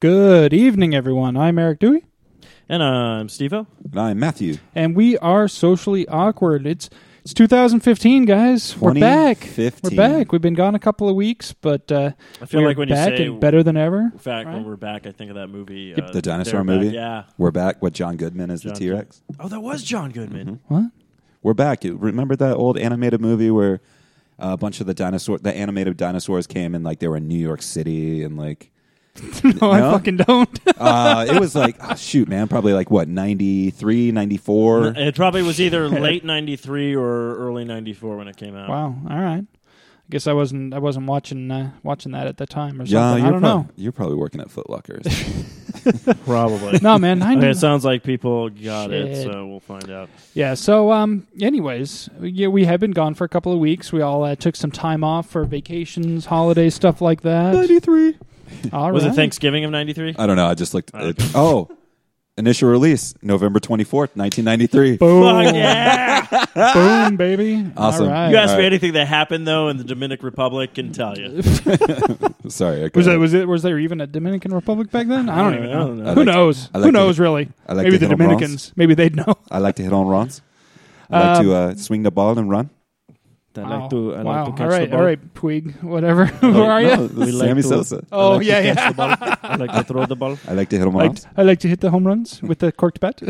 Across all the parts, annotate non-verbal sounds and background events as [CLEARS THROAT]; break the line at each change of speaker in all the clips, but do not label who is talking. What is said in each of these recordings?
Good evening, everyone. I'm Eric Dewey,
And uh, I'm Steve-O.
And I'm Matthew.
and we are socially awkward. It's it's 2015, guys. We're back.
2015.
We're back. We've been gone a couple of weeks, but uh,
I feel
we're
like when you
back
say-
and better than ever. [LAUGHS]
In fact,
Right.
when we're back, I think of that movie. uh,
The dinosaur
They're Back.
movie?
Yeah.
We're back with John Goodman as
John
the T Rex.
Oh, that was John Goodman.
What?
We're back. You- Remember that old animated movie where uh, a bunch of the dinosaur, the animated dinosaurs came and like they were in New York City and like [LAUGHS]
no, I
No?
fucking don't.
uh, it was like ah, shoot, man, probably like what 93, 94?
It probably
[LAUGHS]
was either late 93 or early 94 when it came out.
wow. All right. I guess I wasn't I wasn't watching uh, watching that at the time or
Yeah,
something.
you're
I don't [LAUGHS]
prob-
know.
You're probably working at
[LAUGHS]
Foot Locker. or something.
Probably.
No, man. I
[LAUGHS] Okay,
know.
it sounds like people got it,
Shit.
so we'll find out.
Yeah. So, um, anyways, yeah, we have been gone for a couple of weeks. We all uh, took some time off for vacations, holidays, stuff like
[LAUGHS]
that.
93.
All
was
right.
it Thanksgiving of 93?
I don't know. I just looked.
Oh.
It, oh, initial release November 24th, 1993.
Boom,
Fuck yeah!
boom, baby.
Awesome.
All right.
You ask
oh. All
me
right.
anything that happened, though, in the Dominican Republic, can tell you.
Sorry. I
Was
got-
that was it? Was there even a Dominican Republic back then? I don't even
I
know.
don't know.
I
Who
[LAUGHS] like to-
knows?
I like
Who
to-
knows? really?
I like
maybe
to
the
hit 'em wrong.
Dominicans. Maybe they'd know.
I like to hit on Rons. I like to
Um,
uh, swing the ball and run.
I like to, I
wow.
like to catch
all right. [LAUGHS]
the ball.
All right. Puig. Whatever. [LAUGHS] Who are
Oh, no,
you?
this is
We like
Sammy
to-
Sosa.
I like
Oh
to
yeah,
catch
yeah.
the ball. I like to throw the ball.
I like to hit him
I
on.
like, I like to hit the home runs with the corked bat.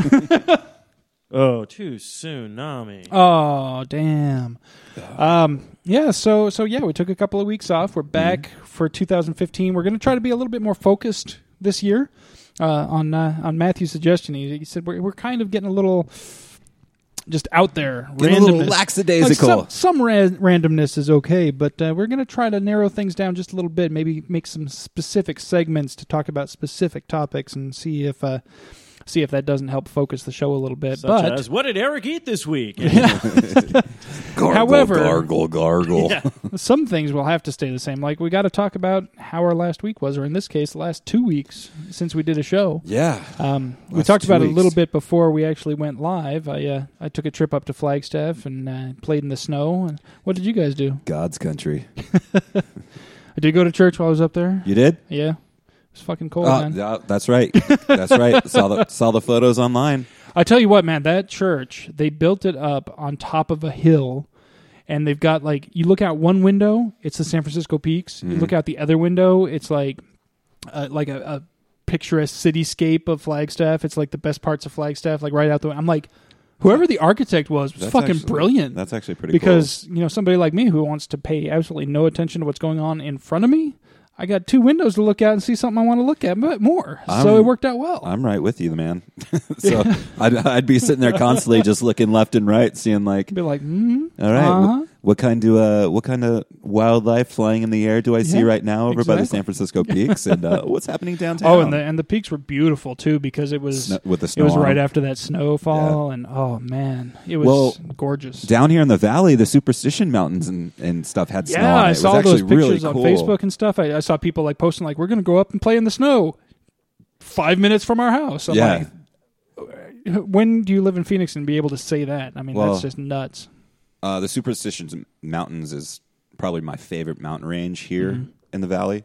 Oh, too soon, Nami.
Oh damn. Um. Yeah. So so yeah, we took a couple of weeks off. We're back
Mm-hmm.
for 2015. We're going to try to be a little bit more focused this year. Uh, on uh, on Matthew's suggestion, he, he said we're we're kind of getting a little just out there
Getting a
randomness.
little
Like
lackadaisical.
some some ra- randomness is okay, but uh, we're going to try to narrow things down just a little bit. Maybe make some specific segments to talk about specific topics and see if uh, see if that doesn't help focus the show a little bit.
Such
but
as, what did Eric eat this week?
gargle,
However-
gargle,
[LAUGHS]
gargle.
some things will have to stay the same. Like we got to talk about how our last week was, or in this case, the last two weeks since we did a show.
Yeah.
Um, we
Last
talked
two
about it a
weeks.
little bit before we actually went live. I uh, I took a trip up to Flagstaff and uh, played in the snow. And what did you guys do?
God's country.
I did go to church while I was up there.
You did?
Yeah, it was fucking cold,
Uh,
man.
yeah, that's right.
[LAUGHS]
That's right. saw the saw the photos online.
I tell you what, man, that church, they built it up on top of a hill. And they've got like, you look out one window, it's the San Francisco Peaks.
Mm-hmm.
You look out the other window, it's like, uh, like a, a picturesque cityscape of Flagstaff. It's like the best parts of Flagstaff, like right out the. I'm like, whoever the architect was was
That's
fucking
actually-
brilliant.
That's actually pretty
because you know somebody like me who wants to pay absolutely no attention to what's going on in front of me, I got two windows to look out and see something I want to look at, but more. so
I'm-
it worked out well.
cool. I'm right with you, man. [LAUGHS] so I'd, I'd be sitting there constantly just looking left and right, seeing like,
Be like, mm,
all right, wh-
uh-huh.
what, kind of uh, what kind of wildlife flying in the air do I see
Yeah,
right now over by the
exactly.
San
[LAUGHS]
Francisco peaks, and uh, what's happening downtown?
Oh, and the and the peaks were beautiful too because it was
Sno- with the
it
snow
was
on
right
them.
after that snowfall and oh man, it was
Well,
gorgeous.
down here in the valley, the Superstition Mountains and, and stuff had snow
yeah,
on it.
I
It
saw
was
those
actually really
pictures
cool.
on Facebook and stuff. I, I saw people like posting like we're going to go up and play in the snow, five minutes from our house. I'm
yeah,
like, when do you live in Phoenix and be able to say that? I mean,
Well-
that's just nuts.
Uh, the Superstitions Mountains is probably my favorite mountain range here
Mm-hmm.
in the valley.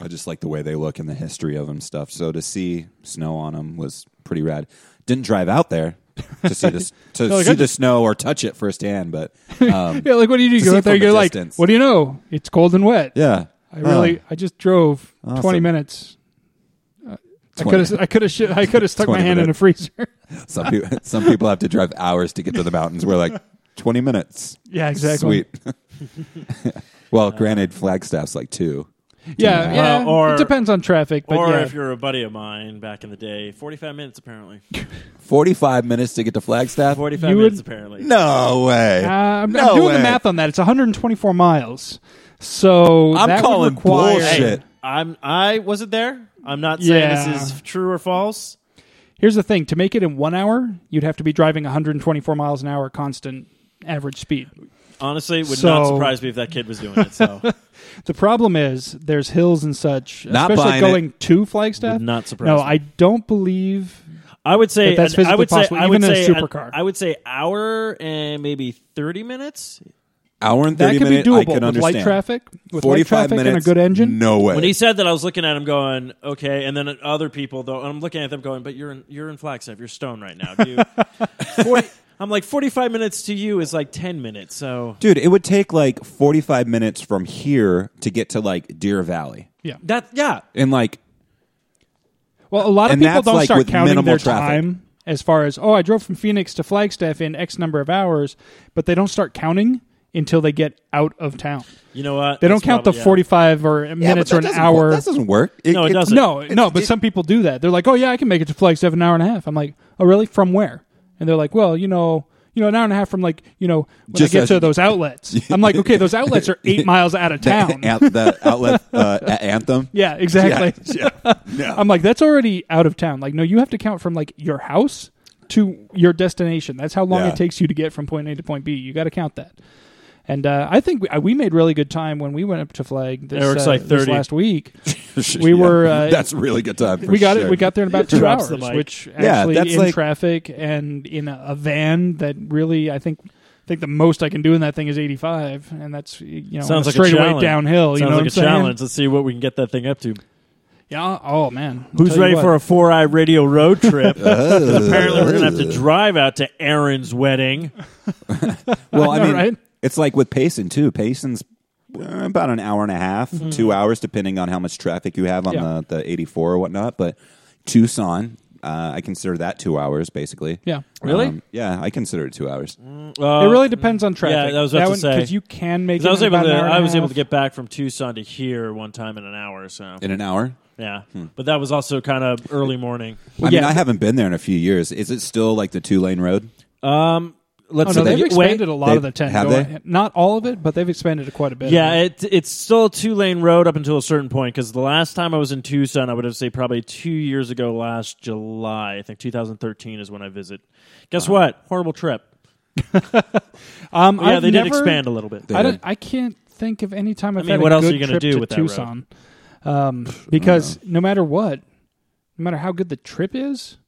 I just like the way they look and the history of them stuff. So to see snow on them was pretty rad. Didn't drive out there to see
[LAUGHS]
the to
No, like, I
see the
just-
snow or touch it
[LAUGHS]
firsthand, but um,
Yeah, like what do you do? You
To
go
see
out there,
from a
you're like,
distance.
what do you know? It's cold and wet.
yeah, Ah.
I really, I just drove twenty
Awesome.
minutes. Uh, I
20.
could have, I could have, sh- I could have stuck my
20
hand in a
minutes.
freezer.
Uh, some people [LAUGHS] some people have to drive hours to get to the mountains. We're like twenty minutes.
yeah, exactly. Uh,
Sweet. [LAUGHS] well, granted, Flagstaff's like two.
Yeah,
Well,
yeah.
or-
it depends on traffic, [LAUGHS] but
or
yeah.
if you're a buddy of mine back in the day, 45 minutes
[LAUGHS]
apparently.
Forty-five minutes to get to Flagstaff.
45
You would-
minutes apparently.
No way.
Uh, I'm,
no
I'm doing
way.
the math on that. It's 124 miles. So
I'm
that would
calling
require-
bullshit.
Hey, I'm I wasn't there. I'm not saying
Yeah.
this is true or false.
Here's the thing: to make it in one hour, you'd have to be driving 124 miles an hour constant average speed.
Honestly, it would not
So-
surprise me if that kid was doing
[LAUGHS]
it. So
The problem is there's hills and such,
Not
especially
buying
going to Flagstaff.
Would not surprise
No,
me.
I don't believe.
I would say
But that's
an- I
physically
would say
possible,
I would
even in a
say an-
supercar.
I would say hour and maybe 30 minutes
Hour and
That
thirty
could be
minute, I
doable
can
with
understand.
light traffic, with light
Forty-five
traffic and a
minutes,
good engine.
No way.
When he said that, I was looking at him going, okay. And then at other people, though, I'm looking at them going, but you're in, you're in Flagstaff. You're stoned right now. Do
[LAUGHS]
you, 40, I'm like, 45 minutes to you is like 10 minutes. So
Dude, it would take like 45 minutes from here to get to like Deer Valley.
Yeah.
that, yeah.
And like,
Well, a lot of
And
people
that's,
don't
like,
start
with
counting
minimal
their
traffic.
time as far as oh, I drove from Phoenix to Flagstaff in X number of hours, but they don't start counting until they get out of town.
You know what?
They don't
That's
count the
probably- yeah.
45 or minutes or an hour.
That doesn't work.
No, it doesn't.
no,
It's-
no, but
it-
some people do that. They're like, "Oh yeah, I can make it to Flagstaff in an hour and a half." I'm like, "Oh really? From where?" And they're like, "Well, you know, you know, an hour and a half from like, you know, when I
Just
get
as-
to those outlets." I'm like, "Okay,
[LAUGHS]
those outlets are eight miles out of town."
An- the
[LAUGHS]
outlet uh, a- anthem.
yeah, [LAUGHS] exactly. Um,
Yeah, yeah.
[LAUGHS]
No. [LAUGHS]
I'm like, that's already out of town. Like, no, you have to count from like your house to your destination. That's how long
Yeah.
it takes you to get from point A to point B. You got to count that. And uh, I think we, uh, we made really good time when we went up to Flag this,
Eric's
uh,
like
this
30.
last week.
Yeah.
we were, uh,
That's a really good time. for
we got
sure.
it. We got there in about two
Drops
hours,
the mic.
which
Yeah,
actually
that's
in
like-
traffic and in a, a van that really I think I think the most I can do in that thing is 85, and that's you know
Sounds
on a
like a
straightaway
challenge.
downhill.
Sounds
you know
like
what I'm
a
saying?
challenge. Let's see what we can get that thing up to.
Yeah. Oh man. I'll
Who's
tell you [LAUGHS]
ready
what.
for a four eye radio
[LAUGHS]
road trip? [LAUGHS]
Uh,
Apparently, we're gonna have to drive out to Aaron's wedding.
Well, I
know,
mean,
right?
it's like with Payson too. Payson's uh, about an hour and a half, two hours, depending on how much traffic you have on
Mm-hmm. Yeah.
the, the 84 or whatnot. But Tucson, uh, I consider that two hours basically. Um,
Yeah. Um,
Really?
yeah, I consider it two hours.
It really depends on traffic.
I was about to say.
because you can make. It
Uh, I was
in
able
about
to.
an hour and
I
a
was able
half.
to get back from Tucson to here one time in an hour. So
In an hour?
yeah,
Hmm.
but that was also kind of early morning.
I mean,
yeah.
I haven't been there in a few years. Is it still like the two lane road?
Um, let's
Oh
So
no,
they-
they've
wait.
expanded a lot of
they-
the ten.
have
going-
they?
Not all of it, but they've expanded it quite a bit.
Yeah, it, it's still a two lane road up until a certain point because the last time I was in Tucson, I would have say probably two years ago last July. I think 2013 is when I visit. Guess what? Horrible trip.
um,
But yeah,
I've
they
never,
did expand a little bit.
They
I
did.
don't. I can't think of any time I've
mean,
had
what
a
else are
good
you gonna
trip
do
to
with that road?
Tucson. Um, because no matter what, no matter how good the trip is,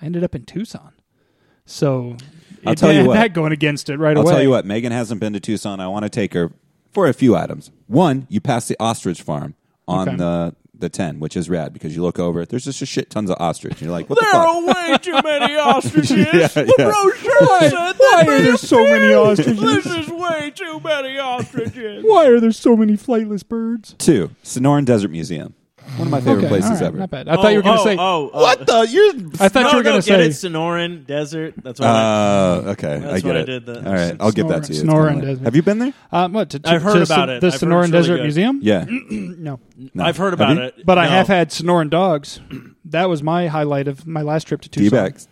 I ended up in Tucson. So
I'll
it
tell you
had
what.
that going against it right
I'll
away.
tell you what, Megan hasn't been to Tucson. I want to take her for a few items. One, you pass the ostrich farm on
Okay.
the the ten, which is rad because you look over, there's just a shit tons of ostrich. You're like, what the
There
fuck?
are way too
[LAUGHS]
many ostriches.
[LAUGHS] Yeah,
the
yeah.
brochure said
[LAUGHS] Why
that
are there so
[LAUGHS]
many ostriches? [LAUGHS]
this is way too many ostriches.
Why are there so many flightless birds?
Two, Sonoran Desert Museum, one of my favorite
Okay,
places
all right,
ever.
Not bad. I thought you were going to
oh,
say.
oh, oh.
What the? You're
I thought
no,
you were
no,
going to
get
say
it, Sonoran Desert. That's what I,
Uh, okay, I get
what I
it.
did the-
All right, I'll give that to you. It's kinda
Sonoran
lit.
Desert.
Have you been there?
Um, what? To, to,
I've heard
to
about
Son-
it.
The
I've heard
Sonoran
it's really
Desert
good.
Museum?
Yeah,
[CLEARS THROAT]
No.
I've heard
Have
about
you?
it,
But I
No.
have had Sonoran dogs. That was my highlight of my last trip to Tucson.
D backs.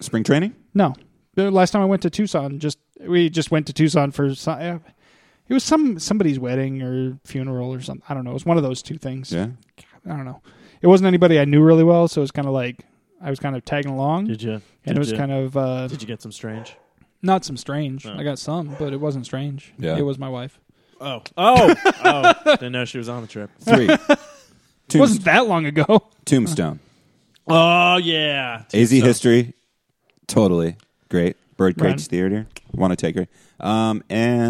Spring training.
No. The last time I went to Tucson, just we just went to Tucson for so- uh, it was some somebody's wedding or funeral or something. I don't know. It was one of those two things.
[LAUGHS]
Yeah.
I don't know. It wasn't anybody I knew really well, so it was kind of like I was kind of tagging along,
Did you? Did
and it was
you,
kind of uh,
Did you Oh. get some strange?
not some strange.
No.
I got some, but it wasn't strange.
Yeah.
It was my wife.
Oh, oh, oh! [LAUGHS] Didn't know she was on the trip.
Three.
It
Tombs-
wasn't that long ago.
Uh,
Tombstone.
Oh yeah,
AZ history, totally great. Bird
Right.
Cage Theater, want to take her. Um,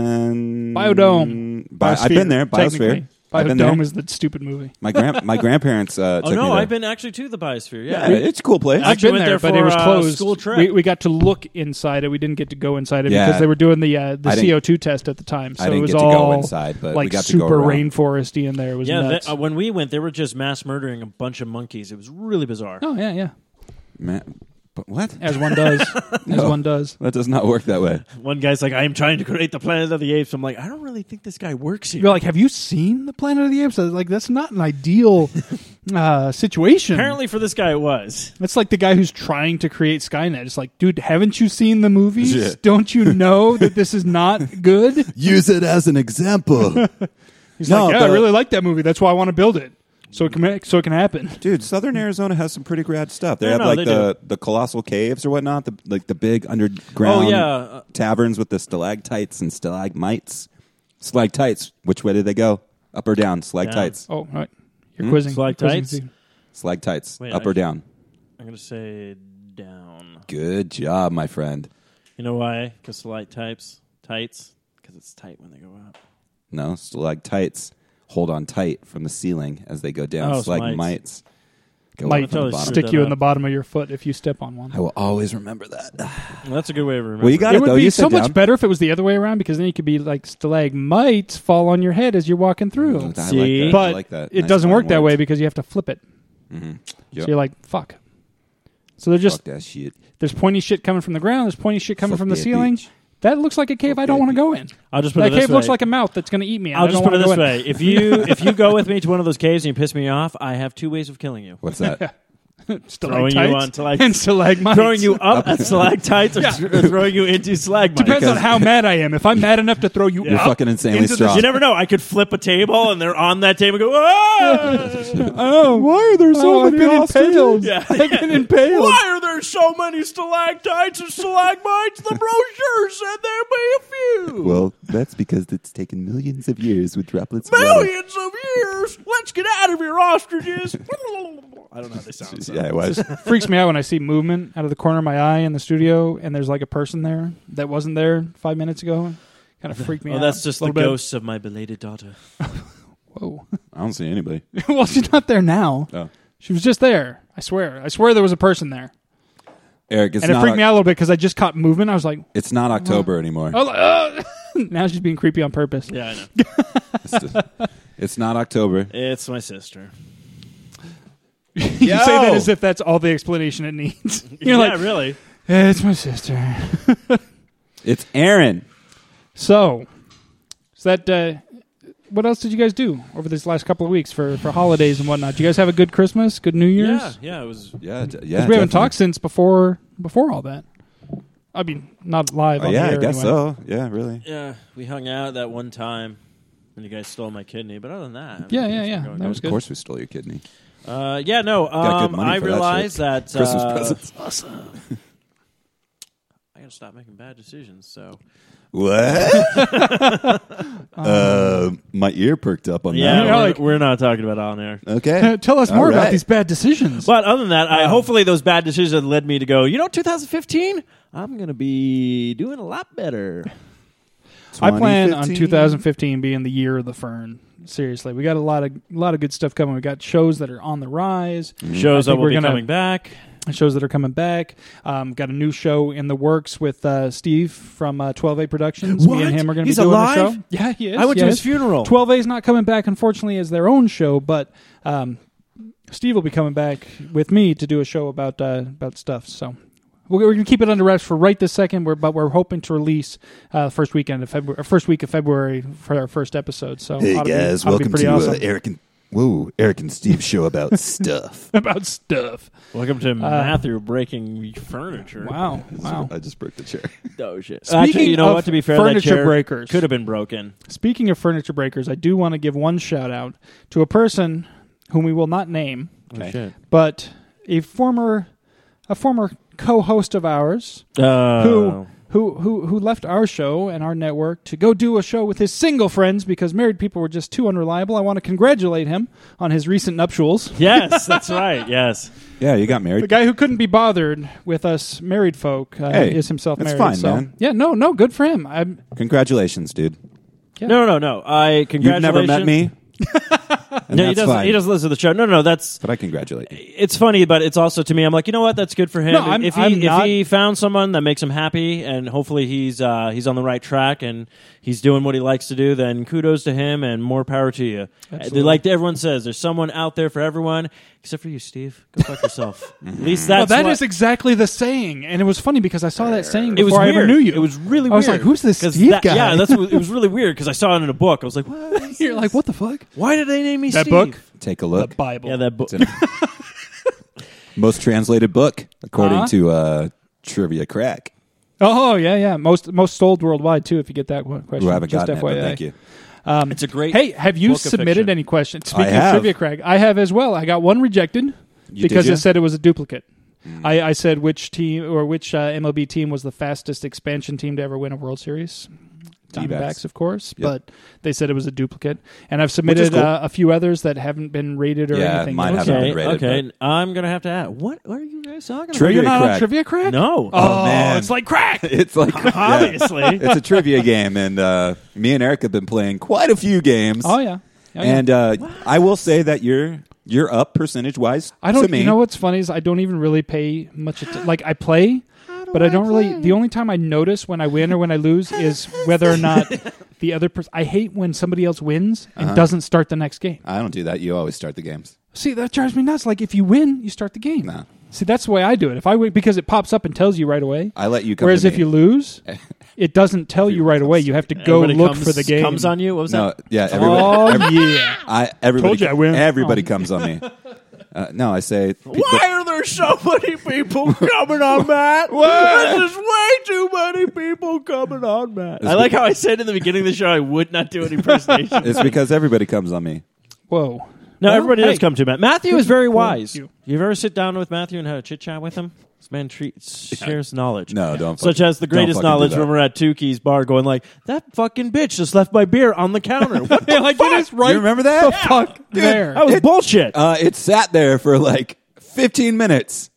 and
Biodome.
Bi- I've been there. Biosphere. I've been
Biodome
there.
is the stupid movie.
my grand my grandparents uh,
[LAUGHS] Oh
took me
no,
there.
I've been actually to the Biosphere.
Yeah,
Yeah,
it's a cool place.
I've
actually
been
went
there,
there
but it
for,
was
uh,
closed.
school trip.
We, we got to look inside it. We didn't get to go inside it
Yeah.
because they were doing the uh, the
I didn't-
CO2 test at the time. So
I didn't
it was
get to go
all
inside, but we
like
got to go
super
around.
rainforesty in there. It was
yeah.
nuts.
That, uh, when we went, they were just mass murdering a bunch of monkeys. It was really bizarre.
oh yeah, yeah.
Man, but what?
As one [LAUGHS] does, as one does.
That does not work that way.
One guy's like, "I am trying to create the Planet of the Apes." I'm like, I don't really think this guy works here.
You're like, have you seen the Planet of the Apes? I was Like that's not an [LAUGHS] ideal uh, situation.
Apparently, for this guy, it was.
That's like the guy who's trying to create Skynet. It's like, dude, haven't you seen the movies?
Yeah.
Don't you know that this is not
[LAUGHS]
good?
Use it as an example,
He's
No,
like, yeah, I
but-
really like that movie. That's why I want to build it. So it can make, so it can [LAUGHS] happen.
dude. Southern Arizona has some pretty rad stuff. They
No,
have
no,
like
they
the the colossal caves or whatnot, the, like the big underground
Oh, yeah, uh,
taverns with the stalactites and stalagmites. Stalactites. Which way did they go? Up or down? Stalactites.
Oh, all right. You're quizzing.
It's like
Quizzing
tights?
Steve.
Stalactites.
Wait,
up
I-
or down?
I'm gonna say down.
Good job, my friend.
You know why? Because light types, tights, because it's tight when they go up.
No, stalactites hold on tight from the ceiling as they go down.
Oh,
Stalagmites go
Might
up from the
totally
bottom.
screw-
stick you
that
in the
up.
bottom of your foot if you step on one.
I will always remember that.
Well, that's a good way of remembering.
Well, you got
It
it,
would
though.
be
you
so
sit
much
down.
better if it was the other way around because then you could be like stalagmites fall on your head as you're walking through.
I like that.
See?
I
but
like Oh, that.
it
Nice
doesn't
fun
work that
words.
way because you have to flip it.
Mhm. Yep.
So you're like, fuck. So they're just
Fuck that shit.
there's pointy shit coming from the ground. There's pointy shit coming
Fuck
from the
that
ceiling.
bitch.
That looks like a cave
Fuck
I don't
that
want to
bitch.
go in.
I'll just put
That
it this
cave looks
way.
like a mouth that's going to eat me. and
I'll
I don't
just put it
wanna
this
go in.
way: if you
[LAUGHS]
if you go with me to one of those caves and you piss me off, I have two ways of killing you:
[LAUGHS]
What's that?
throwing
Stalactites
you on
[LAUGHS]
like
and stalagmites.
[LAUGHS] throwing you up at stalactites or throwing you into stalagmites.
Depends on
Because-
how mad I am. If I'm mad enough to throw you
You're
You're
up,
fucking insanely
into the-
strong.
You never know. I could flip a table and they're on that table. Go, "Ah!
[LAUGHS]
whoa!
[LAUGHS] oh, why are there
so
I've
many
been
ostriches?
impaled.
Yeah.
[LAUGHS] I've been impaled.
Why are there so many stalactites and stalagmites? The brochure said there may be a few.
Well, that's because it's taken millions of years with droplets. of water.
Millions of years. Let's get out of here, ostriches. [LAUGHS] I don't know how they sound. so.
Yeah, it [LAUGHS] was.
freaks me out when I see movement out of the corner of my eye in the studio, and there's like a person there that wasn't there five minutes ago. Kind of freaked me
Oh,
out.
that's just
a
the
little bit.
ghosts of my belated daughter.
Whoa. [LAUGHS]
I don't see anybody.
well, she's not there now.
Oh.
She was just there. I swear. I swear there was a person there,
Eric, it's
and it
not.
freaked
Oc-
me out a little bit because I just caught movement. I was like,
It's not
[LAUGHS]
October anymore.
oh, like, oh. [LAUGHS] now she's being creepy on
[LAUGHS]
purpose.
Yeah, I know.
It's, just- it's not October.
It's my sister.
you say that
Yo!
as if that's all the explanation it needs. [LAUGHS] [LAUGHS] You're
yeah,
like,
really.
"Eh, it's my sister.
It's Aaron.
So, so that uh, what else did you guys do over this last couple of weeks for for holidays and whatnot? Did you guys have a good Christmas, good New Year's?
Yeah, yeah. It was.
Yeah, d- yeah.
we haven't
definitely.
talked since before before all that. I mean, not live.
Oh,
on
yeah,
the
I
air
guess
anyway.
so. Yeah, really.
Yeah, we hung out that one time, and you guys stole my kidney. But other than that, I mean,
Yeah, yeah,
things
yeah.
were going
That was
of
good.
course, we stole your kidney.
good. Uh, yeah, no.
Got good
Um,
money
I
for that
realized that, uh,
Christmas presents.
I gotta stop making bad decisions. So
[LAUGHS]
What? [LAUGHS] uh, my ear perked up on
yeah,
you're
we're,
like-
we're not talking about it on air.
that. Okay.
[LAUGHS] Tell us more
All
about
right.
these bad decisions.
But other than that, I hopefully those bad decisions have led me to go. You know, 2015, I'm gonna be doing a lot better.
I plan on
2015.
2015 being the year of the fern. Seriously, we got a lot of a lot of good stuff coming. We got shows that are on the rise.
Mm-hmm.
Shows
I
that
think
will
we're
be
gonna-
coming back.
shows that are coming back. Um, got a new show in the works with uh, Steve from uh, 12A Productions. Me
What?
and him are going to be
He's
doing a
alive?
show. Yeah, he is.
I went to
yes.
his funeral.
12A is not coming back, unfortunately, as their own show, but um, Steve will be coming back with me to do a show about uh, about stuff. So. We're going to keep it under wraps for right this second, we're, but we're hoping to release uh, first weekend of February, first week of February for our first episode. So
Hey
ought to be-
guys,
ought
welcome
be pretty
to
awesome.
uh, Eric and Whoa, Eric and Steve show about stuff.
[LAUGHS] about stuff.
Welcome
Uh,
to Matthew breaking furniture.
Wow, wow.
I just broke the chair.
Oh shit!
Speaking
Actually, you know
of
what? To be fair,
furniture
that chair
breakers.
could have been broken.
Speaking of furniture breakers, I do want to give one shout out to a person whom we will not name,
Okay.
but a former a former co-host of ours
Uh,
who who who who left our show and our network to go do a show with his single friends because married people were just too unreliable. I want to congratulate him on his recent nuptials.
Yes, that's right.
[LAUGHS]
Yes.
Yeah, you got married.
The guy who couldn't be bothered with us married folk uh,
Hey,
is himself
that's
married.
fine,
so-
man.
Yeah, no, no, good for him. I'm,
Congratulations, dude.
No, no, no. I
You've
congratulations.
never met me.
[LAUGHS]
[LAUGHS]
No,
And that's
he doesn't.
fine.
He doesn't listen to the show. No, no, no. That's
But I congratulate you.
it's funny, but it's also to me. I'm like, you know what? That's good for him.
No, I'm-
if he
I'm
if
not-
he found someone that makes him happy, and hopefully he's uh, he's on the right track and he's doing what he likes to do, then kudos to him and more power to you.
Absolutely.
Like everyone says, there's someone out there for everyone except for you, Steve. Go
[LAUGHS]
fuck yourself. At least that's
well, that
what-
is exactly the saying, and it was funny because I saw that saying
It
before
was
I
weird.
ever knew you.
It was really. weird.
I was like, "Who's this
'Cause
Steve
that-
guy?"
Yeah, that's what, it was really weird because I saw it in a book. I was like, what?
You're like, what the fuck?
Why did they name me
That
Steve?
book?
Take
The
a look.
Bible.
Yeah, that book.
It's in a- most translated book according
Uh-huh.
to uh, Trivia Crack.
oh yeah, yeah. Most most sold worldwide too. If you get that one question,
Who haven't
just
gotten it,
FYI.
but thank you. [LAUGHS]
Um,
It's a great.
hey, have you
book of
submitted
fiction.
any questions? Speaking of
have.
trivia, Craig, I have as well. I got one rejected
You-
because
did Hmm.
it
you?
said it was a duplicate. I, I said which team or which uh, MLB team was the fastest expansion team to ever win a World Series. Diamondbacks,
D-backs.
of course,
Yep.
but they said it was a duplicate. And I've submitted
cool.
uh, a few others that haven't been rated or
Yeah,
anything.
mine
else.
haven't been
Okay,
rated,
okay. I'm gonna have to ask. What are you guys talking
Are you
Trivia [LAUGHS]
not on
crack.
trivia crack?
about? No.
Oh,
man.
it's like
[LAUGHS]
crack. [LAUGHS]
It's like yeah.
Obviously.
it's a trivia game, and uh, me and Eric have been playing quite a few games.
Oh yeah. Oh, yeah.
and uh, I will say that you're you're up percentage wise.
I don't.
To me.
You know what's funny is I don't even really pay much. Att- like I play, but I don't really. The only time I notice when I win or when I lose is whether or not the other person. I hate when somebody else wins and
Uh-huh.
doesn't start the next game.
I don't do that. You always start the games.
See, that drives me nuts. Like if you win, you start the game.
No.
See, that's the way I do it. If I win, because it pops up and tells you right away.
I let you come.
Whereas
to
if
me.
you
[LAUGHS]
lose, it doesn't tell you right away. You have to go
Everybody
look
comes-
for the game.
Comes on you. What was
no,
that?
yeah, everybody,
Oh
every-
yeah.
I, everybody,
Told you I win. Oh.
Everybody comes on
[LAUGHS]
me. Uh, no, I say. pe-
Why are there so many
[LAUGHS]
people coming on Matt? This is way too many people coming on Matt. I like how I said in the beginning of the show I would not do
[LAUGHS]
any impersonation.
It's because everybody comes on me.
Whoa.
no,
Well,
everybody
hey.
does come to Matt. Matthew is very
Good
wise.
point.
You. have ever sit down with Matthew and had a chit chat with him? This man treats, shares knowledge.
No, don't.
Such
fuck-
as the
don't
greatest
fucking do
knowledge
that.
when we're at Tukey's bar going like, that fucking bitch just left my beer on the
[LAUGHS]
counter. What the
Like it is right.
You remember that?
The
[LAUGHS]
fuck there.
That was bullshit.
Uh, it sat there for like 15 minutes.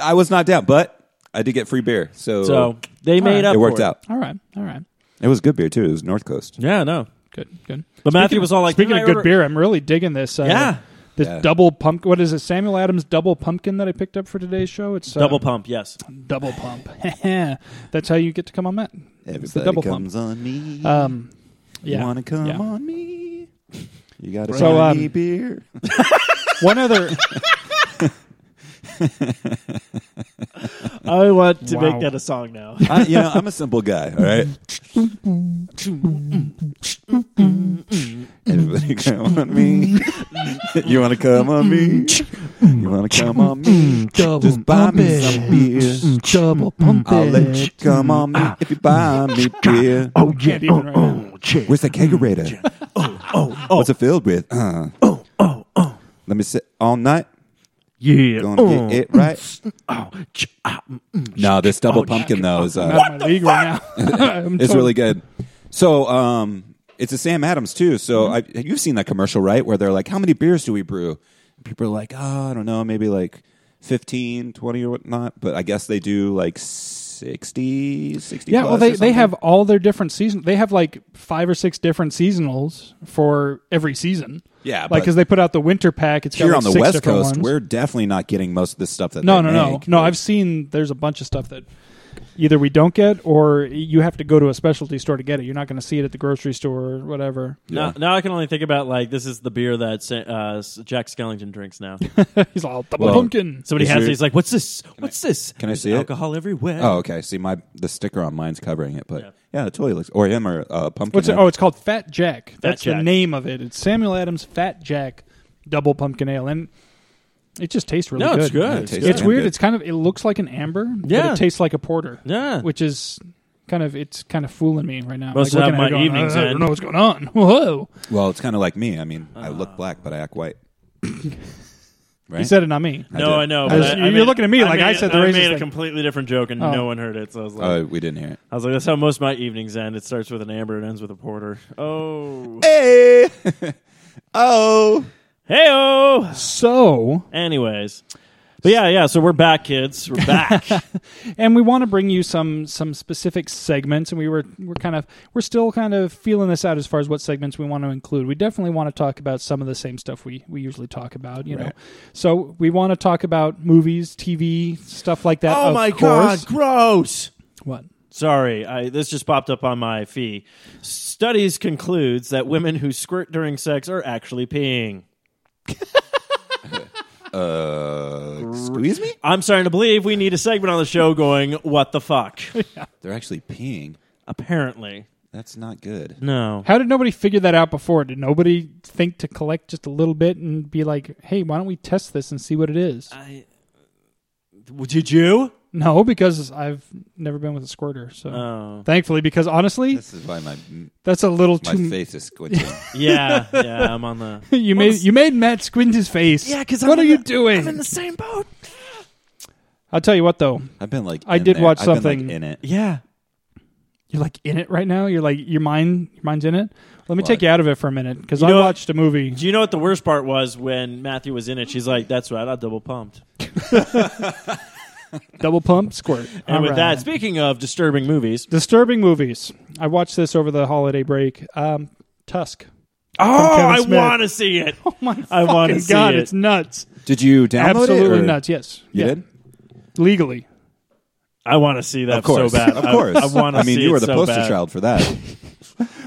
I was not down, but I did get free beer, so,
so they made up.
it worked
for
out.
all right. All right.
It was good beer too. It was North Coast.
Yeah, no.
Good. Good.
But Matthew was all like,
Speaking of
"Didn't I
good
order-"
beer, I'm really digging this. Uh,
Yeah.
This
Yeah.
double pump. What is it? Samuel Adams double pumpkin that I picked up for today's show. It's uh,
Double pump, yes.
double pump. [LAUGHS] That's how you get to come on Matt. It's the
Everybody
double pump.
comes on me.
Um, yeah.
Mm-hmm. You want to come
yeah.
on me? You got to
So,
buy
um,
me beer.
One other.
I want to
Wow.
make that a song now.
[LAUGHS] I, you know, I'm a simple guy. All right. Everybody come on me. [LAUGHS] you want to come on me? You want to come on me?
Double
Just buy
pump
me
it.
some beer.
double pump
I'll let you come on me if you buy me beer.
Oh yeah,
Can't even right now.
Where's the kegerator? Oh, oh, oh. What's it filled with? Uh. Oh, oh, oh. Let me sit all night.
yeah.
Gonna
Mm.
get it right.
Ah.
No, this double pumpkin though is uh,
Out of my league right now. I'm
[LAUGHS] It's
totally-
really good. So, um, it's a Sam Adams too.
Mm-hmm.
So I, you've seen that commercial, right? Where they're like, "How many beers do we brew?" And people are like, "Oh, I don't know, maybe like 15, 20 or whatnot." But I guess they do like 60, 60
Yeah, well,
plus
they,
or
they
something.
have all their different season. They have like five or six different seasonals for every season.
Yeah,
like
but-
because they put out the winter pack. It's got,
here
like,
on the
six
West
different
Coast.
ones.
We're definitely not getting most of the stuff that
no,
they
no, no,
make.
no. I've seen there's a bunch of stuff that either we don't get or you have to go to a specialty store to get it. You're not going to see it at the grocery store or whatever.
Now, now I can only think about like this is the beer that Sa- uh, S- Jack Skellington drinks
[LAUGHS]
now.
He's all double
Well,
pumpkin.
Somebody
Is
has
there-
it. He's like, "What's this? What's this?
can I
There's
see it?
Alcohol everywhere."
Oh, okay. See, my the sticker on mine's covering it, but yeah, it totally looks or him or uh, pumpkin.
What's it?
ale.
Oh, it's called Fat Jack. That's the
Jack.
name of it. It's Samuel Adams Fat Jack Double Pumpkin Ale, and it just tastes really
no,
good.
it's good.
Yeah, it
it's
tastes
good.
It's
damn
weird.
good.
It's kind of it looks like an amber, but
Yeah.
it tastes like a porter.
Yeah.
which is kind of it's kind of fooling me right now.
Must
like
have
looking at it
my
going,
evenings
I, I don't
in.
know what's going on. [LAUGHS] Whoa!
Well, it's kind of like me. I mean, I look black, but I act
[LAUGHS]
white. right?
You Ah. said it, not me.
no,
did.
I know.
I
but
was-
I- I
you're
made-
looking at me like I
made-
said the
I
racist
made
thing.
a completely different joke and
Oh.
no one heard it. So I was like,
Oh, we didn't hear it.
I was like, "That's how most of my evenings end. It starts with an amber and ends with a porter." Oh,
Hey, oh,
heyo.
So,
Anyways, but yeah, yeah. So we're back,
[LAUGHS]
kids. We're back.
and we want to bring you some some specific segments, and we were we're kind of we're still kind of feeling this out as far as what segments we want to include. We definitely want to talk about some of the same stuff we we usually talk about, you know.
Right.
So we want to talk about movies, TV, stuff like that.
Oh
of course.
gross.
What?
Sorry, I, this just popped up on my fee. Studies concludes that women who squirt during sex are actually peeing.
uh, excuse me.
I'm starting to believe we need a segment on the show going, "What
[LAUGHS]
the fuck?"
They're actually peeing.
Apparently,
That's not good.
no.
How did nobody figure that out before? Did nobody think to collect just a little bit and be like, "Hey, why don't we test this and see what it is?"
Uh,
I, did you?
No, because I've never been with a squirter, so
uh,
Oh,
thankfully. Because honestly,
This is why my
that's a little
my
too.
face is squinting.
[LAUGHS] yeah, yeah. I'm on the
[LAUGHS] you made you made Matt squint his face. what are you doing?
same boat.
I'll tell you what, though.
I've been like,
I
in
did
there.
watch
I've been, like,
something-
in it.
Yeah,
you're like in it right now. You're like your mind, your mind's in it. Let me take you out of it for a minute because
You
I
know what?
watched a movie.
Do you know what the worst part was when Matthew was in it? She's like, "That's right, I double pumped."
Double pump, squirt.
And
All
with
right.
that, speaking of disturbing movies,
disturbing movies. I watched this over the holiday break. Um, Tusk.
oh,
Kevin
I
Smith.
want to see it.
[LAUGHS] Oh my
[LAUGHS] I wanna
fucking
see
god,
it.
it's nuts.
Did you download
Absolutely
it? or-
nuts. Yes.
You
Yeah.
did?
legally.
I want to see that
Of course.
so bad.
Of
I-
course.
I, want to.
I mean,
see
you
it
were the
so
poster
bad.
child for that.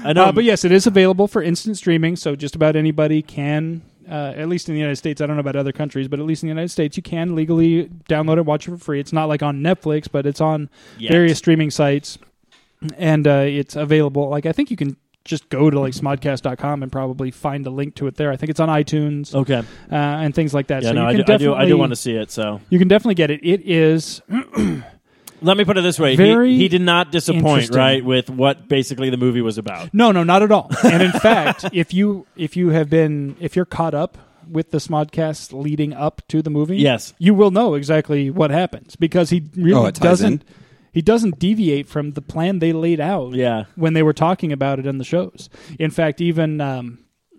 I know,
uh, but yes, it is available for instant streaming, so just about anybody can. Uh, at least in the United States, I don't know about other countries, but at least in the United States, you can legally download it, watch it for free. It's not like on Netflix, but it's on
Yet.
various streaming sites, and uh, it's available. Like I think you can just go to like smodcast.com and probably find a link to it there. I think it's on iTunes uh,
Okay.
and things like that.
Oh. Yeah,
so
no,
you
I
can
do, I do. I do
definitely-
want to see it. So
You can definitely get it. It is
let me put it this way: He-
Very
he, did not disappoint,
interesting.
right? With what basically the movie was about.
No, no, not at all. And in fact, [LAUGHS] if you if you have been if you're caught up with the Smodcast leading up to the movie,
Yes.
you will know exactly what happens because he really
Oh, it ties
doesn't.
in.
He doesn't deviate from the plan they laid out.
Yeah.
when they were talking about it in the shows. In fact, even um,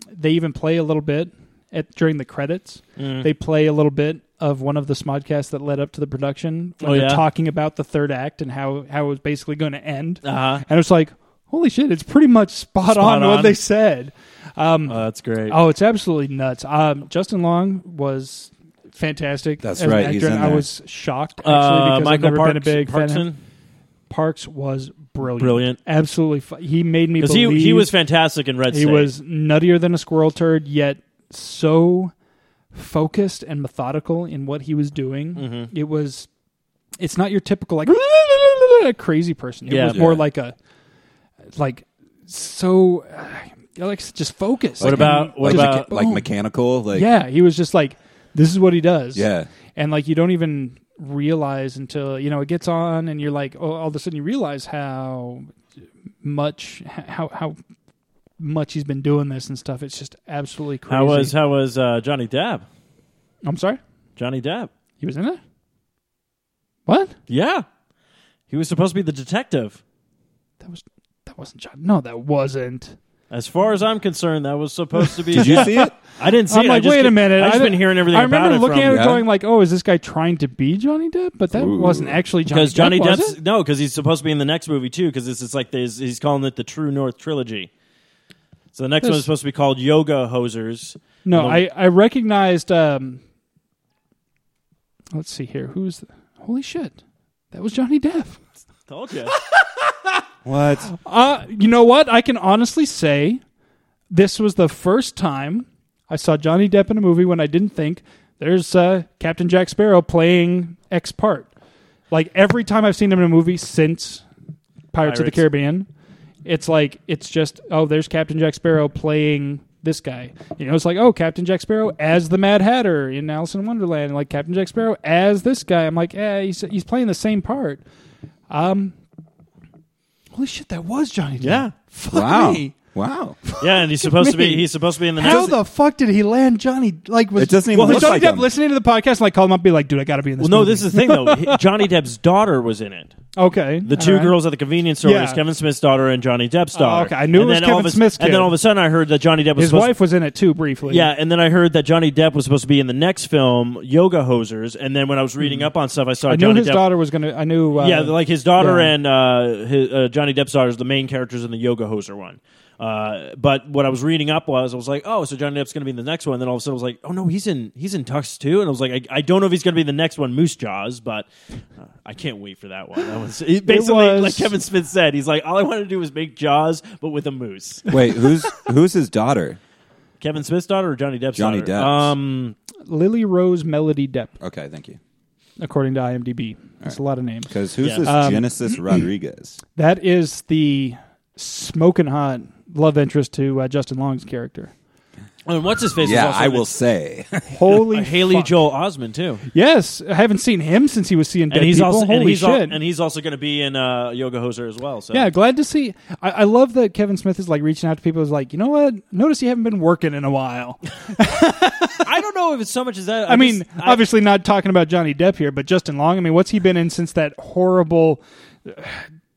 they even play a little bit at during the credits.
Hmm.
They play a little bit of one of the Smodcasts that led up to the production when
Oh,
they're
yeah?
talking about the third act and how how it was basically going to end.
Uh huh.
And it's like, holy shit, it's pretty much spot,
Spot
on, what
on.
they said. Um,
Oh, that's great.
oh, it's absolutely nuts. Um, Justin Long was fantastic.
That's
as an
right,
actor,
he's
and
in
I
there.
was shocked actually
Uh,
because I've
Michael
never
Parks,
been a big fan. of-
Parkson?
Parks was brilliant,
Brilliant.
absolutely. Fu- he made me
Because
believe
he he was fantastic in Red
he
State.
was nuttier than a squirrel turd, yet so focused and methodical in what he was
Mm.
doing.
Mm-hmm.
It was. It's not your typical
[LAUGHS]
like crazy person. It
Yeah.
was more
Yeah.
like a like so uh, like just focused.
What
Like,
about- [LAUGHS] what
like,
just-
about- Oh.
like
boom.
mechanical? Like
yeah, he was just like this is what he does.
yeah.
and like you don't even realize until you know it gets on and you're like oh all of a sudden you realize how much how how much he's been doing this and stuff it's just absolutely crazy
How was how was uh, Johnny Depp?
i'm sorry
Johnny Depp.
he was in it what
Yeah, he was supposed to be the detective.
that was that wasn't john no that wasn't
As far as I'm concerned, that was supposed
[LAUGHS]
to be.
Did you see
[LAUGHS]
it?
I didn't see
i'm
it. I
like
just
wait a
get-
minute
I've just
I
been hearing everything
i remember
about it
looking
from,
at it
Yeah.
going like oh is this guy trying to be johnny depp but that
Ooh.
wasn't actually johnny
because Johnny
depp was
Depp's
it?
no, because he's supposed to be in the next movie too. Because this is like this, he's calling it the True North trilogy. So the next one
This-
is supposed to be called Yoga Hosers.
No,
Although-
I I recognized. Um, let's see here. Who's the, holy shit? That was Johnny Depp.
Told you.
What?
Uh, you know what? I can honestly say this was the first time I saw Johnny Depp in a movie when I didn't think there's uh, Captain Jack Sparrow playing X part. Like every time I've seen him in a movie since Pirates, of the
Pirates.
Caribbean, it's like it's just oh, there's Captain Jack Sparrow playing this guy. You know, it's like oh, Captain Jack Sparrow as the Mad Hatter in Alice in Wonderland, and like Captain Jack Sparrow as this guy. I'm like, yeah, he's he's playing the same part. Um, holy shit, that was Johnny. Depp.
[LAUGHS] Yeah.
fuck
Wow.
me.
Wow.
Yeah, and he's supposed to be.
me.
He's supposed to be in the
How
next.
the fuck did he land Johnny? Like, was
It doesn't even
well, was
look
Johnny
like
Depp
him.
listening to the podcast? Like, call him up, and be like, dude, I got to be in this.
well, no,
movie.
this is the thing though.
[LAUGHS]
He- Johnny Depp's daughter was in it.
okay.
The two girls at the convenience store
Yeah. Oh,
was Kevin Smith's daughter and Johnny Depp's daughter.
okay. I knew it
and
was
then all
Kevin
of a-
Smith's
And
kid.
then all of a sudden, I heard that Johnny Depp was
His
supposed
wife was in it too briefly.
Yeah, and then I heard that Johnny Depp was supposed to be in the next film, Yoga Hosers. And then when I was reading up on stuff, I saw
Mm-hmm. I knew
Johnny
his
Depp.
daughter was gonna. I knew. Uh,
yeah, like his daughter
yeah.
and uh, his, uh, Johnny Depp's daughter is the main characters in the Yoga Hoser one. Uh, but what I was reading up was I was like, oh, so Johnny Depp's going to be in the next one. Then all of a sudden I was like, oh no, he's in he's in Tux too. And I was like, I, I don't know if he's going to be in the next one, Moose Jaws, but uh, I can't wait for that one. That was it basically
was-
like Kevin Smith said. He's like, all I wanted to do was make Jaws, but with a moose.
Wait, who's who's his daughter?
Kevin Smith's daughter or Johnny Depp's
Johnny
daughter?
Depp's.
Um,
Lily Rose Melody Depp,
Okay, thank you.
according to IMDb. That's a lot of names.
Because who's
Yeah.
this
Um,
[CLEARS THROAT]
Genesis Rodriguez?
That is the smoking hot love interest to uh, Justin Long's character.
and what's his face? is
Yeah,
also
I
in it. Uh,
will say.
Holy
Haley
fuck.
Joel Osment too,
Yes, I haven't seen him since he was seeing Dead
and he's
People.
also
Holy
and he's
shit!
al- and he's also going to be in uh, Yoga Hoser as well. So
Yeah, glad to see. I, I love that Kevin Smith is like reaching out to people. Is like, you know what? Notice you haven't been working in a while.
[LAUGHS] I don't know if it's so much as that.
I, mean,
just- I-
obviously not talking about Johnny Depp here, but Justin Long. I mean, what's he been in since that horrible? uh,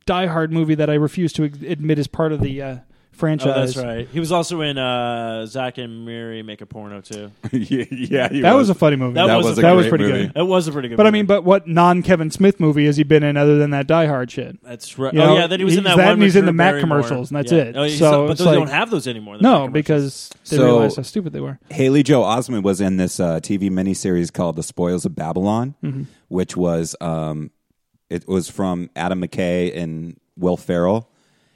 Die Hard movie that I refuse to ad- admit is part of the uh, franchise.
Oh, that's right. He was also in uh, Zach and Miri Make a Porno too.
[LAUGHS] yeah, yeah, he
That was a funny movie.
That was a
that was
great
pretty
movie.
good.
It was a pretty good.
But I
movie.
mean, but what non Kevin Smith movie has he been in other than that Die Hard shit?
that's right.
you
oh
know,
yeah, then he was in
he's
that,
that
one.
and
with
he's in
Drew
the Mac
Barrymore.
commercials, and that's
Yeah.
it.
Oh, he's-
So
but
it's
those
like-
don't have those anymore. the
No,
Mac commercials.
because they
So-
realized how stupid they were.
Haley Joel Osment was in this uh, TV miniseries called "The Spoils of Babylon,"
Mm-hmm.
which was um, it was from Adam McKay and Will Ferrell,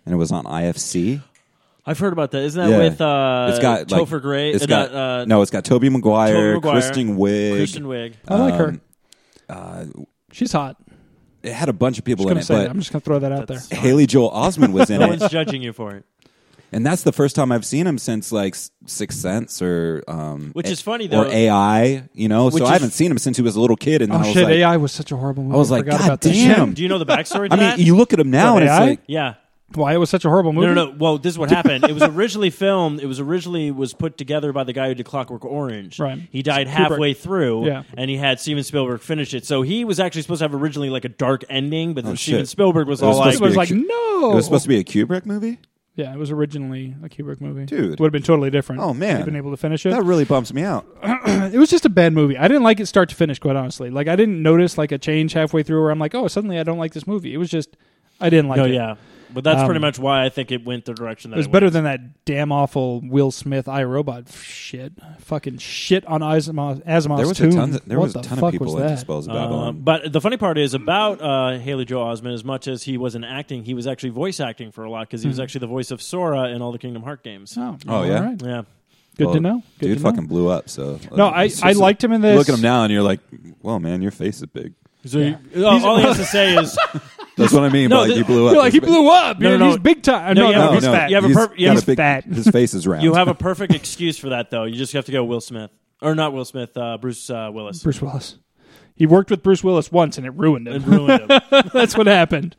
and it was on IFC.
I've heard about that. Isn't that
Yeah.
with uh,
it's got like,
Topher Gray?
It's
uh,
got
not, uh,
no, it's got Toby Maguire,
Maguire,
Kristen Wiig.
Kristen Wiig.
I like
um,
her.
uh,
She's hot.
it had a bunch of people
I'm
in
gonna
it,
say that.
but
I'm just gonna throw that out there.
That's-
Haley Joel Osment was
[LAUGHS]
in
No
it,
one's judging you for it.
and that's the first time I've seen him since like S- Sixth Sense or um,
Which
a-
is funny,
or
though. AI
AI. You know, so
Which
I
is-
haven't seen him since he was a little kid, and then
Oh
I was
shit!
like,
AI was such a horrible movie.
I was like,
forgot
God
about that shit.
damn.
Do you know the backstory? To
I mean,
that?
you look at him now,
Is
and
that
it's
AI?
like.
yeah.
Why it was such a horrible movie?
No, no, no. Well, this is what happened. It was originally filmed. It was originally was put together by the guy who did Clockwork Orange.
Right.
He died halfway through,
Yeah.
and he had Steven Spielberg finish it. So he was actually supposed to have originally like a dark ending, but then
Oh, shit.
Steven Spielberg was
It
all
was
like,
It was like
It was
no.
It was supposed to be a Kubrick movie.
Yeah, it was originally a Kubrick movie.
Dude.
would have been totally different.
Oh,
had
man.
he been able to finish it.
That really bumps me out.
it was just a bad movie. I didn't like it start to finish. Quite honestly, like I didn't notice like a change halfway through where I'm like, oh, suddenly I don't like this movie. It was just I didn't like
"No,
it.
"Oh, yeah." But that's
Um,
pretty much why I think it went the direction that
It was
it
better
went.
than that damn awful Will Smith iRobot shit. Fucking shit on Asimov, Asimov's
There was
tomb.
a ton. There
what
was a
the
ton
fuck
of people
was
at
that?
the Spells of
um,
Uh,
Babylon.
but the funny part is about uh, Haley Joel Osment. As much as he wasn't acting, he was actually voice acting for a lot because he was actually the voice of Sora in all the Kingdom Heart games.
Hmm. Oh,
Oh, yeah?
all right.
Yeah,
Good
Well,
to know. Good
dude
to know.
fucking blew up. So
No,
uh,
I,
it's
I
just-
liked him in
You
this.
Look at him now, and you're like, "Well, man, your face is big."
so he- all, all he
[LAUGHS]
has to say is.
That's what I mean.
No,
by like,
the-
you blew up.
You're like he
His
blew up.
No,
You're-
no,
he's
no.
big time.
No,
No,
you
no,
have-
he's
no,
fat.
you have a
he's
perf-
got
he's
a big-
fat.
His face is round.
You have a perfect excuse for that, though. You just have to go Will Smith, or not Will Smith, uh, Bruce uh, Willis,
Bruce Willis. He worked with Bruce Willis once, and it ruined him. [LAUGHS]
and ruined him.
That's what happened.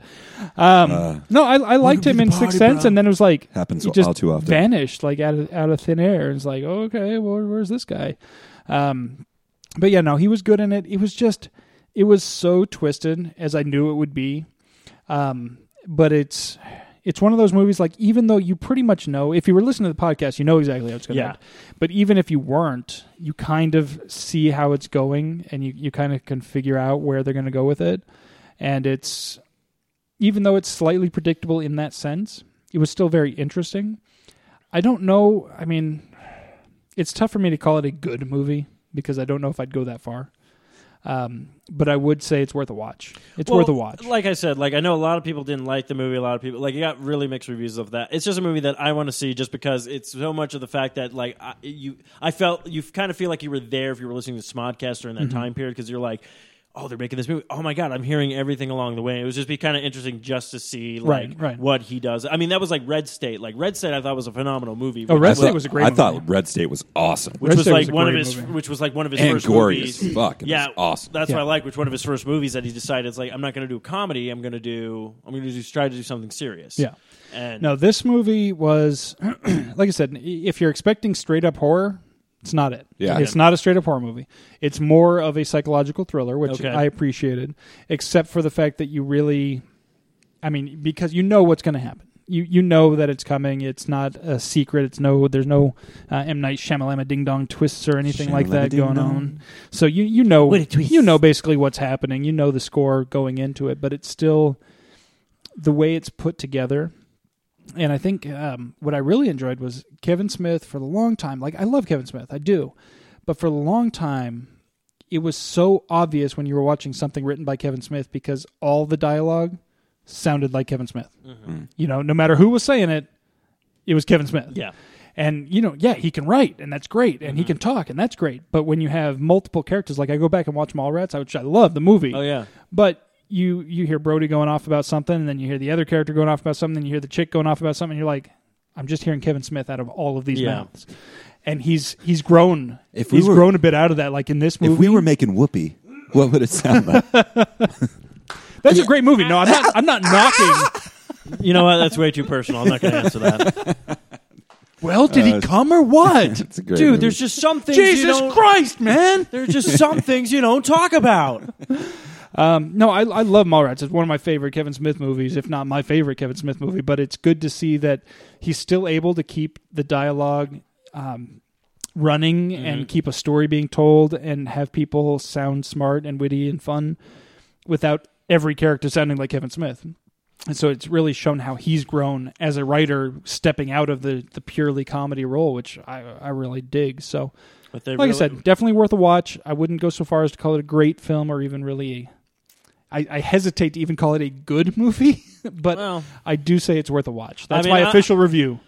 Um,
Uh,
no, I, I liked him in Sixth Sense, and then it was like
Happens
he just
all too often.
Vanished like out of out of thin air. It's like oh, okay, well, where's this guy? Um, but yeah, no, he was good in it. It was just it was so twisted as I knew it would be. Um, but it's it's one of those movies like even though you pretty much know if you were listening to the podcast, you know exactly how it's going to
Yeah.
end. But even if you weren't, you kind of see how it's going, and you you kind of can figure out where they're going to go with it. And it's even though it's slightly predictable in that sense, it was still very interesting. I don't know. I mean, it's tough for me to call it a good movie because I don't know if I'd go that far. Um, but I would say it's worth a watch. It's worth a
Well,
watch.
Like I said, like I know a lot of people didn't like the movie. A lot of people like it got really mixed reviews of that. It's just a movie that I want to see, just because it's so much of the fact that like I, you, I felt you kind of feel like you were there if you were listening to Smodcast during that
Mm-hmm.
time period because you're like. Oh, they're making this movie. Oh my god, I'm hearing everything along the way. It was just be kind of interesting just to see like
Right, right.
what he does. I mean, that was like Red State. Like Red State, I thought was a phenomenal movie.
Oh,
which
Red
I
State
thought,
was a great
I
movie.
thought Red State was awesome.
which
Red
was
State
like
was a
one of
great
his,
movie.
which was like one of his
And
first
gory
movies.
as fuck. It was
Yeah,
awesome.
That's what I
Yeah.
like. Which one of his first movies that he decided it's like I'm not going to do comedy. I'm going to do. I'm going to just try to do something serious.
Yeah.
And
No, this movie was, [CLEARS THROAT] like I said, i- if you're expecting straight up horror, it's not it.
Yeah.
It's not a straight up horror movie. It's more of a psychological thriller, which
Okay.
I appreciated, except for the fact that you really, I mean, because you know what's going to happen. You, you know that it's coming. It's not a secret. It's no there's no uh, M Night Shyamalama ding dong twists or anything like that going
Shyamalama-ding-dong.
on. So you you know
What a twist.
you know basically what's happening. You know the score going into it, but it's still the way it's put together. And I think um, what I really enjoyed was Kevin Smith for the long time. Like I love Kevin Smith, I do, but for the long time, it was so obvious when you were watching something written by Kevin Smith because all the dialogue sounded like Kevin Smith.
mm-hmm.
You know, no matter who was saying it, it was Kevin Smith.
yeah, Mm-hmm.
And you know, yeah, he can write, and that's great, and he can talk, and that's great. But when you have multiple characters, like I go back and watch Mallrats, which I love the movie.
oh yeah,
But you you hear Brody going off about something, and then you hear the other character going off about something, and you hear the chick going off about something. And you're like, I'm just hearing Kevin Smith out of all of these
Yeah.
mouths, and he's he's grown.
If we
he's
were-
grown a bit out of that, like in this movie.
If we were making Whoopi, what would it sound like?
That's a great movie. No, I'm not. I'm not knocking.
you know what? That's way too personal. I'm not going to
[LAUGHS]
answer that.
Well, did he come or
[LAUGHS]
what?
It's a great
Dude,
movie.
there's just some things. you
Jesus
don't,
Christ, man!
There's just some things you don't talk about.
Um, no, I, I love Mallrats. It's one of my favorite Kevin Smith movies, if not my favorite Kevin Smith movie. But it's good to see that he's still able to keep the dialogue um, running and keep a story being told and have people sound smart and witty and fun without every character sounding like Kevin Smith. And so it's really shown how he's grown as a writer, stepping out of the, the purely comedy role, which I, I really dig. So,
[LAUGHS] But they
like
really,
I said, definitely worth a watch. I wouldn't go so far as to call it a great film or even really. I, I hesitate to even call it a good [LAUGHS] movie, but
Well.
I do say it's worth a watch. That's
mean,
my
I-
official review.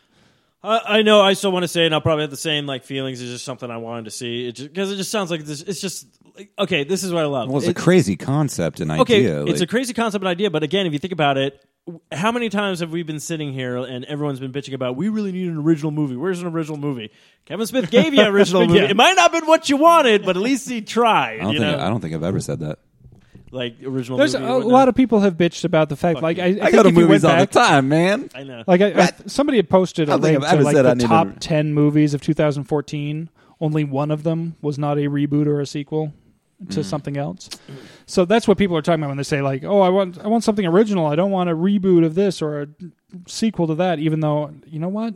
I, I know I still want to say, and I'll probably have the same like feelings. It's just something I wanted to see because it just sounds like this. It's just like, okay. This is what I love.
Well, it's
It-
a crazy concept and idea.
okay,
like-
it's a crazy concept and idea, but again, if you think about it, w- how many times have we been sitting here and everyone's been bitching about we really need an original movie? Where's an original movie? Kevin Smith
[LAUGHS]
gave you an original movie.
Yeah.
It might not have been what you wanted, but at least he tried.
I don't
you
think
know?
I don't think I've ever said that.
like original.
There's a,
movie,
a lot of people have bitched about the fact, like I, I, think if you went back,
time, man.
I know.
Like I, I, somebody had posted a
I don't think
link
I've
to
ever
like
said I
the
needed
top
a-
ten movies of 2014. Only one of them was not a reboot or a sequel to something else. So that's what people are talking about when they say like, "Oh, I want I want something original. I don't want a reboot of this or a sequel to that." Even though you know what,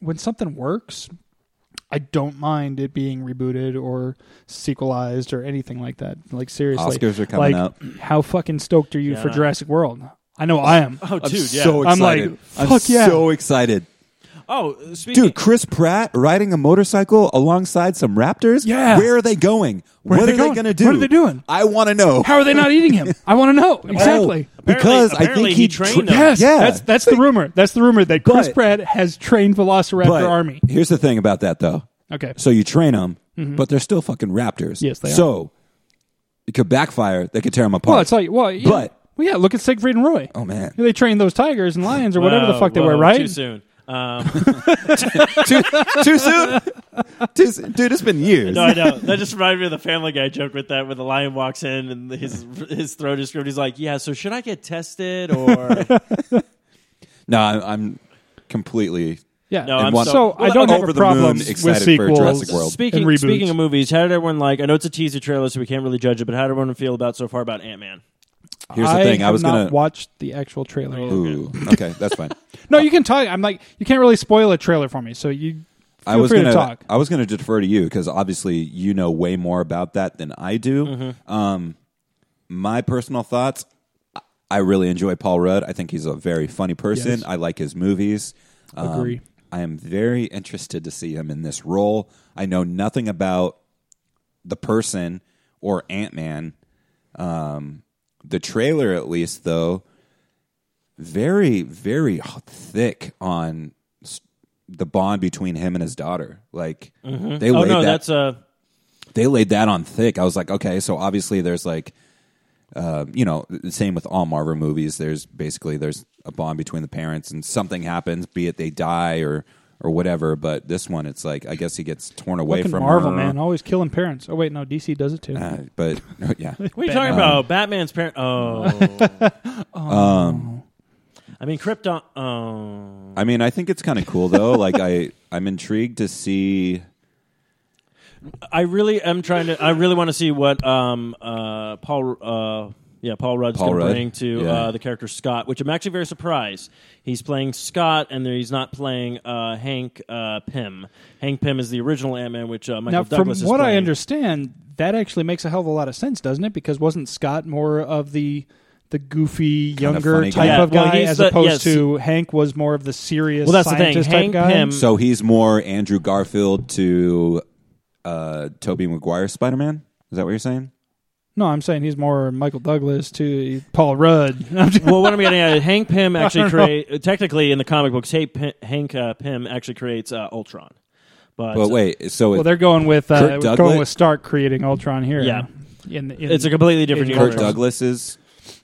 when something works, I don't mind it being rebooted or sequelized or anything like that. Like seriously,
Oscars are coming
like,
up.
How fucking stoked are you for
Yeah.
Jurassic World? I know I am.
Oh, dude, yeah.
so
I'm like,
excited.
fuck yeah.
so excited.
oh, speaking.
Dude, Chris Pratt riding a motorcycle alongside some raptors?
Yeah.
Where are they going?
Where are
what
they
are
going?
they gonna do?
What are they doing?
I want to know.
How are they not eating him? I want to know
Oh,
exactly.
because I
apparently
think
he
he
trained
tra-
them.
Yes,
Yeah.
that's that's the rumor. That's the rumor that Chris
But-
Pratt has trained Velociraptor
But
army.
Here's the thing about that though.
Okay,
So you train them, but they're still fucking raptors.
Yes, they are.
So it could backfire. They could tear them apart.
well, it's like well, yeah,
But-
well, yeah. Look at Siegfried and Roy.
oh man,
They trained those tigers and lions or
Wow,
whatever the fuck they
whoa,
were, right?
Oh, Too soon.
[LAUGHS]
Um,
too, too soon. Too soon? Dude, it's been years.
No, I know. That just reminded me of the Family Guy joke with that, where the lion walks in and his his throat is scripted. He's like, "Yeah, so should I get tested or?"
[LAUGHS]
No, I'm, I'm completely.
Yeah.
No,
And
I'm
one-
so,
so I don't
I'm
have
over
a
the moon
problem with
excited for Jurassic
sequels.
World.
and
Speaking
reboots.
speaking of movies, how did everyone like? I know it's a teaser trailer, so we can't really judge it, but how did everyone feel about so far about Ant Man?
Here's the thing. I
have
was
not
gonna.
watch the actual trailer.
Oh.
yet.
Ooh, okay,
[LAUGHS]
that's fine.
No, you can talk. I'm like, you can't really spoil a trailer for me, so you feel
I was
free
gonna.
to talk.
I was gonna defer to you because obviously you know way more about that than I do.
Mm-hmm.
Um, my personal thoughts. I- I really enjoy Paul Rudd. I think he's a very funny person.
Yes.
I like his movies. Um,
Agree.
I am very interested to see him in this role. I know nothing about the person or Ant Man. Um, the trailer, at least, though, very, very h- thick on s- the bond between him and his daughter. Like they
Oh
laid
no,
that
that's uh,
they laid that on thick. I was like, okay, so obviously there's like, uh, you know, the same with all Marvel movies. There's basically there's a bond between the parents, and something happens, be it they die or or whatever. But this one, it's like I guess he gets torn away
Fucking
from uh,
Marvel,
her.
man, always killing parents. Oh wait, no, DC does it too.
Uh, but yeah,
what are you talking about? Batman's parent. Oh,
[LAUGHS] um,
I mean Krypton. Oh,
I mean, I think it's kind of cool though. Like I, I'm intrigued to see.
I really am trying to. I really want to see what um uh Paul uh yeah Paul Rudd's
Paul
going to
Rudd,
bring to
yeah.
uh, the character Scott, which I'm actually very surprised. He's playing Scott, and he's not playing uh, Hank uh, Pym. Hank Pym is the original Ant Man, which uh, Michael
Now, from
Douglas is
what I
playing.
understand, that actually makes a hell of a lot of sense, doesn't it? Because wasn't Scott more of the the goofy, younger
funny
type
guy.
of
Yeah, well,
guy,
he's
as
the-
opposed
yes.
to Hank was more of the serious,
Well, that's the thing.
scientist
Hank
type guy?
Pym-
So he's more Andrew Garfield to uh, Toby Maguire Spider Man. Is that what you're saying?
No, I'm saying he's more Michael Douglas to Paul Rudd. [LAUGHS] I'm just-
[LAUGHS] well, what I'm getting at is Hank
[LAUGHS]
Pym actually
don't know.
create. uh, Technically, in the comic books, Hank Pym, Hank, uh, Pym actually creates uh, Ultron. But,
But wait, so
well,
it,
they're going with uh,
Kirk
going
Douglas?
with Stark creating Ultron here.
Yeah.
In, in,
it's a completely different
Kirk
universe.
Kirk Douglas is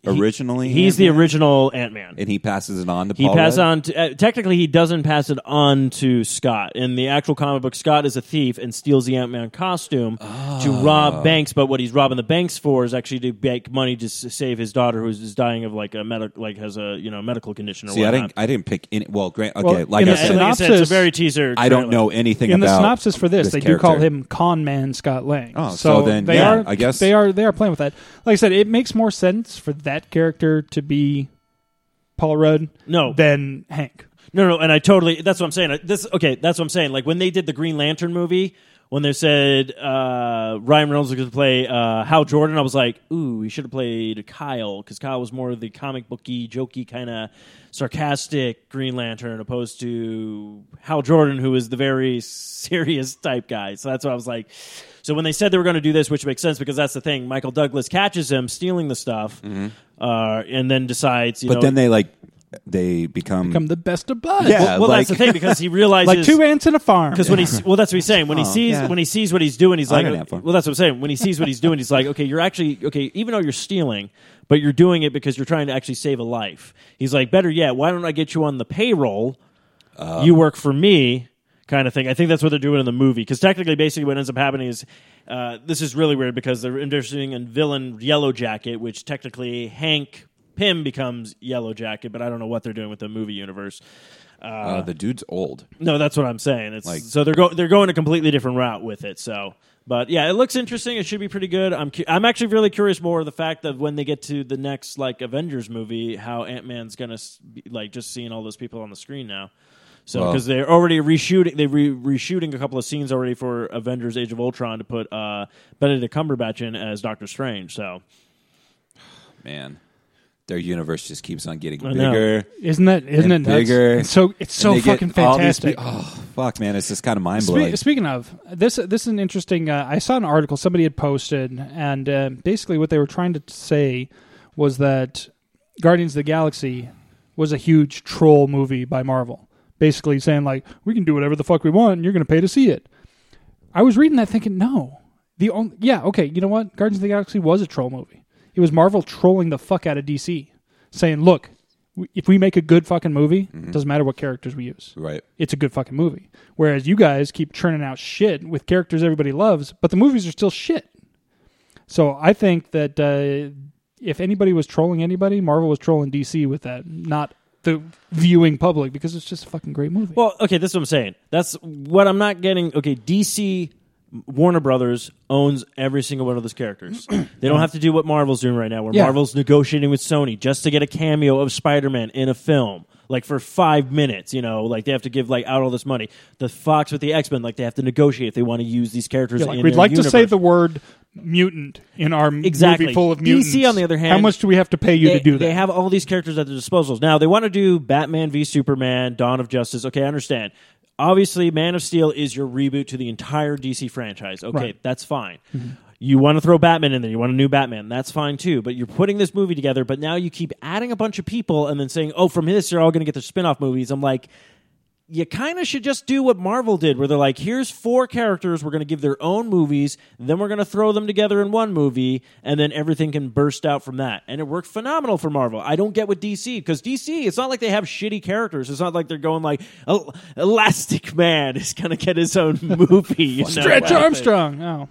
originally.
He's the
Ant-Man?
original Ant Man.
and he passes it on to
He
Paul.
passed
Rudd?
on. To, uh, technically, he doesn't pass it on to Scott. In the actual comic book, Scott is a thief and steals the Ant Man costume to
Ah.
rob banks. But what he's robbing the banks for is actually to make money to s- save his daughter, who is dying of like a medic, like has a you know medical condition. Or
See, I
whatnot.
didn't. I didn't pick any. Well, Grant. Okay,
Well,
like
in
I
the
And
said,
like I said, it's
synopsis-
a very teaser.
I don't
trailer.
know anything
in the
about
synopsis for this, they
character.
do call him Con Man Scott Lang.
Oh, so then,
they
yeah,
are,
I guess-
they are they are playing with that. Like I said, it makes more sense for that character to be Paul Rudd
No,
than Hank.
No, no, and I totally. That's what I'm saying. This okay. That's what I'm saying. Like when they did the Green Lantern movie, when they said uh, Ryan Reynolds was going to play uh, Hal Jordan, I was like, ooh, he should have played Kyle because Kyle was more of the comic booky, jokey kind of sarcastic Green Lantern, opposed to Hal Jordan, who is the very [LAUGHS] serious type guy. So that's what I was like. So when they said they were going to do this, which makes sense because that's the thing, Michael Douglas catches him stealing the stuff, uh, and then decides. You
Mm-hmm. But
know,
then they like they become.
Become the best of buds.
Yeah.
well,
[LAUGHS] like-
that's the thing because he realizes
like two ants in a farm.
because when he's well, that's what he's saying. When he
Oh,
sees
yeah.
when he sees what he's doing, he's
I
like,
got that part.
well, that's what I'm saying. When he sees what he's doing, he's like, okay, you're actually okay. Even though you're stealing, but you're doing it because you're trying to actually save a life. He's like, better yet, why don't I get you on the payroll?
Oh.
you work for me, kind of thing. I think that's what they're doing in the movie because technically, basically, what ends up happening is. Uh, this is really weird because they're interesting in villain Yellow Jacket, which technically Hank Pym becomes Yellow Jacket, but I don't know what they're doing with the movie universe.
uh, the dude's old.
No, that's what I'm saying. It's
Like-
so they're go- they're going a completely different route with it. So, but yeah, it looks interesting. It should be pretty good. I'm cu- I'm actually really curious more of the fact that when they get to the next like Avengers movie, how Ant Man's gonna s- be, like just seeing all those people on the screen now. So
Wow.
because they're already reshooting, they re- reshooting a couple of scenes already for Avengers: Age of Ultron to put uh, Benedict Cumberbatch in as Doctor Strange. So
Man, their universe just keeps on getting
I know.
bigger.
isn't that isn't it
And
nuts?
bigger.
It's so it's so
and they get
fucking
all these
fantastic.
pe- oh fuck, man! It's just kind of mind
Spe-
blowing.
Speaking of this, this is an interesting. Uh, I saw an article somebody had posted, and uh, basically what they were trying to say was that Guardians of the Galaxy was a huge troll movie by Marvel, basically saying like we can do whatever the fuck we want, and you're going to pay to see it. I was reading that thinking, no, the only yeah, okay, you know what? Guardians of the Galaxy was a troll movie. It was Marvel trolling the fuck out of DC, saying, look. w- If we make a good fucking movie, it doesn't matter what characters we use
Right.
it's a good fucking movie. Whereas you guys keep churning out shit with characters everybody loves, but the movies are still shit. So I think that uh, if anybody was trolling anybody, Marvel was trolling DC with that, not the viewing public, because it's just a fucking great movie.
Well, okay, this is what I'm saying. That's what I'm not getting. Okay, DC Warner Brothers owns every single one of those characters. [CLEARS THROAT] they don't have to do what Marvel's doing right now, where
Yeah.
Marvel's negotiating with Sony just to get a cameo of Spider-Man in a film. Like for five minutes, you know, like they have to give like out all this money. The Fox with the X Men, like they have to negotiate if they want to use these characters.
Yeah, like,
in
we'd
their
like to say
universe.
the word mutant in our m-
Exactly.
movie full of mutants.
DC, on the other
how
hand,
much do we have to pay you
they,
to do
They
that?
have all these characters at their disposals. Now they want to do Batman v Superman, Dawn of Justice. Okay, I understand. Obviously, Man of Steel is your reboot to the entire DC franchise. Okay,
Right. Mm-hmm.
that's fine. You want to throw Batman in there. You want a new Batman. That's fine too. But you're putting this movie together. But now you keep adding a bunch of people and then saying, "Oh, from this, you're all going to get the spin-off movies." I'm like, you kind of should just do what Marvel did, where they're like, here's four characters, we're going to give their own movies, then we're going to throw them together in one movie, and then everything can burst out from that. And it worked phenomenal for Marvel. I don't get with DC, because DC, it's not like they have shitty characters. It's not like they're going like, "El- Elastic Man is going to get his own movie. you know?
Stretch Armstrong. Oh,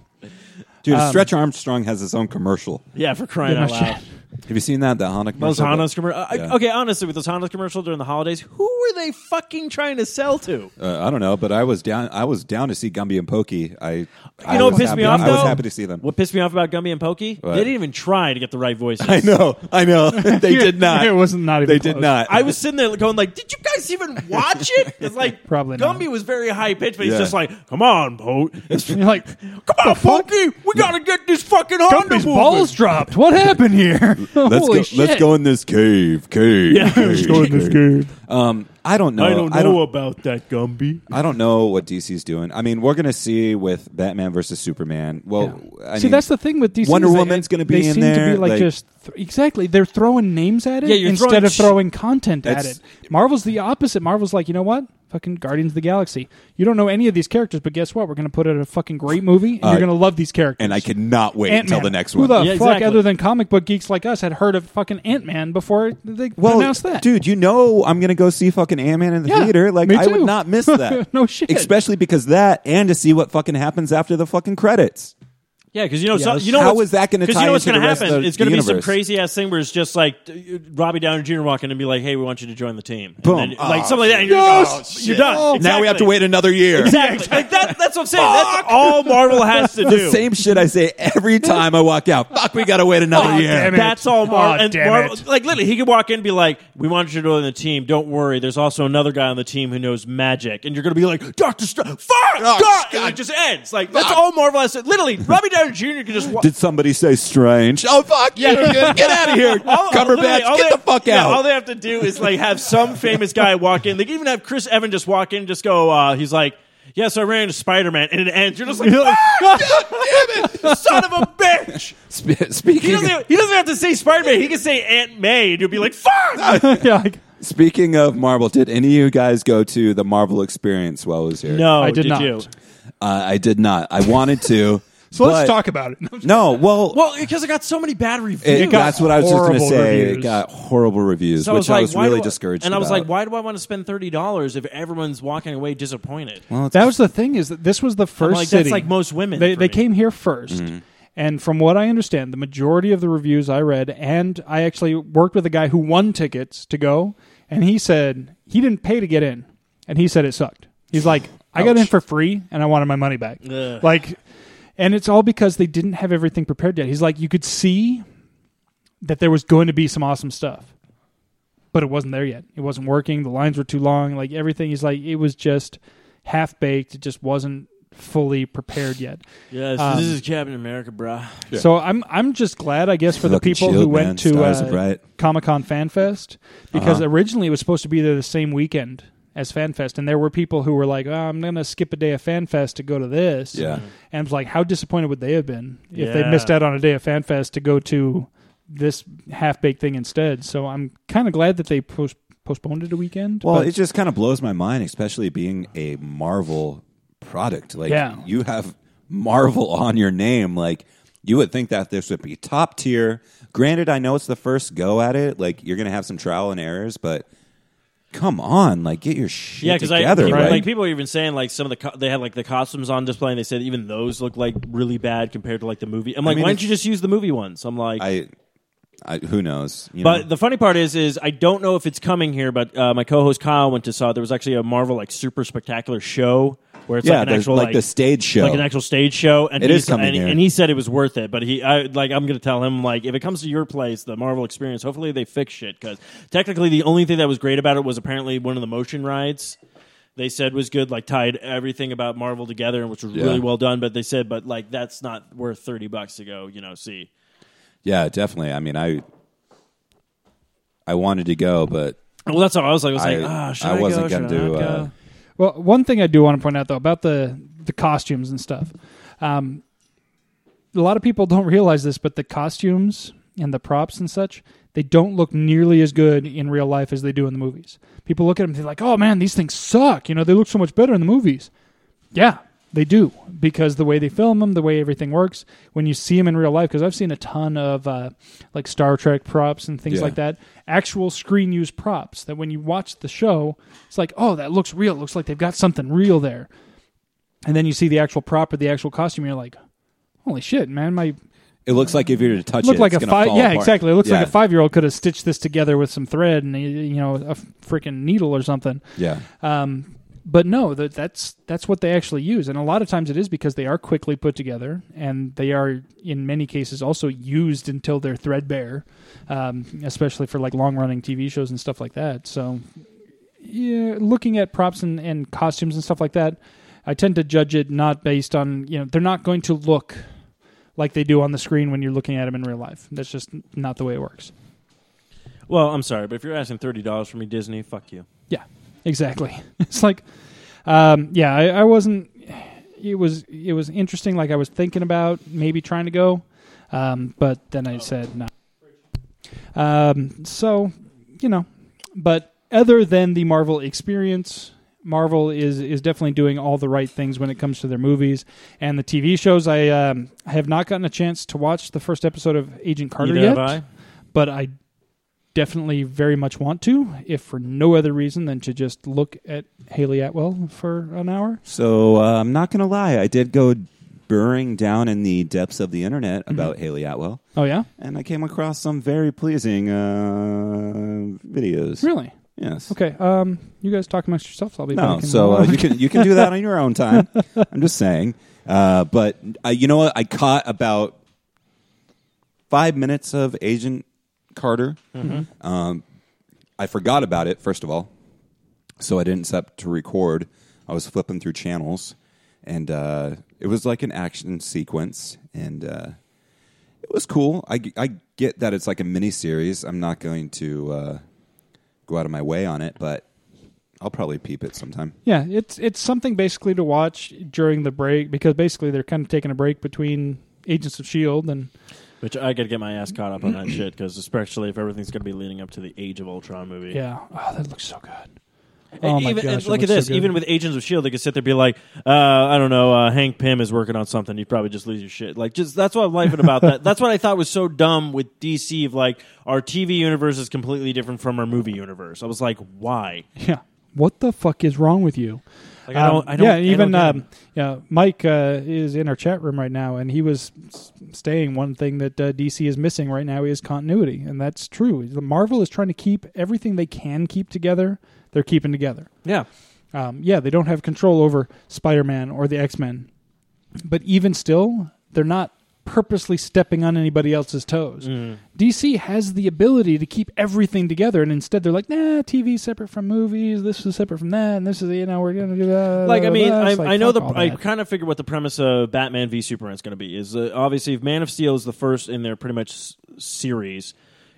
Dude, Stretch Armstrong has his own commercial.
Yeah, for crying
Yeah,
out
no
loud.
Have you seen that? That Honda commercial.
Those Hanos commercial.
Yeah.
Okay, honestly, with those Hanos commercial during the holidays, who were they fucking trying to sell to?
Uh, I don't know, but I was down. I was down to see Gumby and Pokey. I you
You know what pissed me off
I was
though?
happy to see them.
What pissed me off about Gumby and Pokey? They didn't even try to get the right voices.
[LAUGHS] I know, I know. [LAUGHS] they did not.
It wasn't not even
They did
close.
not.
I was sitting there going like, "Did you guys even
[LAUGHS]
watch it?" It's like
Probably not.
Gumby was very high pitched, but
Yeah.
he's just like, "Come on, Poke!
[LAUGHS]
And you're like, [LAUGHS]
Come on, Pokey! We gotta get this fucking Honda
Gumby's
moving."
balls dropped. What happened here? [LAUGHS]
let's
Holy
go.
shit.
Let's go in this cave. Cave.
Yeah.
cave,
Let's
go in this game.
Um, I don't know.
I don't know
I don't,
about that Gumby.
I don't know what DC's doing. I mean, we're gonna see with Batman versus Superman. Well, Oh, I
See,
mean,
that's the thing with DC.
Wonder
is they-
Woman's gonna be
they
in
seem to
there,
be like,
like-
just th- exactly. They're throwing names at it
Yeah, you're
instead
throwing
of
sh-
throwing content at
That's-
it. Marvel's the opposite. Marvel's like, you know what? fucking Guardians of the Galaxy. You don't know any of these characters, but guess what? We're gonna put out a fucking great movie, and
Uh,
you're gonna love these characters.
And I cannot wait
Ant-Man.
until the next
Who
one.
the
Yeah,
fuck,
exactly.
other than comic book geeks like us, had heard of fucking Ant Man before they
well,
announced that?
dude, you know I'm gonna go see fucking Ant Man in the
Yeah,
theater. Like
me
I would
too. [LAUGHS]
not miss that.
No shit.
Especially because that, and to see what fucking happens after the fucking credits.
Yeah, because you know, so,
that's-
you know
How
what's-
is that gonna
'cause
tie
you know what's
into
gonna
the rest of
happen?
the-
it's going to
the
be some
universe?
crazy ass thing where it's just like uh, Robbie Downey Jr. walking and be like, "Hey, we want you to join the team." And
Boom.
then- like
Oh,
something like that. And you're, like,
Yes!
"Oh, you're done.
Now we have to
Exactly.
wait another year.
Exactly. Like that, that's what I'm saying. That's all Marvel has to do.
The same shit I say every time I walk out. Fuck, we gotta wait another
Oh,
year.
damn it.
That's all Marvel.
Aw,
and
damn
Marvel,
it.
like literally, he could walk in and be like, "We want you to join the team. Don't worry. There's also another guy on the team who knows magic." And you're going to be like, "Doctor Strange, fuck, Oh, God!" And
God.
it just ends. Like that's all Marvel has to. Literally, Robbie Downey Jr. could just. Wa-
Did somebody say strange? Oh fuck! Yeah, get out
[LAUGHS]
of here,
All- all- literally,
Cumberbatch!
all
Get
they-
the fuck
yeah, all
out!
they have to do is like have some famous guy walk in. They can even have Chris Evan just walk in, and just go. Uh, he's like, "Yeah, so I ran into Spider Man," and it ends. You're just like, "Ah, "Fuck, damn it, son of a bitch!"
Sp-
He
speaking
doesn't, have- he doesn't have to say Spider Man. He can say Aunt May, and you'll be like,
[LAUGHS]
"Fuck."
[LAUGHS]
yeah, like,
speaking of Marvel, did any of you guys go to the Marvel Experience while I was here?
No,
I did
did
not.
you?
uh, I did not. I wanted to.
[LAUGHS] so let's
but-
talk
[LAUGHS]
about it.
No, well,
Well, because I got so many bad reviews.
it-
got
that's what I was just going to
horrible
say. It
reviews.
got horrible reviews,
So
which I was
why
really
do
discouraged.
And I was
about.
like, why do I want to spend thirty dollars if everyone's walking away disappointed?
Well, it's-
That was the thing is that this was the 1st
like, that's
city.
like most women
They,
for
they
me.
came here 1st and from what I understand, the majority of the reviews I read, and I actually worked with a guy who won tickets to go, and he said he didn't pay to get in, and he said it sucked. He's like, I got in
Ouch.
for free, and I wanted my money back.
Ugh.
Like, and it's all because they didn't have everything prepared yet. He's like, you could see that there was going to be some awesome stuff. But it wasn't there yet. It wasn't working. The lines were too long. Like everything is like it was just half baked. It just wasn't fully prepared yet.
Yes,
Um,
this is Captain America, bruh.
So I'm I'm just glad I guess for the
Fucking
people who
shield,
went
man.
to
Stars Uh-huh.
uh,
are bright.
Comic Con Fan Fest because originally it was supposed to be there the same weekend as Fan Fest, and there were people who were like, oh, "I'm gonna skip a day of Fan Fest to go to this."
yeah,
and I was like, "How disappointed would they have been if they
Yeah.
missed out on a day of Fan Fest to go to this half baked thing instead?" So I'm kind of glad that they post- postponed it a weekend.
Well,
but-
it just kind of blows my mind, especially being a Marvel product. Like
Yeah.
you have Marvel on your name. Like you would think that this would be top tier. Granted, I know it's the first go at it. Like you're gonna have some trial and errors, but come on, like get your shit
Yeah, because I
together,
people-
right?
like people are even saying like some of the co- they had like the costumes on display and they said even those look like really bad compared to like the movie. I'm like,
mean,
why don't
it's-
you just use the movie ones? I'm like,
I, I who knows? You
But
know?
the funny part is, is I don't know if it's coming here. But uh, my co-host Kyle went to saw. There was actually a Marvel like super spectacular show where it's
yeah,
like an
there's
actual
like, the stage show.
like an actual stage show. And
It
he
is
said-
coming
and,
here.
and he said it was worth it. But he, I like, I'm gonna tell him like, if it comes to your place, the Marvel experience, hopefully they fix shit because technically the only thing that was great about it was apparently one of the motion rides. They said was good, like tied everything about Marvel together, which was
Yeah.
really well done. But they said, but like that's not worth thirty bucks to go, you know, see.
yeah, definitely. I mean, I, I wanted to go, but
Well, that's how I was like, I was
I,
like, ah, should
I
I, go?
wasn't
Should
gonna
I
do.
not
Uh,
go?
Well, one thing I do want to point out though about the the costumes and stuff, um, a lot of people [LAUGHS] don't realize this, but the costumes and the props and such, they don't look nearly as good in real life as they do in the movies. People look at them, they're like, "Oh man, these things suck." You know, they look so much better in the movies. Yeah, they do because the way they film them, the way everything works. When you see them in real life, because I've seen a ton of uh, like Star Trek props and things
Yeah.
like that, actual screen use props that when you watch the show, it's like, oh, that looks real. It looks like they've got something real there. And then you see the actual prop or the actual costume, and you're like, holy shit, man! My
It looks like if you were to touch
look
it,
like a
it's gonna
five.
fall
Yeah,
apart.
exactly. It looks like
Yeah.
a five year old could have stitched this together with some thread and you know a freaking needle or something.
Yeah,
Um, but no, that, that's that's what they actually use, and a lot of times it is because they are quickly put together, and they are in many cases also used until they're threadbare, um, especially for like long running TV shows and stuff like that. So, yeah, looking at props and, and costumes and stuff like that, I tend to judge it not based on you know they're not going to look like they do on the screen when you're looking at them in real life. That's just not the way it works.
Well, I'm sorry, but if you're asking thirty dollars for me, Disney, fuck you.
Exactly. [LAUGHS] It's like, um, yeah, I, I wasn't. It was it was interesting. Like I was thinking about maybe trying to go, um, but then I said no. Um, so, you know, but other than the Marvel experience, Marvel is is definitely doing all the right things when it comes to their movies and the TV shows. I um, have not gotten a chance to watch the first episode of Agent Carter
Neither
yet,
have I.
but I definitely very much want to, if for no other reason than to just look at Haley Atwell for an hour.
So uh, I'm not gonna lie, I did go burrowing down in the depths of the internet
Mm-hmm.
about Haley Atwell,
Oh yeah,
and I came across some very pleasing uh, videos.
really?
Yes.
Okay. Um, you guys talk amongst yourselves. I'll be
No,
back in
so
a
uh,
moment.
you can you can do that on your own time. I'm just saying. Uh, but uh, you know what? I caught about five minutes of Agent Carter. Um, I forgot about it first of all, so I didn't set to record. I was flipping through channels, and uh, it was like an action sequence, and uh, it was cool. I, I get that it's like a mini series. I'm not going to uh, go out of my way on it, but I'll probably peep it sometime.
[LAUGHS] Yeah, it's it's something basically to watch during the break because basically they're kind of taking a break between Agents of Shield E and
Which I got to get my ass caught up on that shit because especially if everything's going to be leading up to the Age of Ultron movie.
yeah. Oh, that looks so good.
And
Oh my
even,
gosh,
and
it
look
looks
at
so
this.
good.
even with Agents of Shield, E they could sit there and be like, uh, I don't know, uh, Hank Pym is working on something. You'd probably just lose your shit. Like, just that's what I'm laughing about. That that's what I thought was so dumb with DC. Of like, our TV universe is completely different from our movie universe. I was like, why?
yeah. What the fuck is wrong with you?
Like, I don't.
Um,
I don't
yeah,
I don't
even
get it.
um, yeah, Mike uh, is in our chat room right now, and he was s- staying. One thing that uh, DC is missing right now is continuity, and that's true. The Marvel is trying to keep everything they can keep together. They're keeping together.
yeah.
Um, yeah, they don't have control over Spider Man or the X Men, but even still, they're not purposely stepping on anybody else's toes.
Mm.
DC has the ability to keep everything together, and instead they're like, nah, TV separate from movies, this is separate from that, and this is you know we're gonna do that.
like I
blah,
mean,
blah, blah." [LAUGHS]
I,
It's like,
I know
fuck
the
all
I
that.
kind of figured what the premise of Batman v Superman is going to be is uh, obviously if Man of Steel is the first in their pretty much s- series.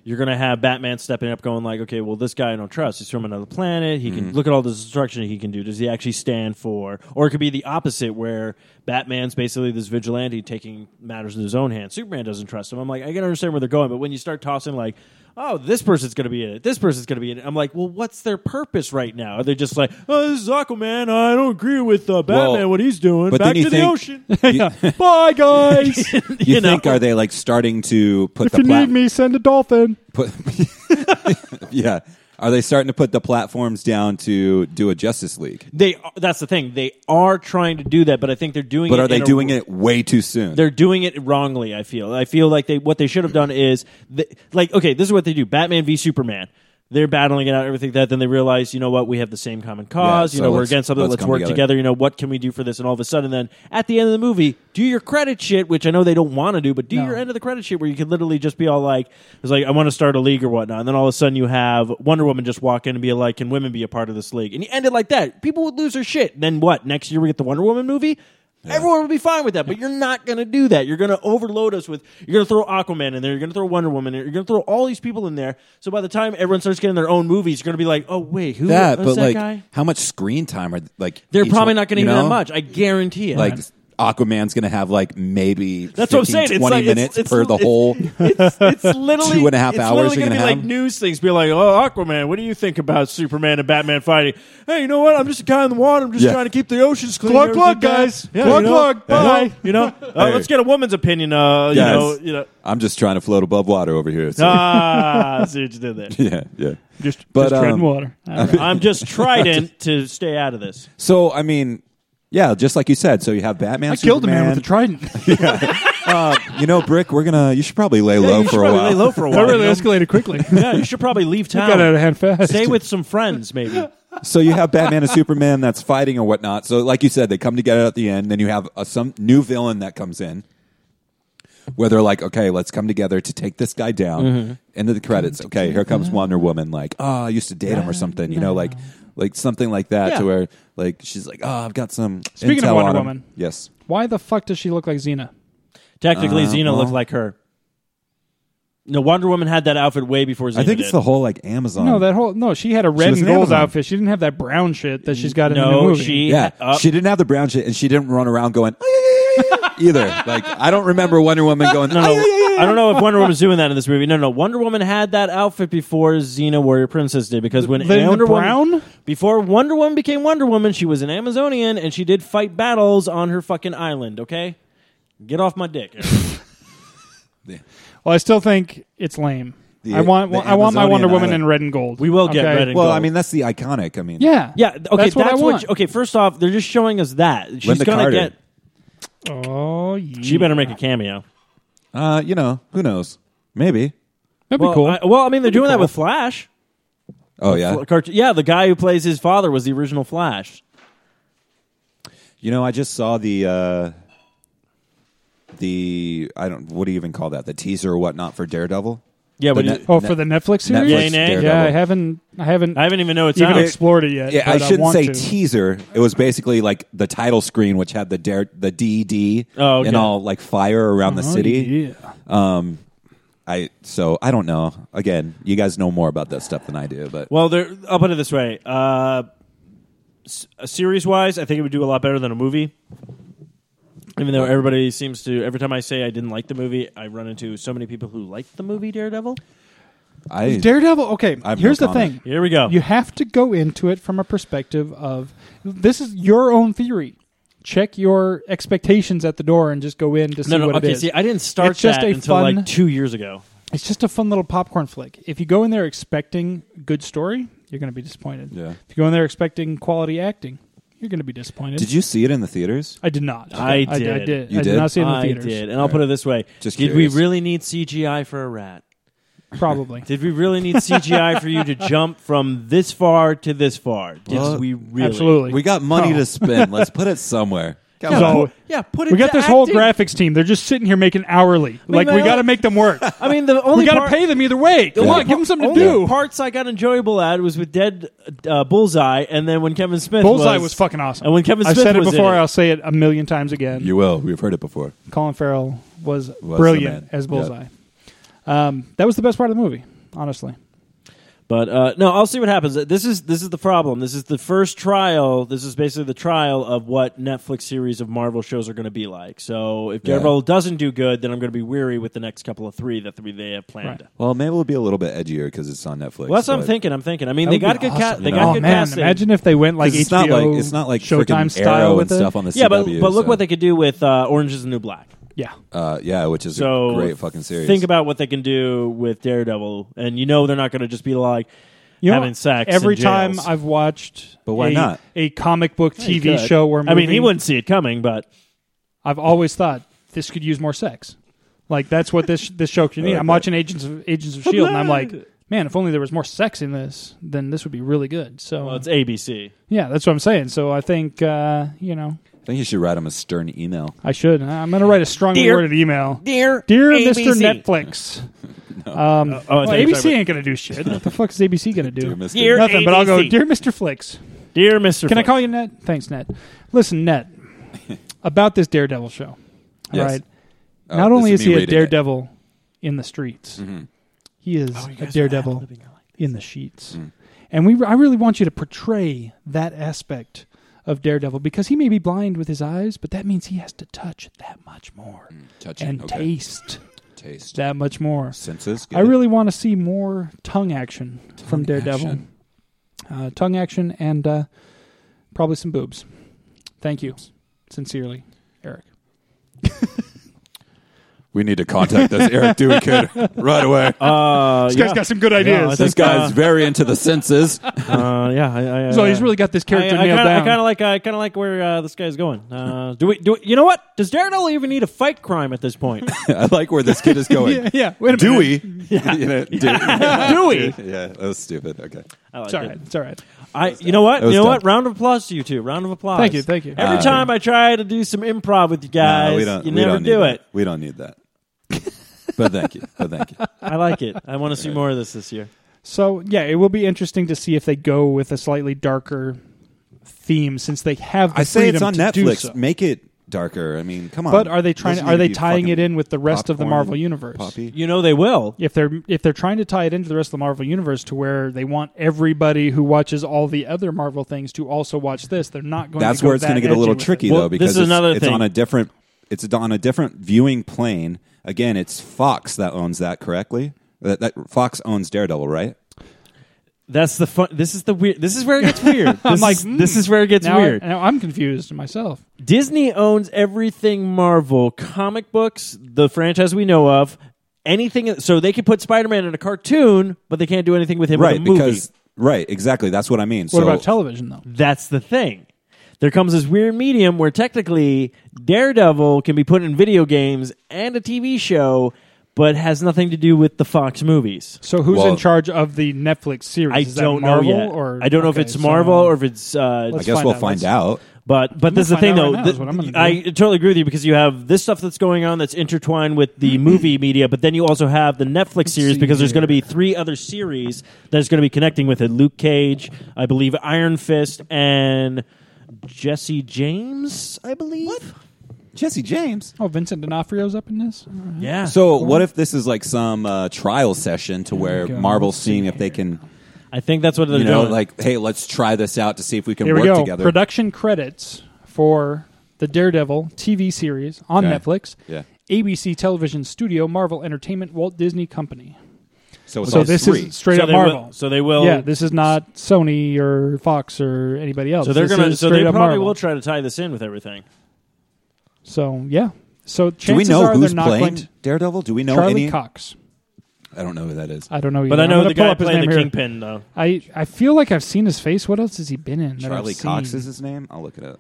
You're gonna have Batman stepping up, going like, "Okay, well, this guy I don't trust. He's from another planet. He can look at all the destruction he can do. Does he actually stand for?" Or it could be the opposite, where Batman's basically this vigilante taking matters in his own hands. Superman doesn't trust him. I'm like, I can understand where they're going, but when you start tossing like, oh, this person's going to be in it. This person's going to be in it. I'm like, well, what's their purpose right now? Are they just like, oh, this is Aquaman. I don't agree with uh, Batman,
Well,
what he's doing.
but
Back
then you
to the
think-
ocean. [LAUGHS]
You,
Bye guys. if
you
You know?
think are they like starting to put the
you
plat-
need me, send a dolphin.
put- [LAUGHS] yeah? Are they starting to put the platforms down to do a Justice League?
They, are- that's the thing. They are trying to do that, but I think they're doing
But
it
are they
in a-
doing it way too soon?
They're doing it wrongly, I feel. I feel like they what they should have done is, th like, okay, this is what they do Batman v Superman. They're battling it out, everything like that. Then they realize, you know what, we have the same common cause.
Yeah,
you
so
know, we're
let's-
against something.
let's
Let's,
come
work
together.
together. You know, what can we do for this? And all of a sudden, then at the end of the movie, do your credit shit, which I know they don't want to do, but do
No.
your end of the credit shit where you can literally just be all like, it's like, I want to start a league or whatnot. And then all of a sudden, you have Wonder Woman just walk in and be like, can women be a part of this league? And you end it like that. People would lose their shit. Then what? Next year, we get the Wonder Woman movie? Everyone would be fine with that, but you're not going to do that. You're going to overload us with, you're going to throw Aquaman in there, you're going to throw Wonder Woman in there, you're going to throw all these people in there. So by the time everyone starts getting their own movies, you're going to be like, oh, wait, who
that,
who's
but
that
like,
guy?
how much screen time are like?
They're
each
probably
one-
not going to
you
get that
know?
much. I guarantee it.
Like Aquaman's going to have like maybe
That's
15,
what I'm saying. It's
20
like- it's-
minutes
it's-
for the
it's-
whole.
it's, it's literally
[LAUGHS] Two and a half
it's
hours
literally
you're
gonna
gonna
be
have?
like news things. Be like, oh, Aquaman, what do you think about Superman and Batman fighting? Hey, you know what? I'm just a guy in the water. I'm just
Yeah.
trying to keep the oceans clean.
Glug,
Everything
glug,
down.
guys.
Yeah,
Glug,
you know?
glug. Bye.
You know, Uh,
Hey.
let's get a woman's opinion. Uh, you
Guys.
know, you know.
I'm just trying to float above water over here. So.
[LAUGHS] Ah, I see what you did there.
[LAUGHS] yeah, yeah.
[LAUGHS] Just,
But,
just treading
um,
water. All right.
I'm just trident to stay out of this.
So I mean, yeah, just like you said. So you have Batman.
I killed a man with a trident.
You know, Brick, we're gonna. You should probably lay
yeah,
low
you should
for a
probably
while.
lay low [LAUGHS] for
[LAUGHS]
a
that
while.
really
you know?
escalated
[LAUGHS]
quickly.
yeah, [LAUGHS] you should probably leave town.
Got out of hand fast.
Stay with some friends, [LAUGHS] maybe.
So you have Batman and Superman that's fighting and whatnot. So like you said, they come together at the end. Then you have a, some new villain that comes in, where they're like, okay, let's come together to take this guy down. End of the credits. Okay, here comes Wonder Woman. Like, oh, I used to date him or something. You know, like, like something like that.
Yeah.
To where like she's like, oh, I've got some.
Speaking of
intel
Wonder
on him."
Woman.
yes.
Why the fuck does she look like Xena?
Technically,
Uh,
Xena
well.
looked like her. No, Wonder Woman had that outfit way before Xena
I think
did.
it's the whole like Amazon.
No, that whole no. Um, She had a
She
red
was
and
an
gold
Amazon.
outfit. She didn't have that brown shit that she's got in the new
no,
movie.
she
yeah.
uh,
she didn't have the brown shit, and she didn't run around going. "Ah, "Ay, ay, ay,
[LAUGHS]
either. Like I don't remember Wonder Woman going. "Ah,
No,
Oh,
"Ay, ay, ay, ay."
I don't know if Wonder Woman's doing that in this movie. No, no, Wonder Woman had that outfit before Xena Warrior Princess did because when
The- the
Wonder
brown?
Woman before Wonder Woman became Wonder Woman, she was an Amazonian and she did fight battles on her fucking island. Okay, get off my
[LAUGHS]
dick. Aaron.
Well, I still think it's lame.
The-
I want
the
I want my
Amazonian
Wonder Woman
island.
in red and gold.
We will get
Okay?
red and
Well,
gold.
I mean that's the iconic. I mean,
yeah,
yeah. Okay,
That's what I want.
okay, first off, they're just showing us that she's
Linda
gonna
Carter.
get.
Oh, yeah.
She better make a cameo.
Uh, you know, who knows? Maybe.
That'd be
Well,
cool.
I, well, I mean, they're doing that
cool.
with Flash.
Oh yeah.
Cartoon- yeah, the guy who plays his father was the original Flash.
You know, I just saw the uh, the I don't what do you even call that? The teaser or whatnot for Daredevil.
Yeah,
The
but
net-
oh, for the Netflix series.
Netflix
Yeah,
Daredevil.
yeah, I haven't. I haven't.
I haven't even know it's
even
out.
explored it yet.
Yeah, I
but
shouldn't
want
say
to.
teaser. It was basically like the title screen, which had the dare, the DD
Oh, okay.
and all like fire around the
Oh,
city.
yeah.
I so I don't know. Again, you guys know more about that stuff than I do, but
Well, there, I'll put it this way: uh, series wise, I think it would do a lot better than a movie. Even though everybody seems to, every time I say I didn't like the movie, I run into so many people who liked the movie Daredevil.
I
Daredevil. Okay,
have
here's
no
the
comment.
thing.
Here we go.
You have to go into it from a perspective of this is your own theory. Check your expectations at the door and just go in to see
no, no,
what it
okay.
is.
See, I didn't start
It's just
that
a
until
fun-
like two years ago.
it's just a fun little popcorn flick. If you go in there expecting good story, you're going to be disappointed.
Yeah.
If you go in there expecting quality acting, you're going to be disappointed.
Did you see it in the theaters?
I did not.
I
I did. I
did.
did,
You
I did
did?
not see it in the
I
theaters.
did, and I'll put it this way:
Just
Did
curious.
we really need CGI for a rat? [LAUGHS]
Probably.
Did we really need CGI for you to jump from this far to this far? Did
Well,
we really?
Absolutely.
We got money
No.
to spend. Let's put it somewhere. Come
Yeah,
on.
so-
Yeah, put it.
we got
to
this whole
acting.
graphics team. They're just sitting here making hourly. like we
man,
got to
like-
make them
[LAUGHS]
work.
I mean, the only
we got to
part-
pay them either way. Come
only
on, give them something to
only
do.
Parts I got enjoyable at was with Dead uh, Bullseye, and then when Kevin Smith
Bullseye
was,
was fucking awesome.
And when Kevin
I
Smith
said it
was in
before,
it.
I'll say it a million times again.
You will. We've heard it before.
Colin Farrell was,
the man.
brilliant as
Yep.
Bullseye. Um, that was the best part of the movie, honestly.
But uh, no, I'll see what happens. This is this is the problem. This is the first trial. This is basically the trial of what Netflix series of Marvel shows are going to be like. So if
Yeah.
Daredevil doesn't do good, then I'm going to be weary with the next couple of three that three they have planned.
Right.
Well, maybe it'll be a little bit edgier because it's on Netflix.
Well, that's what I'm
but-
thinking. I'm thinking. I mean,
That
they
would
got
be
good
awesome,
cast. They
you know?
got
oh
good
man,
casting.
imagine if they went like HBO.
'Cause it's not like it's not like
Showtime
freaking
style
Arrow
with
and
it.
stuff on the
yeah, but
CW,
but look
so-
what they could do with uh, Orange is the New Black.
Yeah,
Uh, yeah, which is
So
a great fucking series.
Think about what they can do with Daredevil, and you know they're not going to just be like
you know,
having sex in
every time
jails.
I've watched.
But why
a,
not?
a comic book
He
TV
could.
show or movie?
I mean, he wouldn't see it coming, but
I've always thought this could use more sex. Like that's what this this show could
[LAUGHS]
I
need.
like
I'm
that.
watching Agents of Agents of Shield, E and I'm like,
Blood.
man, if only there was more sex in this, then this would be really good. So
well,
[LAUGHS]
it's ABC.
yeah, that's what I'm saying. So I think uh, you know
I think you should write him a stern email.
I should. Uh, I'm going to write a strongly
Dear-
worded email.
Dear,
Dear Mr. Netflix. um,
oh, I
well,
thought you were
ABC
talking
ain't going to do shit. What the fuck is ABC going to do?
Dear Mr.
Dear-
Nothing, but I'll go,
ABC.
Dear Mr. Flicks.
Dear Mr.
Can I call you Net? Thanks, Net. Listen, Net, about this Daredevil show. All right.
Yes. Oh,
Not
this
only is
me
he a
reading it. Mm. Mm-hmm.
daredevil in the streets, he is
Oh,
a daredevil in the sheets. And we, I really want you to portray that aspect of Daredevil because he may be blind with his eyes, but that means he has to touch that much more
Touching.
and
okay.
taste
Taste.
that much more.
Senses. Get
I
it?
really want to see more tongue action from
Tongue
Daredevil.
action.
Uh, tongue action and uh, probably some boobs. Thank you. Sincerely, Eric.
We need to contact this Eric Duiker right away.
Uh,
This
yeah.
guy's got some good
ideas.
ideas.
I
this
think,
guy's
uh,
very into the senses.
uh, yeah, I, I,
so
uh,
he's really got this
I, I
character nailed
kinda, I
down.
kinda like I kind of like where uh, this guy's going. Uh, do we? Do we, you know what? Does Daredevil even need a fight crime at
[LAUGHS]
this point?
I like where this kid is going.
yeah, yeah. Wait a minute.
Dewey. [LAUGHS] You know, Dewey.
do
[LAUGHS]
we?
[LAUGHS] yeah, that was stupid. Okay.
I like
It's all
it.
right. It's all right.
I, you know what? You
That was
know
dumb.
what? Round of applause to you two. Round of applause.
Thank you, thank you.
Every
Uh,
time I try to do some improv with you
No,
guys,
we don't.
you
we
never
don't need
do
that.
it.
We don't need that. but thank you. But thank you.
I like it. I want to see more of this this year.
So yeah, it will be interesting to see if they go with a slightly darker theme since they have. The
[LAUGHS] I say it's
freedom
on
to do
Netflix.
so.
Make it darker. I mean, come on.
But are they trying?
Doesn't need
Are they
be
tying
fucking
it in with the rest of the
popcorn
Marvel
and
universe?
Poppy.
You know they will.
If they're if they're trying to tie it into the rest of the Marvel universe to where they want everybody who watches all the other Marvel things to also watch this, they're not going.
That's
to go
where it's
going to
get a little
tricky.
tricky
Well,
though,
this
because
is
it's,
another
it's
thing.
on a different It's on a different viewing plane. Again, it's Fox that owns that. Correctly, that, that Fox owns Daredevil, right?
That's the fun. This is the weird. This is where it
[LAUGHS]
gets weird. This
like, hmm.
is, this is where it gets
now,
weird.
I, now I'm confused myself.
Disney owns everything Marvel, comic books, the franchise we know of, anything. So they can put Spider Man in a cartoon, but they can't do anything with him in
Right,
a movie.
because right, exactly. That's what I mean.
What
so
about television though?
That's the thing. There comes this weird medium where technically Daredevil can be put in video games and a TV show, but has nothing to do with the Fox movies.
So who's
Well-
in charge of the Netflix series?
I
Is that
don't
Marvel
know yet.
Or
I don't know if
okay,
it's
so-
Marvel or if it's uh,
I
Let's
guess
find
we'll
out.
find out.
But but this is the
gonna
thing
find out right
though.
now
Th-
is what I'm gonna do.
I totally agree with you because you have this stuff that's going on that's intertwined with the movie media, but then you also have the Netflix series
Mm-hmm. see
because there's going to
here.
be three other series that's going to be connecting with it. Luke Cage, I believe, Iron Fist, and Jesse James, I believe.
Jesse James.
Oh, Vincent D'Onofrio's up in this.
Yeah.
So what if this is like some uh, trial session to where
go.
Marvel's seeing if they can,
I think that's what they're
you know,
doing.
like, hey, let's try this out to see if we can
Here we
work
go.
together.
Production credits for the Daredevil TV series on
Okay.
Netflix.
Yeah.
ABC Television Studio, Marvel Entertainment, Walt Disney Company.
so it's
So
all
this
three.
is straight
so
up
they
Marvel.
Will, so they will.
yeah, this is not Sony or Fox or anybody else.
so they're
This
gonna.
is
So they
straight up
probably
Marvel.
will try to tie this in with everything.
So yeah. So
Do we
chances
know
are
who's
they're not
playing
going to
Daredevil? Do we know
Charlie
any?
Cox.
I don't know who that is.
I don't know. Either.
But I
I'm
know
gonna
the
pull
guy
up his
playing the
name here.
kingpin though.
I I feel like I've seen his face. What else has he been in? that I've
Charlie Cox
seen?
is his name. I'll look it up.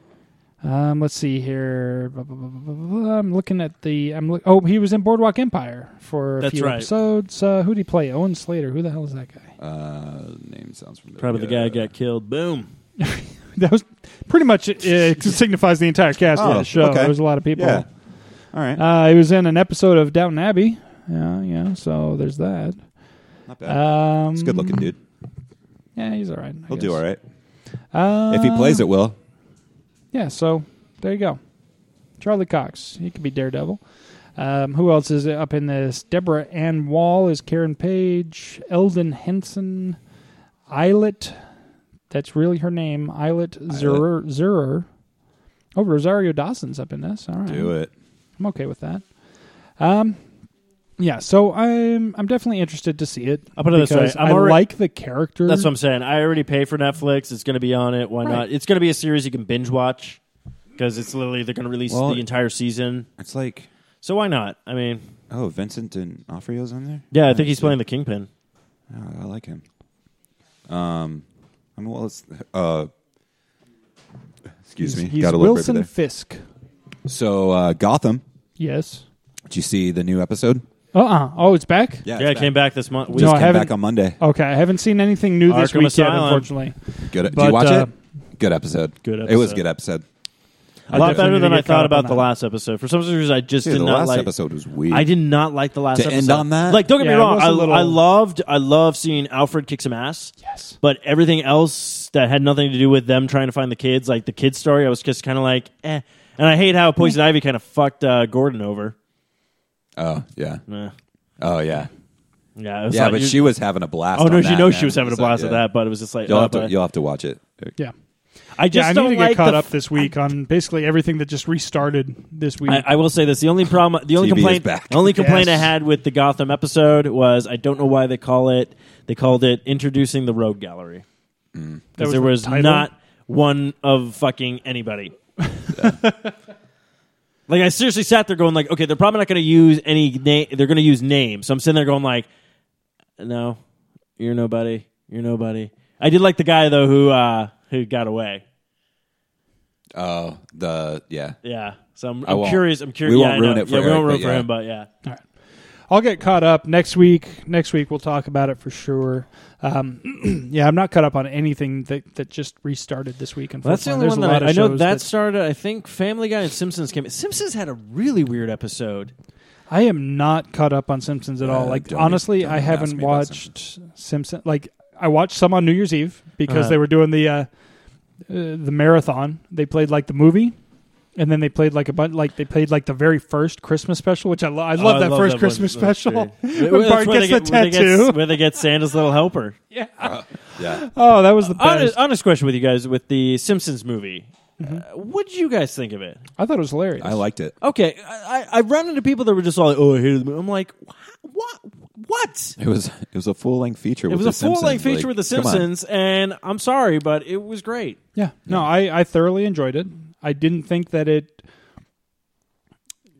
Um, let's see here. Blah, blah, blah, blah, blah, blah. I'm looking at the. I'm look. Oh, he was in Boardwalk Empire for a
That's
few
right.
episodes. Uh, who did he play? Owen Slater. Who the hell is that guy? [LAUGHS]
Uh, name sounds familiar.
Probably the guy who got killed. Boom.
That was pretty much. It,
[LAUGHS]
it signifies the entire cast of
Oh,
the show.
okay.
There was a lot of people.
Yeah. All right.
Uh, he was in an episode of Downton Abbey. Yeah, yeah. So there's that.
Not bad.
Um,
He's a good looking dude.
Yeah, he's all right. I
He'll do
guess.
all right
Uh,
if he plays it. Will
Yeah, so there you go. Charlie Cox. He could be Daredevil. Um, who else is up in this? Deborah Ann Wall is Karen Page. Eldon Henson. Islet. That's really her name. Islet Zurer. Zurer. Oh, Rosario Dawson's up in this. All right.
do it?
I'm okay with that. Um, yeah, so I'm I'm definitely interested to see it.
I'll put it this way.
because
I'm
I
alre-
like the character.
That's what I'm saying. I already pay for Netflix. It's going to be on it. Why
Mm-hmm. Right.
not? It's going to be a series you can binge watch because it's literally they're going to release
Well,
the entire season.
It's like
So why not? I mean,
oh, Vincent and D'Onofrio's on there.
yeah, I think he's playing the kingpin.
Oh, I like him. Um, I mean, well, it's uh, excuse
he's,
me,
he's
got a little
Wilson
there.
Fisk.
So uh, Gotham,
Yes.
did you see the new episode?
Uh-uh. Oh, it's back?
yeah, it came back this month.
We
No,
just
I
came
haven't-
back on Monday.
Okay, I haven't seen anything new this
Arkham
weekend,
Asylum.
unfortunately.
Good. Did
But,
you watch
uh,
it? Good episode.
Good
It was a
episode.
good episode.
a lot
definitely
better than
need to
I
get caught
thought
up on
about the
that.
last episode. For some reason, I just
Dude,
did
the
not
last
like.
episode was weird.
I did not like the last
To end
episode.
on that?
Like, don't get
Yeah, it
me wrong.
was
I,
a little-
I loved, I loved seeing Alfred kick some ass.
Yes.
But everything else that had nothing to do with them trying to find the kids, like the kids story, I was just kind of like, eh. And I hate how Poison Ivy kind of fucked uh, Gordon over.
Oh yeah.
Eh.
Oh yeah.
Yeah, it was
Yeah,
like
but
you-
she was having a blast.
Oh no,
on
she
that,
knows
man.
she was having a
It's like,
blast at
yeah.
that, but it was just like
You'll
uh,
have to
but
you'll have to watch it.
Yeah.
I just
Yeah, I
don't
need to get
like
caught
the
up this week on basically everthing that just restarted this week.
I, I will say this: the only problem, the only
TV is
complaint,
back.
the only complaint
Yes.
I had with the Gotham episode was I don't know why they call it. They called it introducing the Rogue Gallery
That
Mm.
because there
the
was
title.
not one of fucking
[LAUGHS]
anybody. like I seriously sat there going, like, okay, they're probably not going to use any name. They're going to use names. So I'm sitting there going, like, no, you're nobody. You're nobody. I did like the guy though who uh who got away.
Oh, the yeah.
Yeah. So I'm,
I
I'm
won't.
curious. I'm curious.
We
yeah,
won't
I know.
ruin it for
yeah, we
Eric,
won't ruin
but
for
yeah.
him, but yeah.
I'll get caught up next week. Next week we'll talk about it for sure. Um, [CLEARS THROAT] yeah, I'm not caught up on anything that, that just restarted this week.
Well, that's the only
Unfortunately,
one
there's a lot
that I,
of
I know
shows
that started. I think Family Guy and Simpsons came. Simpsons had a really weird [LAUGHS] episode.
I am not caught up on Simpsons at all.
Uh,
Like
don't
honestly,
even- don't
I
even ask
haven't
me about
watched Simpson. Like I watched some on New Year's Eve because
Uh-huh.
they were doing the uh, uh, the marathon. They played like the movie, and then they played like a bunch. Like they played like the very first Christmas special, which I, lo- I love. that first Christmas special [LAUGHS] when Bart gets the tattoo.
where they get Santa's
[LAUGHS]
little helper.
yeah.
Yeah.
Oh, that was the best.
Honest, honest question with you guys with the Simpsons movie. Uh, what did you guys think of it?
I thought it was hilarious.
I
[LAUGHS]
liked it.
Okay, I, I I ran into people that were just all like, "Oh, I hated the movie." I'm like, "What? What?"
It was it was a full length feature.
It was a full length feature with The Simpsons, and I'm sorry, but it was great.
Yeah. No, I, I thoroughly enjoyed it. I didn't think that it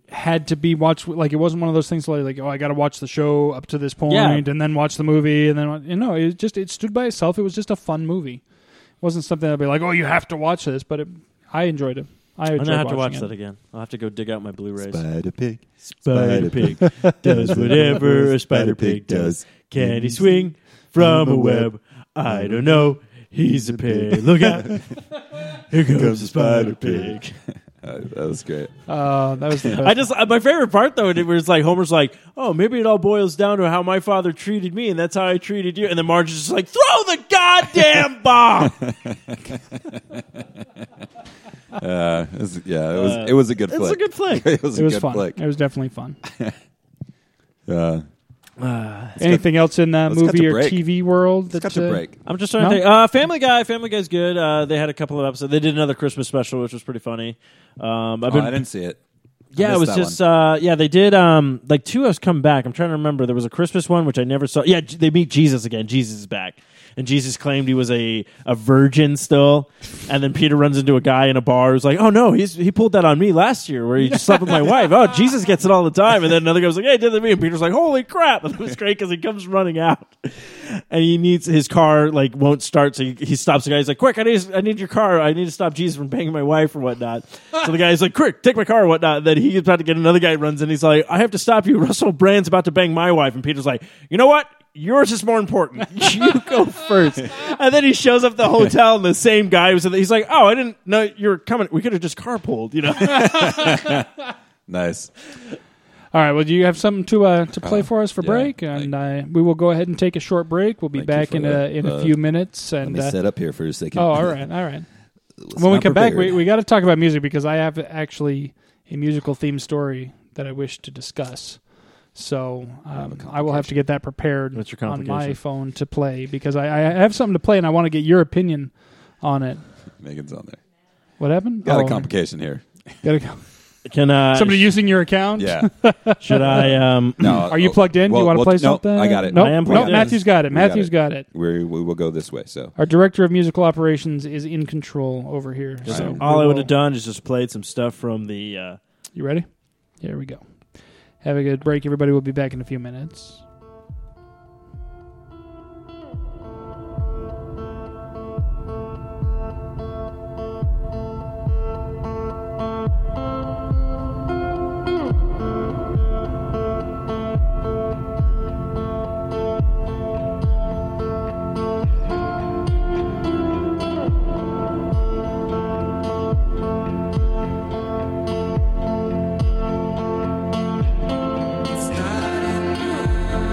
had to be watched like it wasn't one of those things like, like, oh I got to watch the show up to this point
Yeah.
and then watch the movie and then you know it just it stood by itself. It was just a fun movie. It wasn't something I'd be like, "Oh, you have to watch this," but it, I enjoyed it. I
I'm
enjoyed
gonna have to watch
watching
that
it.
again. I'll have to go dig out my Blu-rays.
Spider Pig.
Spider pig [LAUGHS] does whatever a spider pig does. Can he swing from a web? I don't know. oh, He's a pig. Look [LAUGHS] out! Here comes the spider pig.
Uh, that was great. [LAUGHS]
Uh, that was the best.
[LAUGHS] I just uh, my favorite part though it was like Homer's like, oh, maybe it all boils down to how my father treated me, and that's how I treated you. And then Marge is just like, throw the [LAUGHS] goddamn bomb.
Uh, it was, yeah, it was it was a good
it's a
flick.
good flick.
[LAUGHS] it was
it
a
was
good
fun.
flick.
It was definitely
[LAUGHS]
fun.
Uh,
Anything else in that
let's cut
movie
to
or
break.
TV world?
let's
that,
cut to
uh,
break.
I'm just trying
No?
to think. Uh, Family Guy, Family Guy's good. Uh, they had a couple of episodes. They did another Christmas special, which was pretty funny. Um, I've
Oh,
been
I didn't see it. I
Yeah, it
missed
was
that
just
one.
uh, yeah they did um, like two has come back. I'm trying to remember. There was a Christmas one which I never saw. Yeah, J- they meet Jesus again. Jesus is back, and Jesus claimed he was a, a virgin still. And then Peter runs into a guy in a bar who's like, "Oh no, he's he pulled that on me last year where he just slept with my wife." Oh, Jesus gets it all the time. And then another guy's like, "Hey, did that to me?" And Peter's like, "Holy crap!" [LAUGHS] And it was great because he comes running out, and he needs his car like won't start, so he, he stops the guy. He's like, "Quick, I need I need your car. I need to stop Jesus from banging my wife or whatnot." so the guy's like, "Quick, take my car or whatnot." And then he's about to get another guy runs in. He's like, "I have to stop you. Russell Brand's about to bang my wife." And Peter's like, "You know what?" Yours is more important. [LAUGHS] You go first. And then he shows up at the hotel, and the same guy was. in the- He's like, "Oh, I didn't know you were coming. We could have just carpooled, you know."
Nice.
All right. Well, do you have something to uh, to play for us for
yeah,
break? And uh, we will go ahead and take a short break. We'll be
Thank you
back
for
in a
that.
in a
Uh,
few minutes.
Let
And
me
uh,
set up here for a second.
oh, all
[LAUGHS]
right, all right.
Was
when we
not
come back, we
prepared.
we got to talk about music because I have actually a musical theme story that I wish to discuss. So um, I will have to get that prepared
What's your
on my
complication?
phone to play because I, I have something to play and I want to get your opinion on it.
Megan's on there.
What happened?
Got
Oh,
a
[LAUGHS]
complication here.
got a com-
[LAUGHS] Can uh,
somebody using your account?
Yeah.
Should I? Um,
No. oh,
Are you plugged in? Do
well,
you want to
well,
play
no,
something?
I got it.
Nope.
I am
nope.
plugged in.
Matthew's got it.
We got
Matthew's
it.
got it.
We we will go this way. So [LAUGHS]
Our director of musical operations is in control over here. So
all
we
I would
will-
have done is just played some stuff from the. Uh,
You ready? Here we go. Have a good break, everybody. We'll be back in a few minutes.
It's not enough.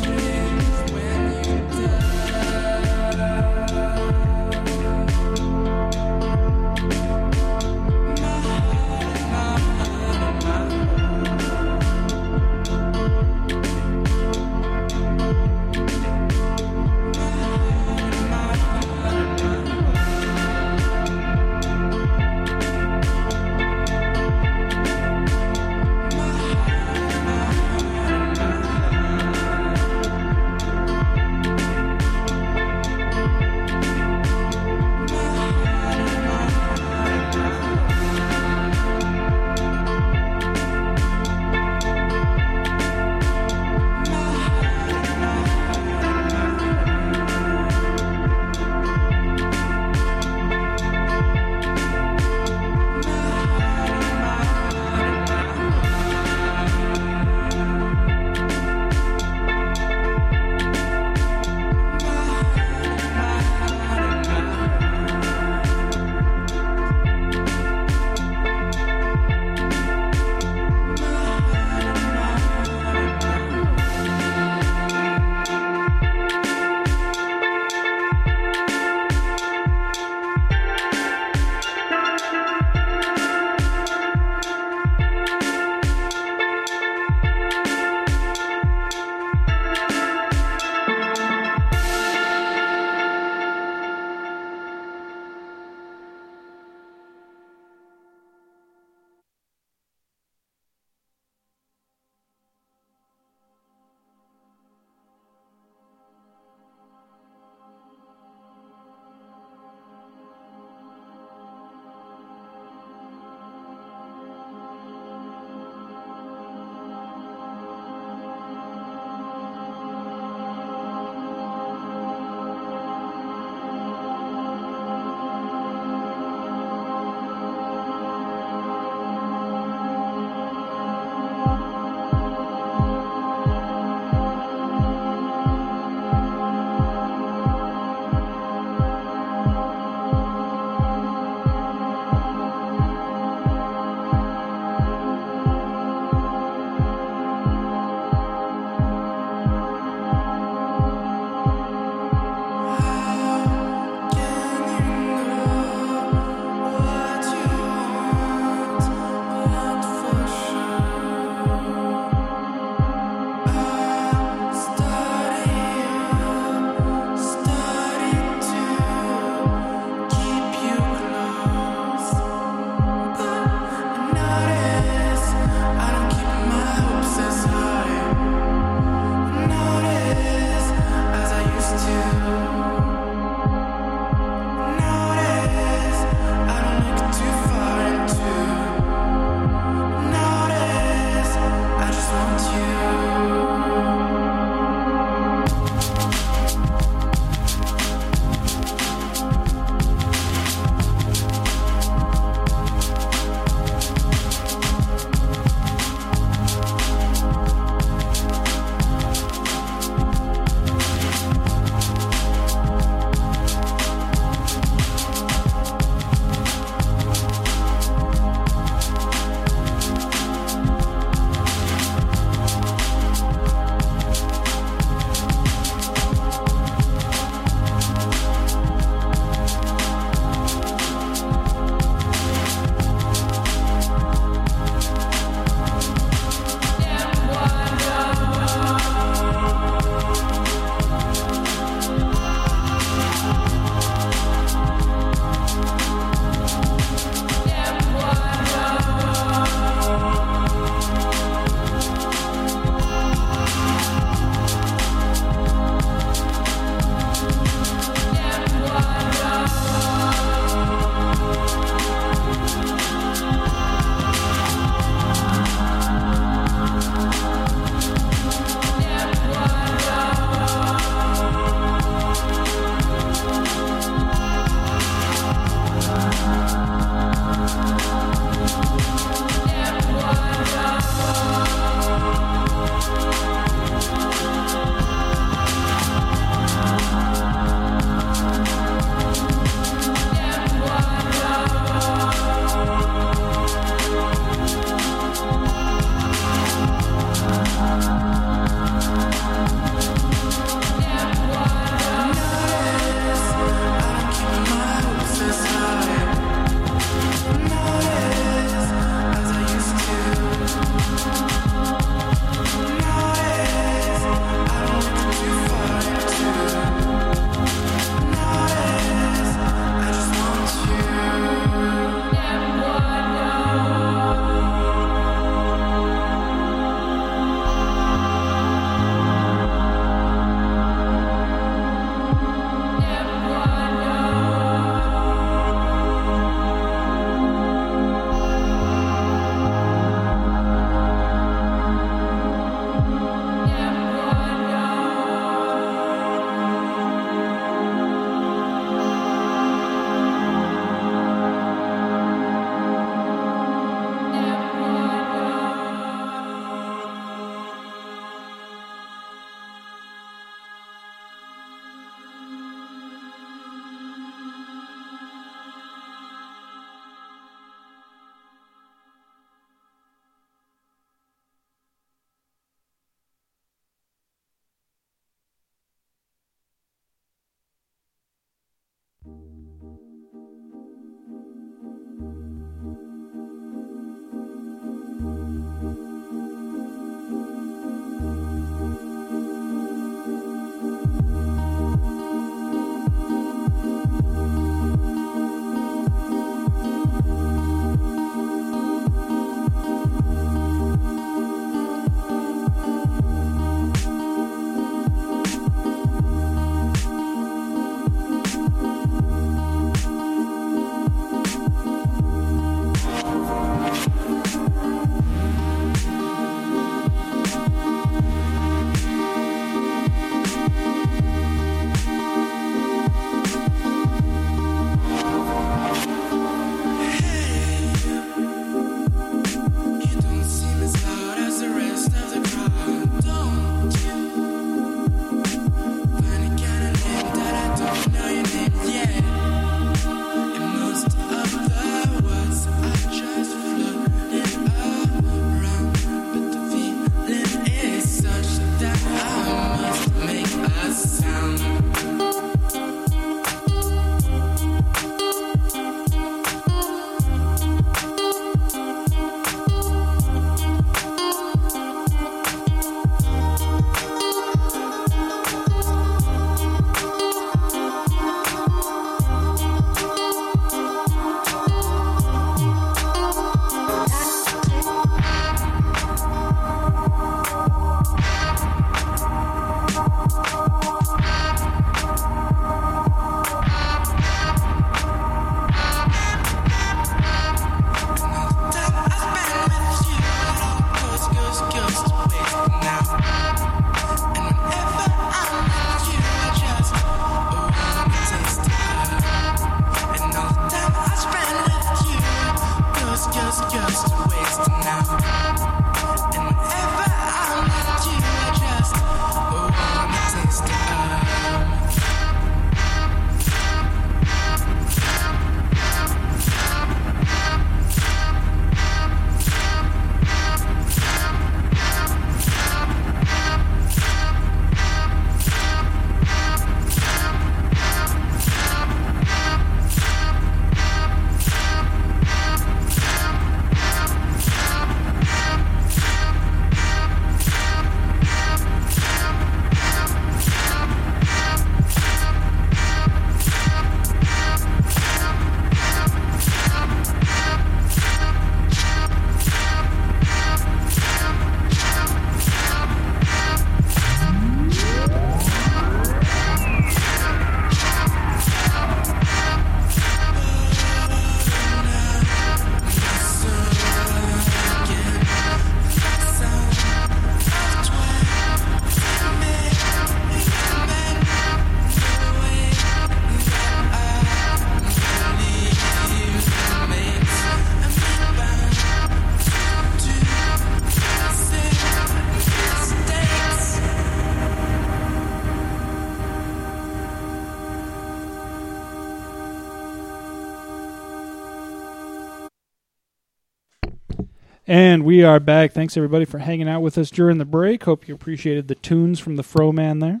And we are back. Thanks everybody for hanging out with us during the break. Hope you appreciated the tunes from the Fro Man there.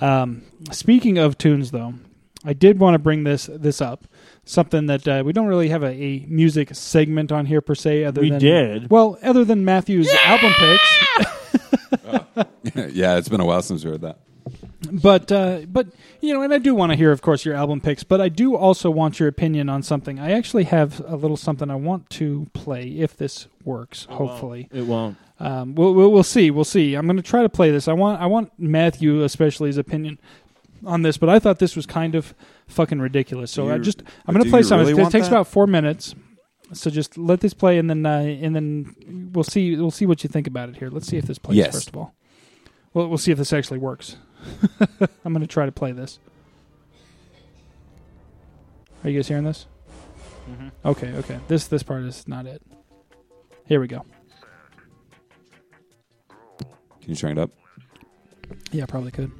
Um, speaking of tunes, though, I did want to bring this this up. Something that uh, we don't really have a, a music segment on here per se. Other
We
than,
did.
Well, other than Matthew's album picks.
yeah, it's been a while since we heard that.
But uh, but you know, and I do want to hear, of course, your album picks. But I do also want your opinion on something. I actually have a little something I want to play if this works. Hopefully,
It won't.
um, we'll, we'll we'll see. We'll see. I'm going to try to play this. I want I want Matthew especially his opinion on this. But I thought this was kind of fucking ridiculous. So
Do
I
you-
just I'm
but
going
do
to play
you
something.
really
it
want
takes
that?
about four minutes. So just let this play, and then uh, and then we'll see we'll see what you think about it here. Let's see if this plays
Yes.
first of all. Well, we'll see if this actually works. [LAUGHS] I'm going to try to play this. Are you guys hearing this? Okay, okay. This this part is not it. Here we go.
Can you turn it up?
Yeah, probably could.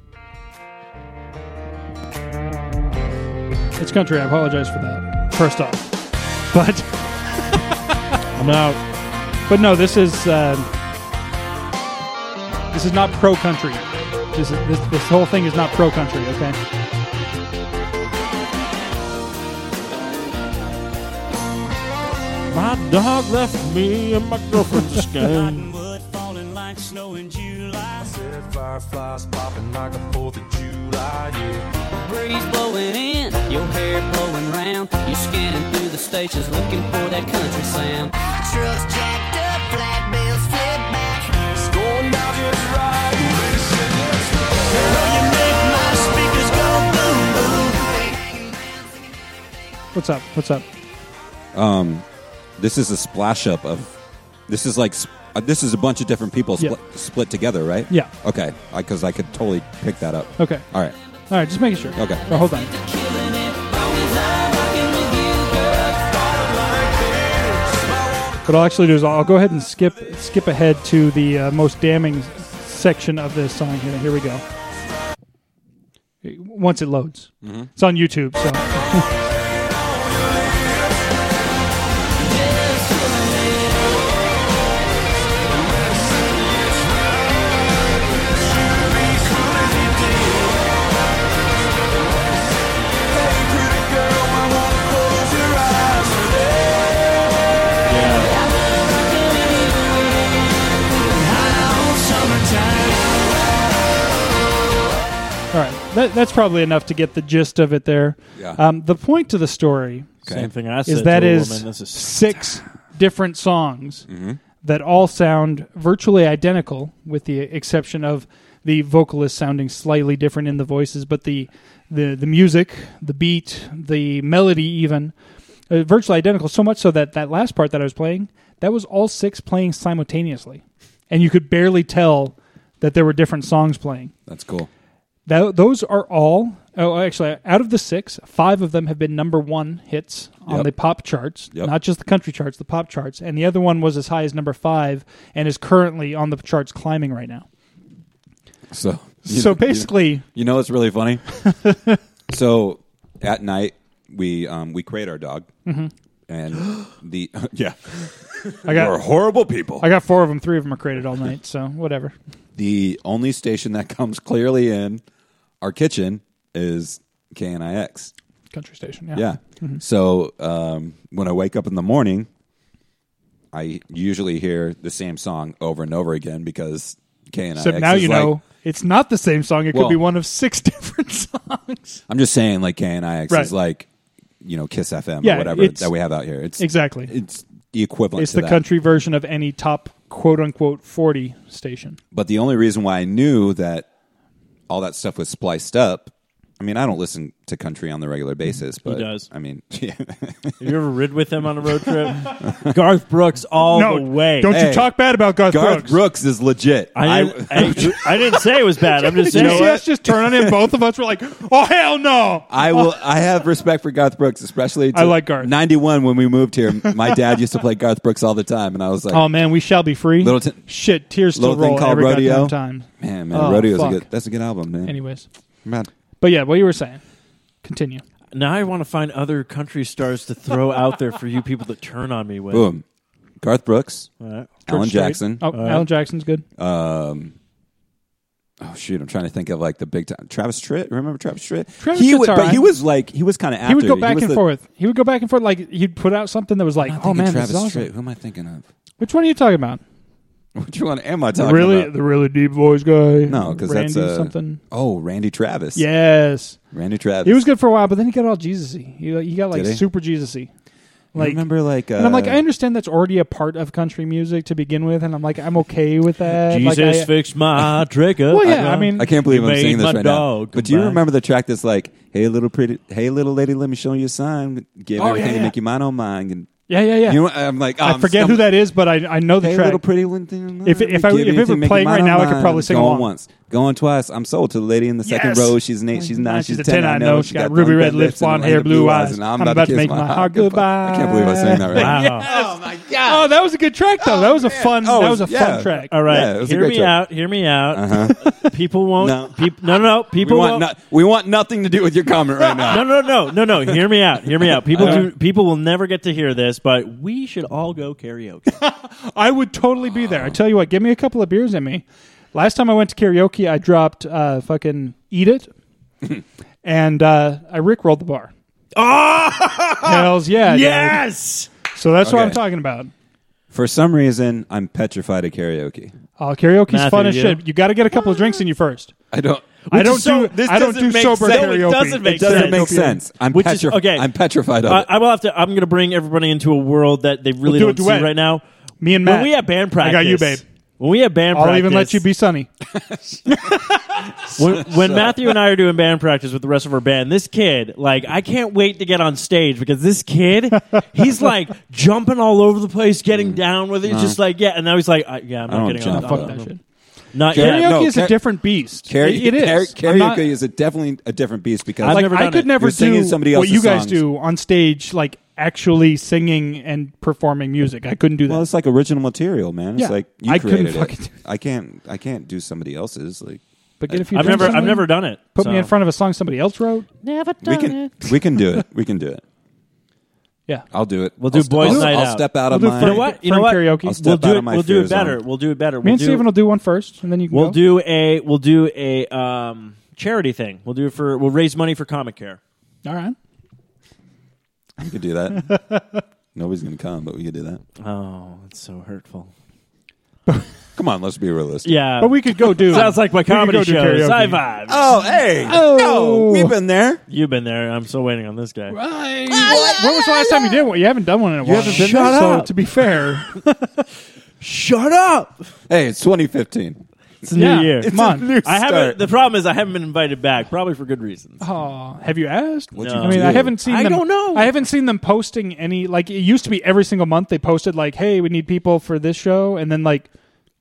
It's country. I apologize for that. First off, [LAUGHS] but
I'm out.
but no, this is uh, this is not pro country. This is this this whole thing is not pro country. Okay.
My dog left me and my girlfriend's escaped.
Cottonwood falling like snow in July.
Said fireflies popping like a Fourth of July. Yeah,
Breeze blowing in, your hair blowing round. You're scanning through the stations looking for that country sound.
Trucks jacked up, flat bills flip back.
it's going down just right. Listen, let's go.
Well, you make my speakers go boom boom.
What's up? What's up?
This is a splash up of. This is like. sp- Uh, this is a bunch of different people
Yeah.
split, split together, right?
Yeah.
Okay, because I, could totally pick that up.
Okay.
All right.
All right. Just making sure.
Okay.
Oh, hold on.
Killing it, long as I'm rocking with you, girl.
What I'll actually do is I'll go ahead and skip skip ahead to the uh, most damning section of this song here. Here we go. Once it loads, it's on YouTube. So all right, that, that's probably enough to get the gist of it there.
Yeah.
Um, the point to the story
Okay.
Same thing I said
is that
to a
is,
woman.
[LAUGHS]
This is
six different songs that all sound virtually identical, with the exception of the vocalist sounding slightly different in the voices, but the the the music, the beat, the melody, even uh, virtually identical. So much so that that last part that I was playing, that was all six playing simultaneously, and you could barely tell that there were different songs playing.
That's cool.
Tho- those are all. Oh, actually, out of the six, five of them have been number one hits on
Yep.
the pop charts,
Yep.
not just the country charts, the pop charts. And the other one was as high as number five and is currently on the charts climbing right now. so
So. you know- you know-
basically,
You know what's really
[LAUGHS]
funny? so at night we um, we crate our dog,
Mm-hmm. [GASPS]
and the [LAUGHS] yeah
I
we're
got
horrible people.
I got four of them. Three of them are created all night. So whatever.
the only station that comes clearly in our kitchen is KNIX.
Country station. Yeah.
Yeah. So um, when I wake up in the morning, I usually hear the same song over and over again because KNIX.
Except now
is
you
like-
know it's not the same song. It could
Well-
be one of six [LAUGHS] different songs.
I'm just saying, like KNIX
Right.
is like you know Kiss FM
Yeah,
or whatever
it's-
that we have out here. It's
Exactly.
It's the equivalent.
it's
to
the
that.
country version of any top quote unquote 40 station.
But the only reason why I knew that all that stuff was spliced up, I mean, I don't listen to country on the
Mm-hmm.
regular basis, but
does.
I mean, [LAUGHS] yeah.
Have you ever rid with him on a road trip?
[LAUGHS]
Garth Brooks all the way.
don't you
Hey.
talk bad about Garth,
Garth
Brooks.
Brooks. is legit.
I didn't, I, I didn't say it was bad. I'm just
Did
saying.
[LAUGHS] you see us just turn on him? Both of us were like, "Oh hell no!"
[LAUGHS] I will. I have respect for Garth Brooks, especially. To
I like Garth.
Ninety-one when we moved here, my dad used to play Garth Brooks all the time, and I was like,
Oh man, we shall be free.
Littleton-
shit, tears still
Little thing
roll
called
every
Rodeo.
goddamn time.
"Man, man,
Oh,
Rodeo's
fuck.
a good. That's a good album, man."
Anyways,
Man.
but yeah, what you were saying. Continue.
now I want to find other country stars to throw out there for you people to turn on me with.
boom. Garth Brooks,
All right.
Alan
Church Street.
Jackson.
Oh,
Uh,
Alan Jackson's good.
Oh shoot, I'm trying to think of like the big time. Travis Tritt, remember Travis Tritt?
Travis
he
Tritt's
was,
all
but
right.
he was like he was kind of
he would go back
was
and
the-
forth. He would go back and forth. Like he'd put out something that was like,
I'm
"Oh
thinking
man,
Travis
this is awesome."
Tritt. Who am I thinking of? [LAUGHS]
Which one are you talking about?
Which one am I talking
really,
about?
the really deep voice guy.
No, because that's
Randy
uh,
something.
Oh, Randy Travis.
Yes,
Randy Travis.
he was good for a while, but then he got all Jesusy. He, like- he got like
Did he?
super Jesusy.
You
Like,
remember like uh,
and I'm like, I understand that's already a part of country music to begin with, and I'm like, I'm okay with that.
Jesus
like, I, uh,
fixed my trigger.
Well, yeah, I mean-
I can't believe
You
I'm
made
singing this
my
right now.
dog
But do you
combine.
remember the track that's like, "Hey little pretty, hey little lady, let me show you a sign. Give
Oh,
everything
yeah,
to
yeah.
make you mine, oh mine." And
yeah, yeah, yeah.
you know, what? I'm like, oh,
I
um,
I'm
forget
stum-
who that is, but I I know the
Hey
track.
little pretty one thing.
If it- if I-
give
if it were
anything, make
playing right
mine, oh,
now, I could
mine.
probably sing
Going
along.
once, going twice. I'm sold to the lady in the second
Yes.
row. She's an eight, she's a nine, she's, a ten. I know she
got ruby
long
red
red
lips,
and
blonde
light
hair, blue eyes.
and I'm about to
make
kiss
my
my
heart
heart goodbye. I can't believe I sang that right.
[LAUGHS]
Wow.
Oh my god.
Oh, that was a good track though. that was a fun.
Oh,
that was a
yeah.
fun track.
All right,
Yeah, it was a
hear
great
me
track.
out. Hear me out. [LAUGHS] People won't.
No.
No. no, no, no. People
We want,
won't.
no, we want nothing to do with your comment right now.
no,
[LAUGHS]
no, no, no, no. Hear me out. Hear me out. People
Uh-huh.
do. People will never get to hear this, but we should all go karaoke.
I would totally be there. I tell you what, give me a couple of beers in me. Last time I went to karaoke, I dropped uh, fucking Eat
[LAUGHS]
It, and uh, I rickrolled the bar. Oh! Hells yeah. dude.
yes.
So that's what I'm
Okay.
talking about.
For some reason, I'm petrified of karaoke.
Uh, karaoke's
Matthew,
fun as
you?
shit. You got to get a couple of drinks in you first.
I don't.
I don't
so-
do
this
I don't
doesn't
do
make
sober
sense. No, it
karaoke.
doesn't make
It doesn't
sense.
make sense. I'm
Which is-
petrified.
okay.
I'm petrified of
I,
it.
I will have to. I'm going to bring everybody into a world that they really
We'll do
don't
a
see
duet.
right now.
Me and Matt.
When we have band
I
practice,
got you, babe.
When we have band
I'll
practice,
even let you be sunny.
When,
[LAUGHS]
when Matthew and I are doing band practice with the rest of our band, this kid, like, I can't wait to get on stage because this kid,
[LAUGHS]
he's like jumping all over the place, getting down with it. It's just like, yeah, and now he's like, I, yeah, I'm
I
not
don't
getting on.
jump,
I'm
Fuck
not-
that shit.
Not
Karaoke
yet.
no,
is a
kara-
different beast.
Karaoke,
it is.
kara-
I'm not-
karaoke is a definitely a different beast because
I've
like
never
I
done
could
it.
never
You're singing
do
somebody
what you
else's
guys
songs.
do on stage, like actually singing and performing music. I couldn't do that.
well, it's like original material, man. It's
Yeah.
like you
I couldn't
created
fucking
it.
do
I can't. I can't do somebody else's. Like
but get a few.
I've
drinks
never,
in
I've
me,
never done it.
Put
so.
me in front of a song somebody else wrote.
Never
we can. We can do it. We can do it.
[LAUGHS] Yeah,
I'll do it.
We'll
I'll
do Boys
I'll,
Night
I'll
Out.
step out of
We'll do
my.
You know what? You know
From
what?
karaoke. I'll
We'll
step out
do
of
it.
my
We'll do
fear
it better.
zone.
We'll do it better.
me
We'll
and
do,
Steven will do one first, and then you can
We'll
go.
do a. We'll do a um, charity thing. We'll do it for. We'll raise money for Comic Care.
All right.
We could do that.
[LAUGHS]
Nobody's gonna come, but we could do that.
Oh, it's so hurtful.
Come on, let's be realistic.
Yeah,
But we could go do.
sounds like my
we could
comedy
go do
shows.
karaoke.
High five.
Oh, hey.
Oh.
Yo, we've been there.
You've been there. I'm still waiting on this guy.
Right. When was the last time you did one? You haven't done one in a while.
haven't been
Shut
there?
up.
So-
to be fair, [LAUGHS]
Shut up.
Hey, it's 2015.
It's a new
yeah.
year.
Come on.
I
start.
haven't. The problem is I haven't been invited back, probably for good reasons.
Aw, have you asked?
What'd
No.
I mean,
do?
I haven't seen.
I
them,
don't know.
I haven't seen them posting any. Like it used to be, every single month they posted like, "Hey, we need people for this show," and then like,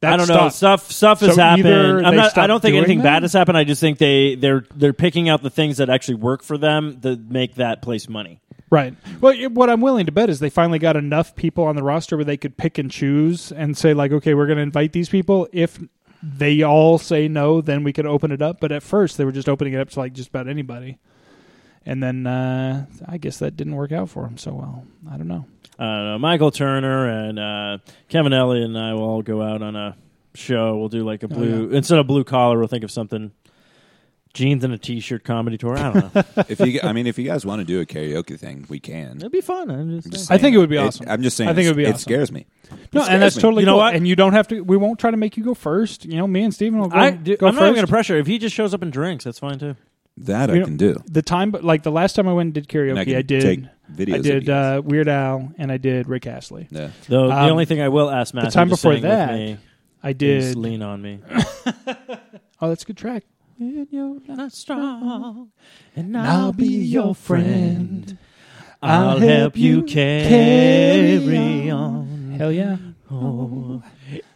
that
I don't know.
stopped.
Stuff stuff
So
has
either
happened. I'm
they
not, I
stopped
don't think
doing
anything
that?
bad has happened. I just think they they're they're picking out the things that actually work for them that make that place money.
Right. Well, it- what I'm willing to bet is they finally got enough people on the roster where they could pick and choose and say like, okay, we're going to invite these people. If they all say no, then we could open it up. But at first, they were just opening it up to like just about anybody. And then uh, I guess that didn't work out for them so well. I don't know.
I don't know. Uh, Michael Turner and uh, Kevin Elliott and I will all go out on a show. We'll do like a blue instead of blue collar. We'll think of something. Jeans and a t-shirt comedy tour. I don't know.
if you, I mean, if you guys want to do a karaoke thing, we
[LAUGHS]
can.
It'd be fun. I'm just,
Just
I think
saying.
it would be awesome.
I'm just saying.
I think it would be
It
awesome.
scares me.
No,
It
and that's
scares me.
totally
You know
cool.
what?
And you don't have to. We won't try to make you go first. You know, me and Steven will go,
I, dude,
go
I'm
first.
not even gonna pressure. If he just shows up and drinks, that's fine too.
That I
You know-
can do.
the time, but like the last time I went and did karaoke,
And I
I,
can
did.
take videos
I
of
did
you guys.
uh, Weird Al and I did Rick Astley.
Yeah.
Though
Um,
the only thing I will ask Matthew
time
to
before
sing with
that,
me
I
is
did.
lean on me.
Oh, that's a good track.
And you're not strong, and
I'll be your friend. I'll
I'll help
help
you
you carry
carry
on.
on.
Hell yeah.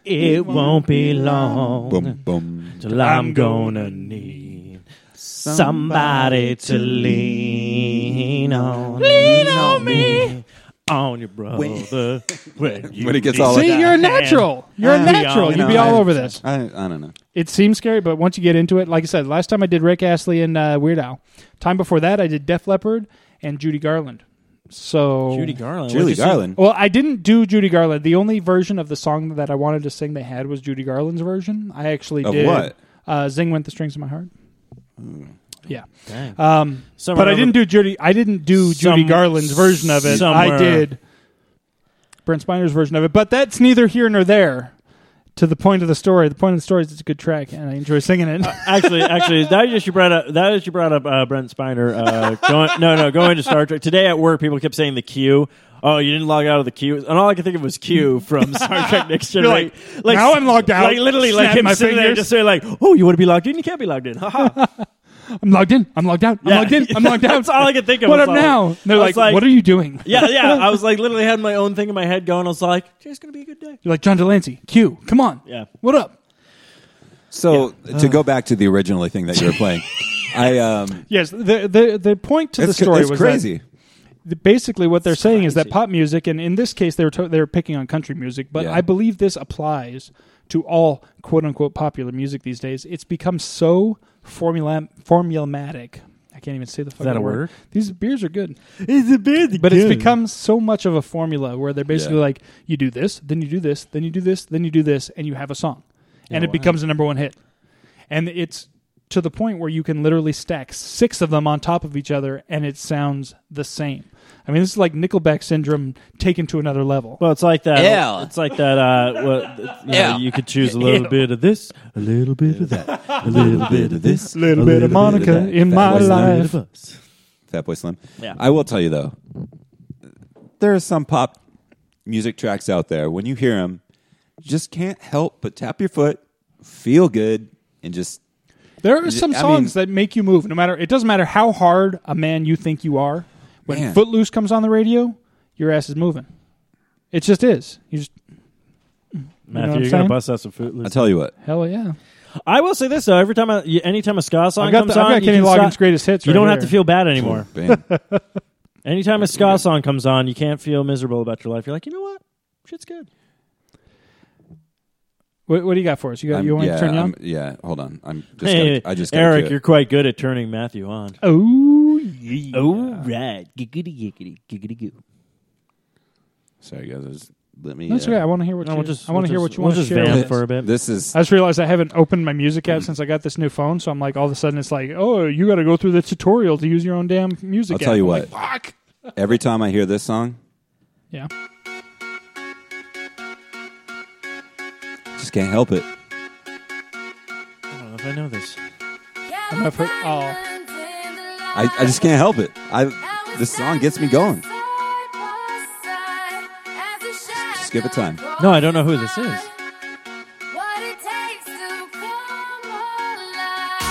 It won't be long
Boom, boom.
till I'm gonna need somebody to lean on. Lean on me. On your brother when you
When it gets
need
all
me.
like-
See, you're a natural. You're a
I'll be
natural.
all-
You'd be
No,
all
I-
over this.
I, I don't know.
It seems scary, but once you get into it, like I said, last time I did Rick Astley and uh, Weird Al. Time before that, I did Def Leppard and Judy Garland. So
Judy Garland.
Julie
What'd you Oh, see?
Garland.
Well, I didn't do Judy Garland. The only version of the song that I wanted to sing they had was Judy Garland's version. I actually
Of
did.
what? Hmm.
Uh, Zing went the strings of my heart. Yeah,
Dang.
um,
Somewhere
but I
over- [LAUGHS]
didn't do Judy. I didn't do Judy
Some-
Garland's version of it. I
somewhere.
did Brent Spiner's version of it. But that's neither here nor there. To the point of the story. The point of the story is it's a good track, and I enjoy singing it.
Uh, actually, actually, now that you brought up, now that you brought up uh, Brent Spiner, uh, going, no, no, going to Star Trek today at work, people kept saying the queue. Oh, you didn't log out of the queue, and all I could think of was Q [LAUGHS] from Star Trek Next Gen.
like, "Now I'm logged out."
Like literally, like
Snapping
him
my
sitting there
fingers.
just saying like, "Oh, you want to be logged in? You can't be logged in." Ha ha.
[LAUGHS] I'm logged in. I'm logged out. I'm
Yeah.
logged in. I'm logged out.
[LAUGHS] That's all I could think of.
What
That's
up now?
all-
And they're
I
like,
was like-
"What are you doing?"
yeah,
[LAUGHS]
yeah. I was like, literally had my own thing in my head going. I was like, "Today's gonna be a good day."
You're like John Delancey. Q. Come on.
Yeah.
What up?
So to go back to the original thing that you
[LAUGHS]
were playing, I um,
Yes. The the the point to the
it's,
story
it's
was that-
crazy.
th- basically what they're saying is that
crazy.
pop music, and in this case, they were to- they were picking on country music, but
Yeah.
I believe this applies to all quote unquote popular music these days. It's become so formula formulmatic. I can't even say the fucking
that a word?
These beers are good,
It's a bit,
but it's become so much of a formula where they're basically
Yeah.
like, you do this, then you do this, then you do this, then you do this, and you have a song, and
Oh,
it
wow.
becomes a number one hit, and it's to the point where you can literally stack six of them on top of each other and it sounds the same. I mean, this is like Nickelback syndrome taken to another level.
Well, it's like that.
Yeah.
It's like that. Uh, what, you, know,
Yeah.
you could choose a little bit of this, [LAUGHS] a little bit of that, a little [LAUGHS] bit of this, a
little bit of Monica
that.
in
That
my
was not-
life.
of us.
Fat Boy Slim.
Yeah.
I will tell you though, there are some pop music tracks out there. When you hear them, you just can't help but tap your foot, feel good, and just
There are some
I mean-
songs that make you move. No matter it doesn't matter how hard a man you think you are. When
Man.
Footloose comes on the radio, your ass is moving. It just is. You just
Matthew,
what I'm
you're gonna
saying?
bust out some food.
I tell you what.
hell yeah.
I will say this though: every time, I, y- anytime a ska song
I've got,
comes
the, I've
on,
got
you
Kenny
can
Loggins'
stop-
greatest hits.
You
right
don't have
here.
to feel bad anymore.
[LAUGHS] Bam.
Anytime a ska song comes on, you can't feel miserable about your life. You're like, you know what? Shit's good.
What, what do you got for us? You got
I'm-
you want
yeah,
to turn it
I'm-
on?
yeah, hold on. I'm just.
Hey,
gotta, I just. gotta
Eric,
do
you're
it.
quite good at turning Matthew on.
Oh yeah.
Oh right, giggity giggity giggity goo.
Sorry, guys. just let me.
That's
uh,
okay. I want to hear what
No,
you.
we'll just-
I want
we'll
to hear what
just-
you
we'll
want to
just
share.
vamp
with us.
for a bit.
This is.
I just realized I haven't opened my music app since I got this new phone, so I'm like, all of a sudden, it's like, oh, you got to go through the tutorial to use your own damn music. app.
I'll tell you
I'm
what.
like, Fuck.
Every time I hear this song,
Yeah.
just can't help it.
I don't know if I know this.
I'm gonna put- oh.
I, I just can't help it. I this song gets me going.
Just
give it time.
No, I don't know who this is.
What it takes to come alive.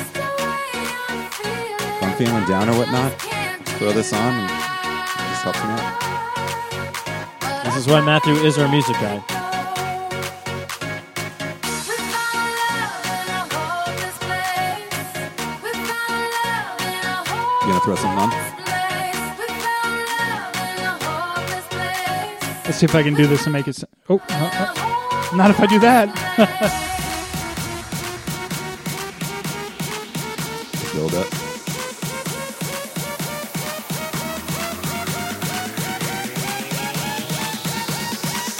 It's the way I'm feeling.
If I'm feeling down or whatnot,
Can't
throw this on and it just helps me out.
This is why Matthew is our music guy.
You
gonna throw something on?
Let's see if I can do this and make it. s oh, uh, uh, not if I do that.
Build up.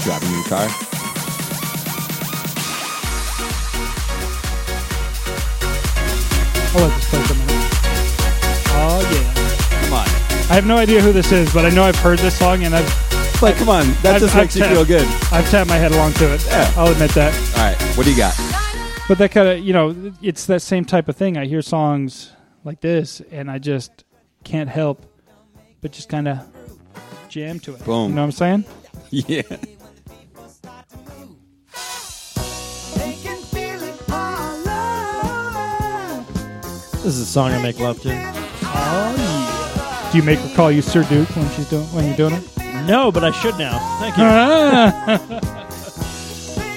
Driving in the car.
I'll let this play for a minute. Oh
Come on.
yeah. I have no idea who this is, but I know I've heard this song and I've
It's like, come on. That
I've-
just makes
I've
you feel
tapped.
good.
I've tapped my head along to it.
Yeah.
I'll admit that.
All right. What do you got?
But that kind of, you know, it's that same type of thing. I hear songs like this, and I just can't help but just kind of jam to it.
Boom.
You know what I'm saying?
[LAUGHS] Yeah.
This is a song I make love to.
[LAUGHS] Do you make her call you Sir Duke when she's doing when you're doing it? [LAUGHS]
No, but I should now. Thank you.
Ah!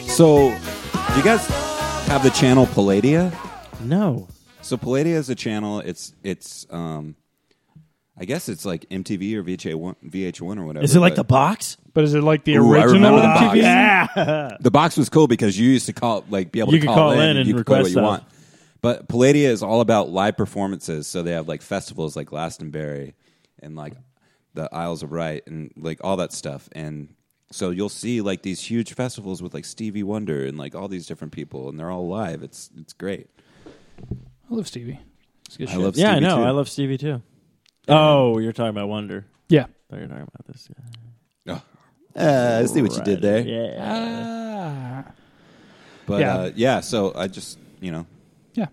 So, do you guys have the channel Palladia?
No.
So Palladia is a channel. It's it's um, I guess it's like MTV or VH1, VH1 or whatever.
Is it like the
but-
box?
but is it like the
Ooh, I
original
remember the box.
MTV?
Yeah. [LAUGHS]
the box was cool because you used to call like be able
You
to
could call
call,
in
and,
and
you could play what
request
you
stuff.
want. But Palladia is all about live performances, so they have like festivals like Glastonbury and like the Isles of Wight and like all that stuff. And so you'll see like these huge festivals with like Stevie Wonder and like all these different people, and they're all live. It's it's great.
I love Stevie. It's good
I
shit.
love
yeah, I
Stevie
know.
too.
I love Stevie too. Oh, you're talking about Wonder.
yeah.
I thought you were talking about this guy.
Uh, I see what you did there.
Uh,
Yeah.
Ah.
But
Yeah.
yeah. Uh, yeah, so I just you know,
yeah.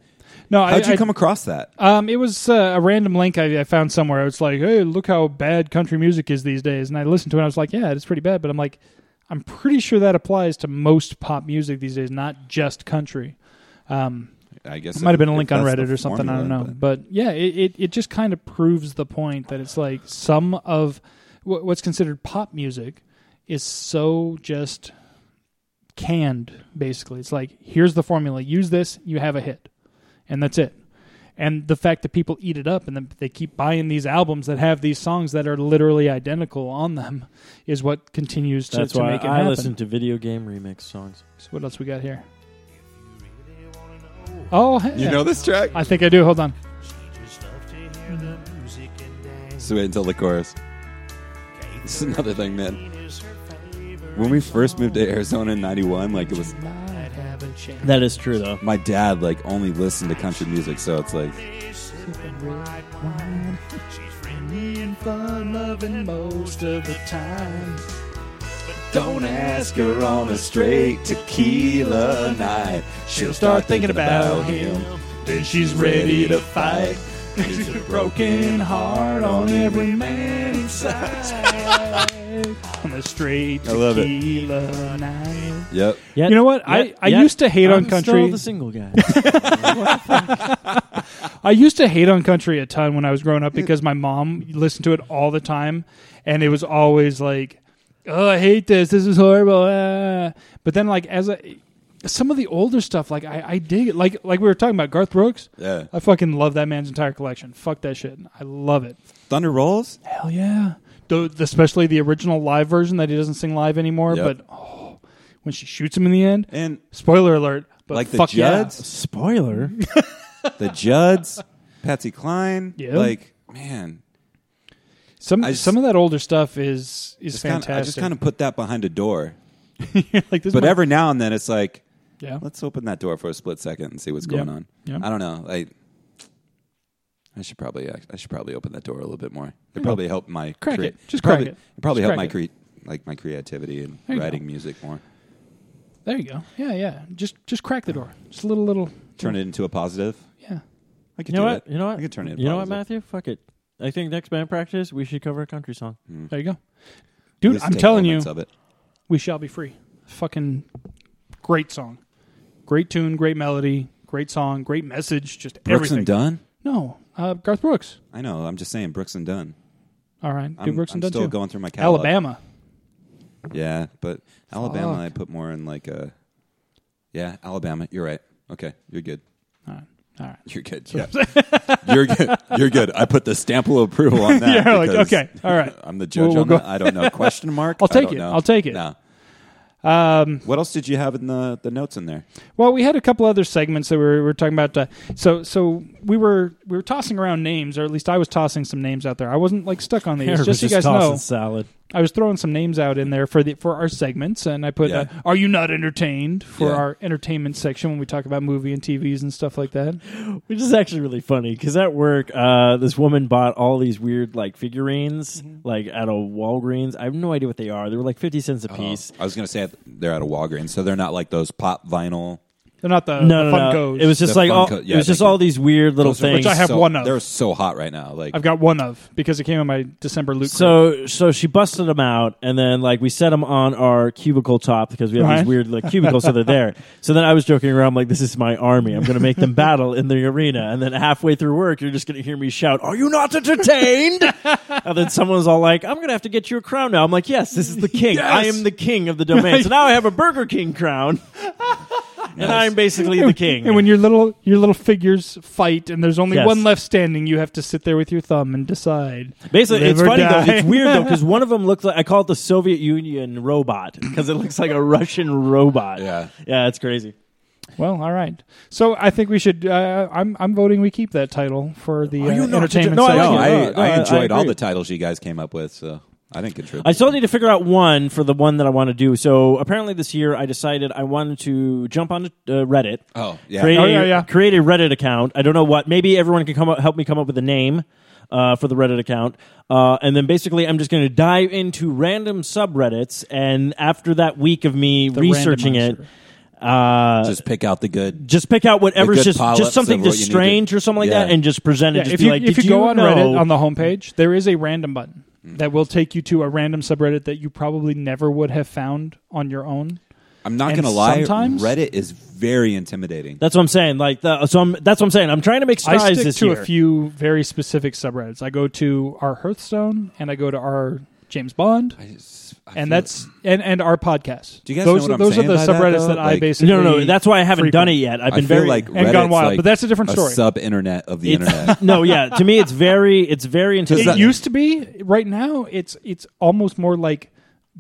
No, I,
how'd you
I-
come across that?
Um, it was uh, a random link I, I found somewhere. It's like, hey, look how bad country music is these days. And I listened to it. and I was like, yeah, it's pretty bad. But I'm like, I'm pretty sure that applies to most pop music these days, not just country. Um,
I guess
It might have been a
if
link on
that's the
Reddit or something. I don't know.
formula, but-
But, yeah, it, it, it just kind of proves the point that it's like some of wh- what's considered pop music is so just canned, basically. It's like, here's the formula. Use this, you have a hit. And that's it. And the fact that people eat it up and then they keep buying these albums that have these songs that are literally identical on them is what continues to,
That's
to
why
make it
I
happen.
listen to video game remix songs.
So what else we got here? Oh,
you know this track?
I think I do. Hold on.
So wait until the chorus. This is another thing, man. When we first moved to Arizona in '91, like it was
That is true though.
my dad like only listened to country music, so it's like Don't ask her on a straight tequila night. She'll start thinking about him. Then she's ready to fight. [LAUGHS] There's a broken heart on every man [LAUGHS] inside.
On the straight
I love it.
tequila night.
yep.
Yet,
You know what? I- I used to hate on
I'm
country.
Still the
[LAUGHS]
single guy.
I used to hate on country a ton when I was
[LAUGHS]
growing up because my mom listened to it all the time, and it was always like, "Oh, I hate this. This is horrible." ah." But then, like as a some of the older stuff, like I, I dig it. Like like we were talking about Garth Brooks.
Yeah.
I fucking love that man's entire collection. Fuck that shit. I love it.
Thunder Rolls?
Hell yeah. The, the- especially the original live version that he doesn't sing live anymore.
Yep.
But oh, when she shoots him in the end,
And
spoiler alert. But
like the
fuck yeah. [LAUGHS]
Judds?
Spoiler.
The Judds? Patsy Cline?
Yeah.
Like, man.
Some
I just-
some of that older stuff is is
Just kinda,
fantastic.
I just kind of put that behind a door.
[LAUGHS] like this might-
But every now and then it's like,
yeah.
let's open that door for a split second and see what's going
Yeah.
on.
Yeah.
I don't know. I I should probably act- I should probably open that door a little bit more. It probably helped my
Hmm. Crack it. Just
probably,
crack it.
It probably
Just
helped my
crack
cre- like my creativity and
There you
writing
go.
music more.
There you go. Yeah, yeah. Just just crack the door. Just a little little
Turn it into a positive.
Yeah.
I could
You know
do
what?
It.
You know what?
I could turn it.
You know what,
positive.
Matthew? Fuck it. I think next band practice we should cover a country song.
There you go.
At
Dude,
least
I'm
take
telling you,
elements Of it.
we shall be free. Fucking great song. Great tune, great melody, great song, great message, just
Brooks
everything.
and Dunn.
No. Uh, Garth Brooks.
I know. I'm just saying Brooks and Dunn.
All right.
I'm,
Dude, Brooks
I'm
and Dunn
still
too.
going through my catalog.
Alabama.
Yeah, but Alabama,
Fuck.
I put more in like a. Yeah, Alabama. You're right. Okay, you're good. [LAUGHS]
All right. All right.
You're good.
[LAUGHS]
Yeah. you're good. You're good. I put the stamp of approval on that.
[LAUGHS] Yeah, like,
because
okay, all
[LAUGHS]
right.
I'm the judge
We'll- we'll
on
go-
that. I don't know.
[LAUGHS]
Question mark.
I'll
I
take
don't
it.
know.
I'll take it.
No.
Um,
What else did you have in the, the notes in there?
well, we had a couple other segments that we were, we were talking about. Uh, so, so we were we were tossing around names, or at least I was tossing some names out there. I wasn't like stuck on these.
Eric was
just so you guys
tossing
know,
salad.
I was throwing some names out in there for the for our segments, and I put
Yeah.
uh, "Are you not entertained?" for
Yeah.
our entertainment section when we talk about movie and TVs and stuff like that.
Which is actually really funny because at work, uh, this woman bought all these weird like figurines,
Mm-hmm.
like at a Walgreens. I have no idea what they are. They were like fifty cents a
Oh.
piece.
I was going to say they're at a Walgreens, so they're not like those pop vinyl.
They're not the,
no,
Uh, the
no,
Funkos.
no. It was just
The
like all,
Funko-
it
yeah,
was just
thank you.
all these weird little
Those are
things.
Which I have
so-
one of.
They're so hot right now. Like
I've got one of because it came in my December loot. crate.
So so she busted them out, and then like we set them on our cubicle top because we have
Right.
these
[LAUGHS]
weird like cubicles, so they're there. So then I was joking around like, "This is my army. I'm going to
[LAUGHS]
make them battle in the arena." And then halfway through work, you're just going to hear me shout, "Are you not entertained?"
[LAUGHS]
and then someone's all like, "I'm going to have to get you a crown now." I'm like, "Yes, this is the king. I am the king of
[LAUGHS]
the domain." so now I have a Burger King crown, and I'm basically the king.
And when your little your little figures fight, and there's only
Yes.
one left standing, you have to sit there with your thumb and decide.
Basically,
Live
it's
or
funny though.
die.
It's weird though
[LAUGHS]
because one of them looked like I call it the Soviet Union robot because it looks like a Russian robot.
Yeah.
yeah, it's crazy.
Well, all right. So I think we should. Uh, I'm I'm voting we keep that title for the uh,
you not-
entertainment.
No, I
section.
No, I,
no, no, I- I
I enjoyed all
agree.
the titles you guys came up with, so I didn't contribute.
I still need to figure out one for the one that I want to do. So apparently this year I decided I wanted to jump on uh, Reddit.
Oh, yeah.
Create,
Oh,
a-
yeah, yeah.
create a Reddit account. I don't know what. Maybe everyone can come up, help me come up with a name uh, for the Reddit account. Uh, and then basically I'm just going to dive into random subreddits. And after that week of me researching it,
randomizer.
uh,
just pick out the good.
just pick out whatever's
good
just
pile-ups
just
of
something
what
just
you need
strange
to-
or something like that,
Yeah.
and just present
Yeah,
it. Just
if
be
you,
like,
if
did
you go on
know?
Reddit on the homepage, there is a random button that will take you to a random subreddit that you probably never would have found on your own.
I'm not
And
going to lie.
sometimes-
Reddit is very intimidating.
That's what I'm saying. Like, the, so I'm, that's what I'm saying. I'm trying to make strides
I stick
this
to
year.
a few very specific subreddits. I go to our Hearthstone and I go to our James Bond,
I just- I feel-
and that's and and our podcast.
Do you guys
those
know what I'm
those
saying
are the
by that,
subreddits
though?
that I
Like-
basically
no, no, no. That's why I haven't done it
frequent.
yet. I've
I
been
feel
very
like Reddit's
and gone wild,
like
but that's a different story.
sub internet of the
It's- [LAUGHS]
internet.
no, yeah. To me, it's very, it's very
It
intense.
that-
used to be. Right now, it's it's almost more like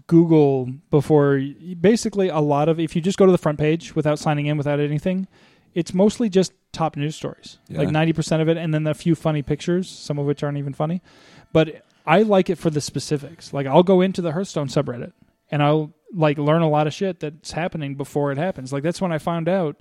Google. Before basically, a lot of if you just go to the front page without signing in, without anything, it's mostly just top news stories. Like
Yeah.
ninety percent of it, and then a few funny pictures, some of which aren't even funny. But I like it for the specifics. Like I'll go into the Hearthstone subreddit and I'll like learn a lot of shit that's happening before it happens. Like that's when I found out.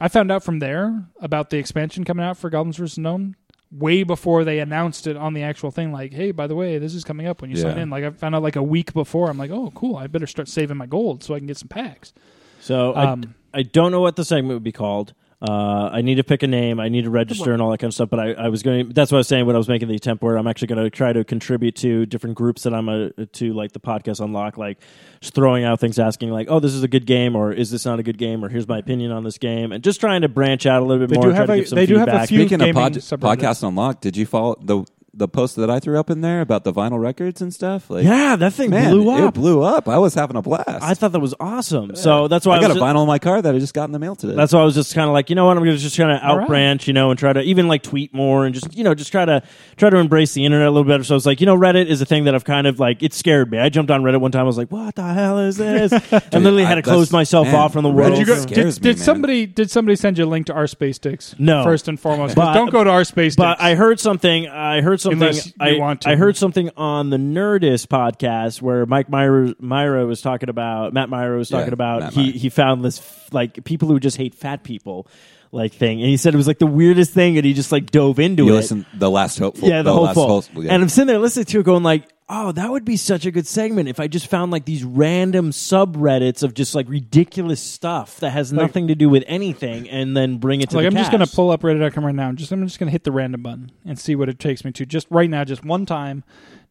I found out from there about the expansion coming out for Goblins vs. Gnome way before they announced it on the actual thing. Like, hey, by the way, this is coming up when you sign
Yeah.
in. Like, I found out like a week before. I'm like, oh, cool. I better start saving my gold so I can get some packs.
So
Um,
I, I don't know what the segment would be called. Uh, I need to pick a name. I need to register and all that kind of stuff. But I, I was going. That's what I was saying when I was making the attempt. Where I'm actually going to try to contribute to different groups that I'm a, to, like the podcast unlock, like just throwing out things, asking like, "Oh, this is a good game," or "Is this not a good game?" or "Here's my opinion on this game," and just trying to branch out a little bit
They
more.
do
and try
have
to
a-
give some
they do have a
feedback.
few-
Speaking of
gaming
pod,
subreddits.
podcast unlocked, did you follow the the post that I threw up in there about the vinyl records and stuff? Like,
Yeah, that thing
man,
blew
It
up.
blew up. I was having a blast.
I thought that was awesome. So that's why
I
was
got a
ju-
vinyl in my car that I just got in the mail today.
That's why I was just kind of like, you know what, I'm gonna just kind of
right.
outbranch, you know, and try to even like tweet more and just you know just try to try to embrace the internet a little better. So I was like, you know, Reddit is a thing that I've kind of like it scared me. I jumped on Reddit one time. I was like, what the hell is
[LAUGHS]
this? and literally
I-
had to
that's-
close myself
man,
off from the
Reddit
world.
Did you go-
did,
scares me,
did
man.
somebody did somebody send you a link to our space sticks?
No.
first and foremost,
But-
don't go to our space.
but
sticks.
I heard something. I heard something.
Unless you
I,
want to.
I heard something on the Nerdist podcast where Mike Myra, Myra was talking about Matt Myra was talking
Yeah,
about
Matt
he
Myra.
he found this f- like people who just hate fat people like thing, and he said it was like the weirdest thing, and he just like dove into
you
it.
listen, the last hopeful.
yeah, the, whole
last
fall.
Hopeful, yeah.
And I'm sitting there listening to it, going like, "Oh, that would be such a good segment if I just found like these random subreddits of just like ridiculous stuff that has nothing to do with anything, and then bring it to
like
the
I'm just gonna
cast."
pull up Reddit.com right now. and Just I'm just gonna hit the random button and see what it takes me to. Just right now, just one time,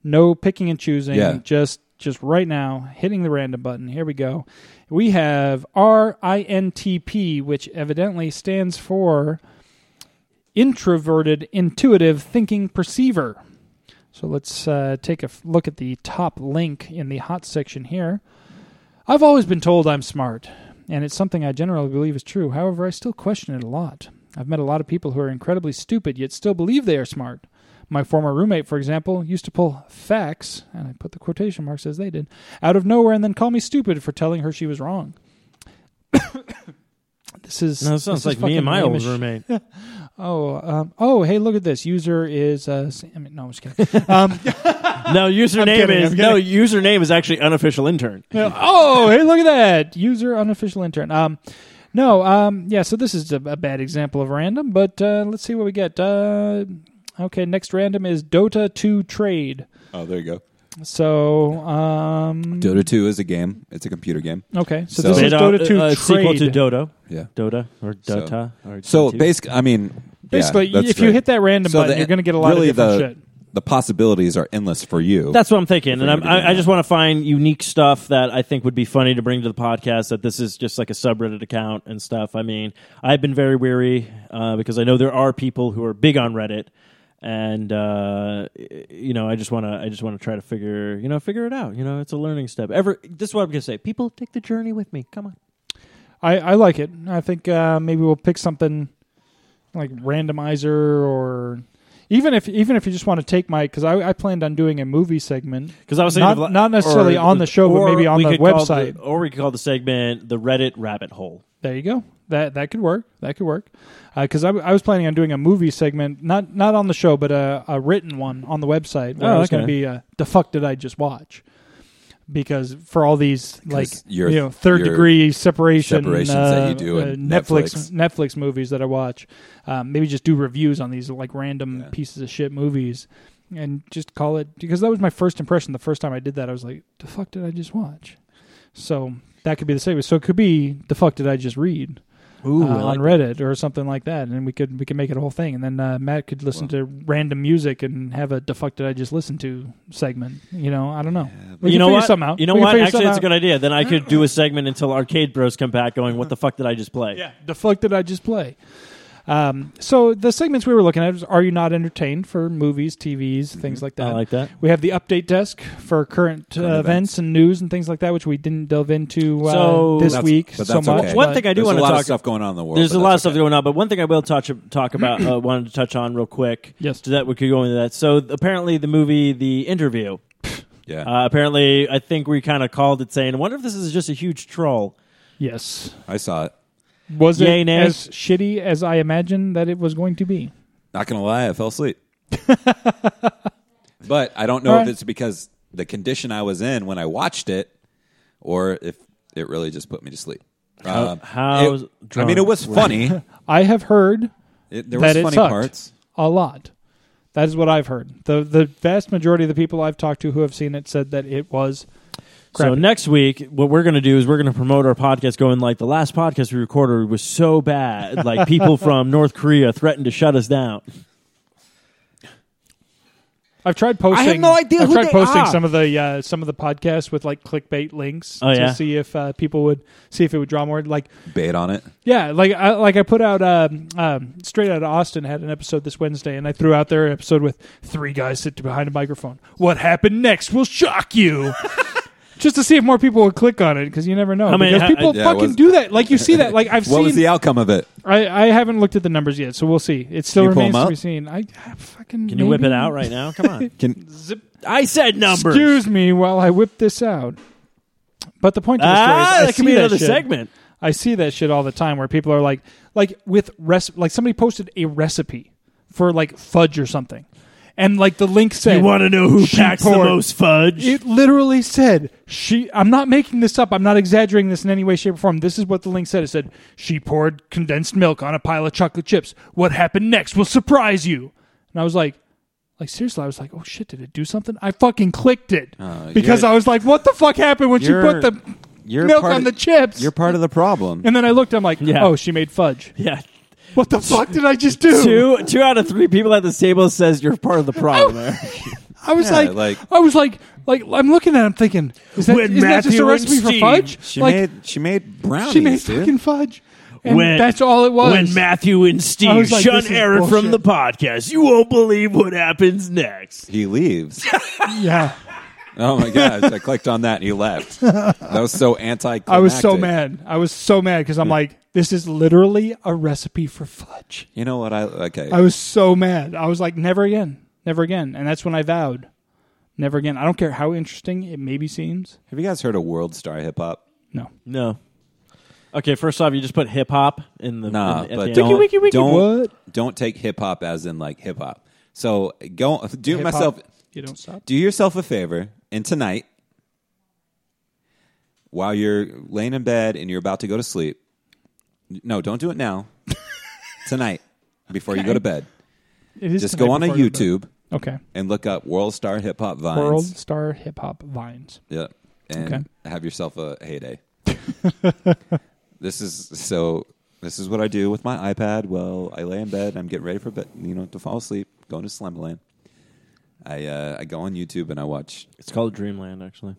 no picking and choosing.
Yeah.
Just just right now, hitting the random button. Here we go. We have RINTP, which evidently stands for Introverted Intuitive Thinking Perceiver. So let's uh, take a f- look at the top link in the hot section here. I've always been told I'm smart, and it's something I generally believe is true. However, I still question it a lot. I've met a lot of people who are incredibly stupid yet still believe they are smart. My former roommate, for example, used to pull facts, and I put the quotation marks as they did, out of nowhere and then call me stupid for telling her she was wrong. [COUGHS] this is
No, it sounds
this is
like me
fucking
and my old
lame as sh- [LAUGHS]
roommate.
Oh, um, oh, hey, look at this. User is. Uh, Sam- I mean, no, I'm just kidding. Um,
No, username
kidding,
is
I'm
no username is actually unofficial intern.
oh, hey, look at that. User unofficial intern. Um, no, um, yeah, so this is a, a bad example of random, but uh, let's see what we get. Uh, okay, next random is Dota 2 Trade.
oh, there you go.
So, um,
Dota Two is a game. It's a computer game.
okay, so,
So-
this is
Dota,
Dota 2
uh, sequel
Trade.
to Dodo,
Yeah.
Dota or
So-
Dota. or
So
Dota.
basically, I mean, yeah,
Basically,
that's
if you
great.
hit that random
So
button,
the-
you're going to get a lot
really
of different
the,
shit.
The possibilities are endless for you.
That's what I'm thinking, and
we're
I'm,
gonna be
I, I
doing
just
that.
want to find unique stuff that I think would be funny to bring to the podcast. That this is just like a subreddit account and stuff. I mean, I've been very weary uh, because I know there are people who are big on Reddit, and uh, y- you know, I just want to, I just want to try to figure, you know, figure it out. You know, it's a learning step. Ever, this is what I'm gonna say. People, take the journey with me. Come on.
I, I like it. I think uh, maybe we'll pick something like randomizer or even if even if you just want to take my because I, I planned on doing a movie segment
Because I was thinking
not,
of li-
not necessarily
or-
on the show
or
but maybe on
we
the
could call
website.
the- or we could call the segment the Reddit rabbit hole.
There you go. That that could work. That could work. Because I, w- I was planning on doing a movie segment, not not on the show, but a, a written one on the website where
Oh,
I was
okay.
going to be uh, the fuck did I just watch? Because for all these like
'Cause
you
your-
know third
your
degree separation uh,
separations that you do in
Netflix Netflix movies that I watch, um, maybe just do reviews on these like random pieces of shit movies. And just call it because that was my first impression. The first time I did that, I was like, "The fuck did I just watch?" So that could be the same. So it could be the fuck did I just read
Ooh,
uh, on Reddit or something like that, and we could we could make it a whole thing, and then uh, Matt could listen to random music and have a the fuck did I just listen to segment. You know, I don't know. We
you
can
know
figure
what?
something out.
You know
We can
what?
figure
Actually,
something
it's a
out.
good idea. Then I could do a segment until Arcade Bros come back, going, "What the fuck did I just play?"
Yeah, the fuck did I just play? Um, so the segments we were looking at was Are You Not Entertained for movies, TVs, things like that.
I like that.
we have the update desk for current, uh, events.
events.
and news and things like that, which we didn't delve into uh,
So-
this
That's-
week
but
so
that's
much.
okay.
One
but-
thing I do
There's
want
a
to
lot
talk
of stuff going on in the world.
There's a
but
lot of
that's
stuff
okay.
going on, but one thing I will touch talk about
[CLEARS THROAT]
uh, wanted to touch on real quick.
Yes.
so that we could go into that. So apparently, the movie The Interview.
Yeah,
Uh, apparently, I think we kind of called it saying, I "Wonder if this is just a huge troll."
yes.
I saw it.
Was
Yay,
it
nay?
as shitty as I imagined that it was going to be?
Not gonna lie, I fell asleep. but I don't know
All
if
right.
it's because the condition I was in when I watched it, or if it really just put me to sleep. Um,
how
it- I
drunk
mean, it was
were
funny.
I have heard
It, there
that
was
it
funny
sucked
parts.
a lot. That is what I've heard. the The vast majority of the people I've talked to who have seen it said that it was
So
crappy.
next week, what we're going to do is we're going to promote our podcast. Going like the last podcast we recorded was so bad,
[LAUGHS]
like people from North Korea threatened to shut us down.
I've tried posting.
no idea
I've
who
tried
they
posting
are.
some of the uh, some of the podcasts with like clickbait links
Oh,
to
yeah?
see if uh, people would see if it would draw more. Like
Bait on it.
yeah, like I, like I put out um, um, straight out of Austin had an episode this Wednesday, and I threw out their episode with three guys sit behind a microphone. What happened next will shock you. [LAUGHS] Just to see if more people would click on it because you never know.
I mean,
because
I-
people
Yeah, it
fucking
was-
do that. Like you see that. Like I've
[LAUGHS] What
seen.
was the outcome of it?
I, I haven't looked at the numbers yet, so we'll see. It still
Can you pull
remains
them
to
up?
be seen. I, I fucking
Can you whip
maybe-
it out right now? Come [LAUGHS] on,
Can,
I said numbers.
Excuse me while I whip this out. But the point of the story is,
ah,
I
that
see
could be
that
another
shit.
segment.
I see that shit all the time where people are like, like with rec- like somebody posted a recipe for like fudge or something, and like the link said,
You want to know who
she
packs the
poured-
most fudge?
It literally said she. I'm not making this up. I'm not exaggerating this in any way, shape, or form. This is what the link said. It said she poured condensed milk on a pile of chocolate chips. What happened next will surprise you. And I was like, like seriously, I was like, oh shit, did it do something? I fucking clicked it because
Oh, you're-
I was like, what the fuck happened when she put
You're-
the
you're
milk
part
on
of-
the chips?
you're part of the [LAUGHS] problem.
and then I looked. I'm like,
Yeah.
oh, she made fudge.
[LAUGHS] yeah.
What the fuck did I just do?
Two two out of three people at this table says you're part of the problem. [LAUGHS] there.
I was
Yeah,
like,
like-
I was like, like I'm looking at. it, I'm thinking, is that,
When
isn't that just
Matthew
a
and
recipe for
Steve-
fudge?
She
like,
made she made brownies.
She made
dude.
fucking fudge. And
When-
that's all it was.
When Matthew and Steve
was like,
shun
this is
Aaron from
bullshit.
the podcast, you won't believe what happens next.
he leaves.
yeah.
oh my gosh! I clicked on that and he left. That was so anti.
I was so mad. I was so mad because I'm like, this is literally a recipe for fudge.
You know what? I okay.
I was so mad. I was like, never again. Never again. And that's when I vowed. Never again. I don't care how interesting it maybe seems.
Have you guys heard of World Star Hip Hop?
No.
No. Okay, first off, you just put hip hop in the
Nah,
in the, at
but
the end.
don't,
wiki, wiki.
don't
What?
don't take hip hop as in like hip hop. So go do
Hip-hop,
myself
You don't stop.
do yourself a favor and tonight while you're laying in bed and you're about to go to sleep. No, don't do
[LAUGHS]
it now. tonight before you go to bed.
It is
Just
tonight
go on a
before I go to
YouTube
bed. Okay.
and look up World Star Hip Hop Vines.
World Star Hip Hop Vines.
Yeah. And
Okay.
have yourself a heyday. [LAUGHS] this is so this is what I do with my iPad. Well, I lay in bed, I'm getting ready for bed, you know, to fall asleep, going to slumberland. I uh, I go on YouTube and I watch
It's called Dreamland, actually.